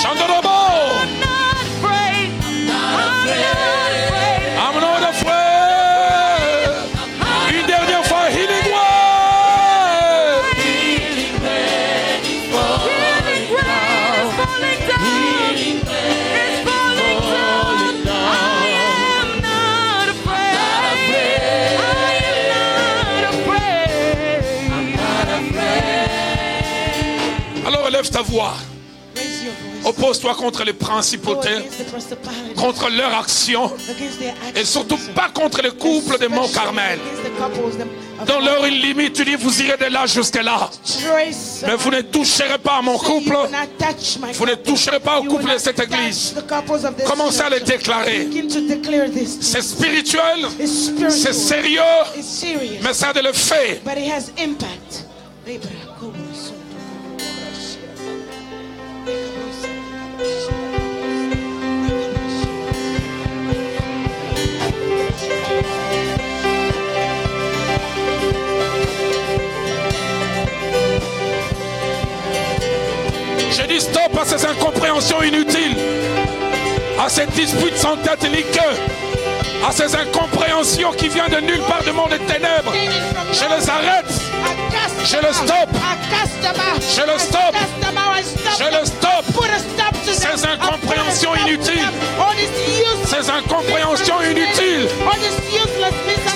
Chandorobo.
not afraid. I'm not afraid.
I'm not afraid. Une dernière fois, healing word.
Healing rain is falling down. It's falling down. I am not afraid. I am not afraid.
Alors élève ta voix.
Raise your voice.
Oppose-toi contre les
Go
principautés,
against the principalities.
contre leurs actions
Against their
et
actions.
surtout pas contre les couples de Mont Carmel.
Against the couples, the
Dans l'heure illimitée, tu dis, vous irez de là jusqu'à là.
Trace
Mais vous ne toucherez pas à mon couple.
You will not touch my
Vous ne
couple.
toucherez pas au
You will
couple de
not
cette
touch
église.
the couples of this
Commencez à les
church.
déclarer.
Begin to declare this.
C'est spirituel,
It's spiritual.
c'est sérieux,
It's serious.
mais ça a de le fait.
But it has impact. Thank
Je dis stop à ces incompréhensions inutiles, à ces disputes sans tête ni queue, à ces incompréhensions qui viennent de nulle part de monde des ténèbres. Je les arrête. Je le stoppe. Je le stoppe. Je le stoppe. Ces incompréhensions inutiles. Ces incompréhensions inutiles,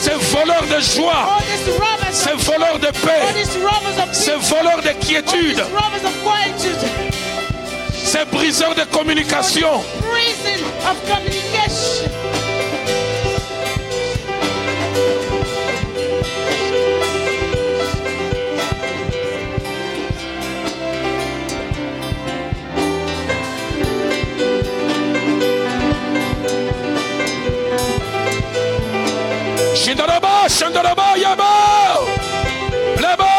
ces voleurs de joie, ces voleurs de paix, ces voleurs de quiétude, ces briseurs de communication,
Prison of communication.
Shindaraba, Shandaraba, Yaba, Leba.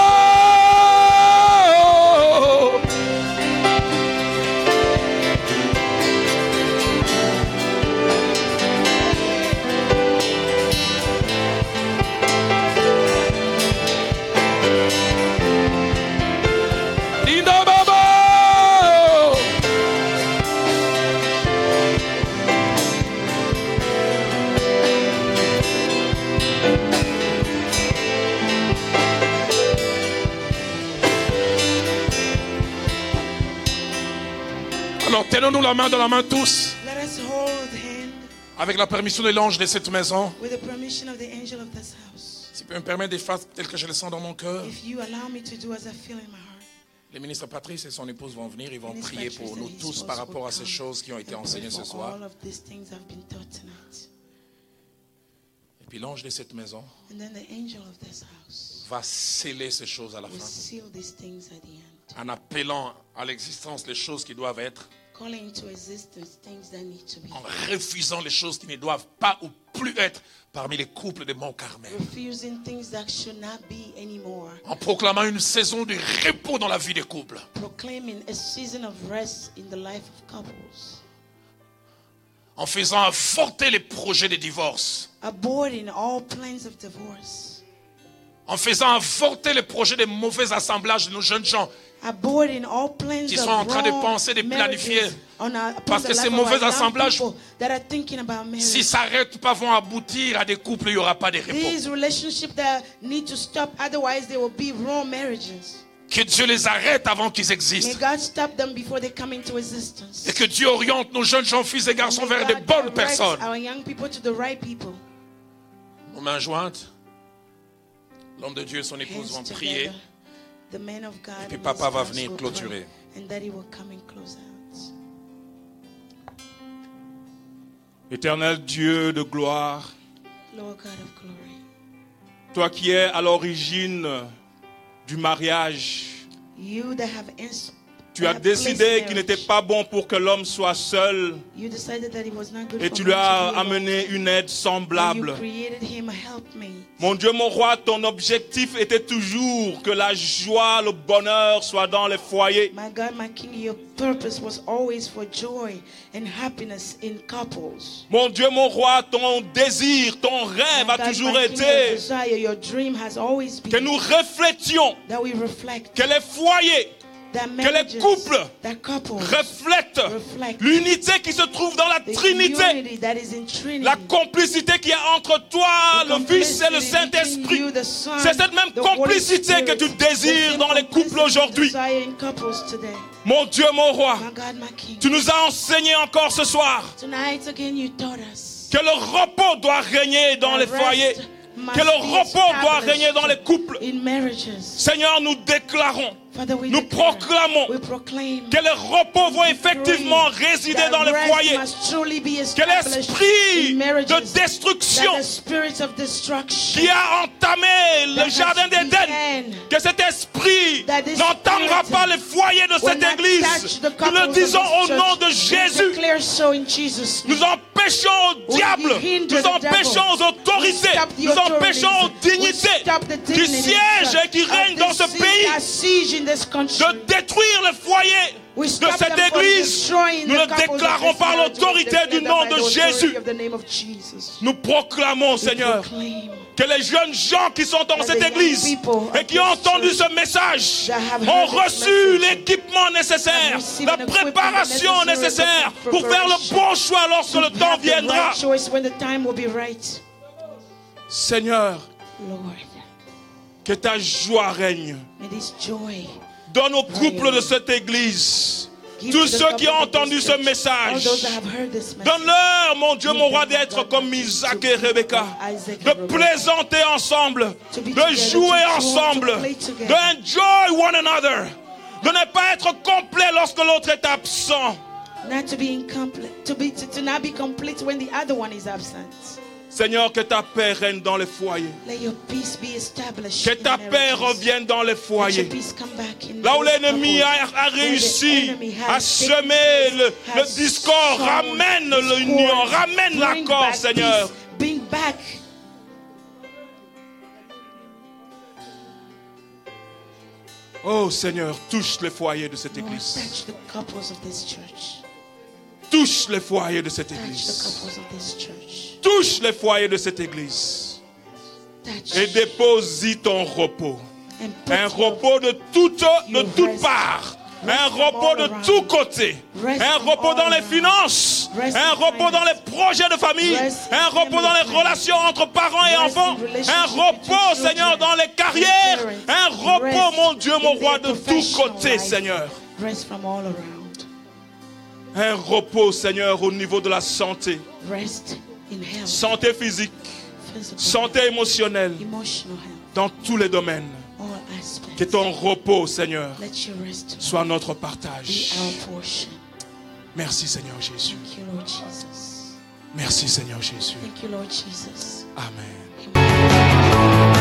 Dindababa. Alors tenons-nous la main dans la main tous,
Let us hold hand
avec la permission de l'ange de cette maison.
with the permission of the angel of this house.
Si tu peux me permettre des phrases telles que je le sens dans mon cœur,
If you allow me to do as I feel in my heart.
le ministre Patrice et son épouse vont venir, ils vont
Minister
prier
Patrice
pour
and
nous
his
tous
spouse
par
will
rapport à ces
come
choses qui ont été
and pray
enseignées ce
for
soir.
All of these things I've been taught tonight.
Et puis l'ange de cette maison
And then the angel of this house
va sceller ces choses à la
will
fin,
seal these things at the end,
en appelant à l'existence les choses qui doivent être,
calling into existence things that need to be,
en refusant les choses qui ne doivent pas ou plus être parmi les couples de Mont Carmel.
refusing things that should not be anymore,
En proclamant une saison de repos dans la vie des couples.
proclaiming a season of rest in the life of couples,
En faisant avorter les projets de divorce.
aborting all plans of divorce,
En faisant avorter les projets de mauvais assemblages de nos jeunes gens
aborting all plans
Qui
of
sont en train de
wrong
penser, de planifier.
marriages on our- upon
Parce
the
que ces
life of our
mauvais
young
assemblages,
people that are thinking about marriage.
S'ils s'arrêtent pas, vont aboutir à des couples, il n'y aura pas de réponse.
These relationships that need to stop, otherwise they will be wrong marriages.
Que Dieu les arrête avant qu'ils
May
existent.
God stop them before they come into
Et
existence.
que Dieu oriente nos jeunes gens, fils et garçons
May
vers de
God
bonnes
direct
personnes.
Our young people to the right people.
Nos mains jointes, l'homme de Dieu et son épouse vont
Hands
prier.
together. The man of God.
Et puis
and
papa
his
va
spouse
venir
will pray,
clôturer.
And that he will come and close out.
Éternel Dieu de gloire,
Lord God of glory,
toi qui es à l'origine du mariage,
you that have ins-
tu as
have placed
décidé qu'il
marriage.
n'était pas bon pour que l'homme soit seul
You decided that it was not good
et
for
tu
him
lui
to
as
be alone.
amené une aide
You
semblable.
created him a helpmate.
Mon Dieu, mon roi, ton objectif était toujours que la joie, le bonheur soient dans les foyers.
My God, my King, your purpose was always for joy and happiness in couples.
Mon Dieu, mon roi, ton désir, ton
My
rêve
God,
a
my
toujours
King, your
été
desire, your dream has always
que
been
nous reflétions,
that we reflect
que les foyers
that
les
marriages,
couples
that couples,
reflètent
Reflect.
l'unité qui se trouve dans la
the
Trinité,
unity that is in Trinity.
la complicité qu'il y a entre toi,
the
le Fils et le
complicity between
Saint-Esprit.
you, the Son,
C'est cette même
the Holy
complicité
Spirit,
que tu
the
désires
same
dans les couples
complicity you
aujourd'hui.
desire in couples today.
Mon Dieu, mon roi,
My God, my King,
tu nous as enseigné encore ce soir
tonight again you taught us
que le repos doit régner dans les
that rest
foyers,
must
que le
be
repos doit
established
régner dans les couples.
in marriages.
Seigneur, nous déclarons
Father, we,
Nous
declare,
proclamons
we proclaim
que les repos vont effectivement
truly
résider
that
dans les
rest
foyers.
must truly be
Que
established
l'esprit
in marriages,
de destruction
that the spirit of destruction
qui a entamé
That
le
has
jardin d'Éden,
began.
que cet esprit
That this
n'entamera
spirit
pas les foyers de
will
cette
not
église.
touch the
Nous
couples
le
of
disons
this
au nom de
church. We
Jésus.
declare so in Jesus' name.
Nous empêchons au
We
diable,
hinder
nous
the devil.
empêchons aux autorités,
We stop the
nous empêchons aux
authorities. We
dignités
stop the
qui
dignities
siègent et qui
of
règnent dans ce
this
pays
that siege in this country.
de détruire les foyers
We
de
stop
cette
them from
église.
destroying
Nous
the
le
couples of
déclarons
this
par
marriage. We
l'autorité
declare
du
them
nom
by
de
the authority
Jésus.
of the name of Jesus.
Nous proclamons,
We
Seigneur,
proclaim
que les jeunes gens qui sont dans
that
cette
the young
église
people of
et qui ont
this
entendu
church
ce message
that have
ont
heard this
reçu
message
l'équipement nécessaire,
have received
la
an equipment
préparation
necessary,
nécessaire
the
pour faire le
preparation.
bon choix lorsque le
to
temps
have the
viendra.
right choice when the time will be right.
Seigneur,
Lord,
que ta joie règne.
may this joy
Donne au couple de cette église,
give to
tous
the
ceux qui
couples
ont
of this
entendu ce
church, all
message,
those that have heard this message.
donne-leur, mon Dieu, mon roi, d'être comme Isaac et Rebecca, de plaisanter ensemble, de jouer ensemble, de enjoy one another, de ne pas être complet lorsque l'autre est absent.
not to be incomplete, to be to, to not be complete when the other one is absent.
Seigneur, que ta paix règne dans les foyers,
Let your peace be established.
que
in
ta paix
marriages.
revienne dans les
Let your
foyers.
peace come back in
Là où
those
l'ennemi a,
couples
a
where the
réussi
enemy has
à
taken
semer le,
place,
le
has
discord,
sown
ramène
discord.
l'union,
Bring
ramène l'accord,
back
Seigneur.
peace. Bring back.
Oh Seigneur, touche les foyers de cette
Lord,
église.
touch the couples of this church.
Touche les foyers de cette
Touch the
église.
couples of this church.
Touche les foyers de cette église.
Touch
Et dépose ton repos.
and put
Un
your
repos de toute, de toutes parts. Un repos de tous côtés. Un repos dans les finances. Un repos dans les projets de famille. Un repos dans les relations entre parents et enfants. Un repos, Seigneur, dans les carrières. Un repos, mon Dieu, mon roi, de tous côtés, Seigneur.
Rest from all around.
Un repos, Seigneur, au niveau de la santé.
Rest in health.
Santé physique,
physical
santé
health,
émotionnelle,
emotional health,
dans tous les domaines.
all
Que
aspects.
ton repos, Seigneur,
Let your rest
soit notre
be
partage.
our portion.
Merci, Seigneur Jésus.
Thank you, Lord Jesus.
Merci, Seigneur Jésus.
Thank you, Lord Jesus.
Amen.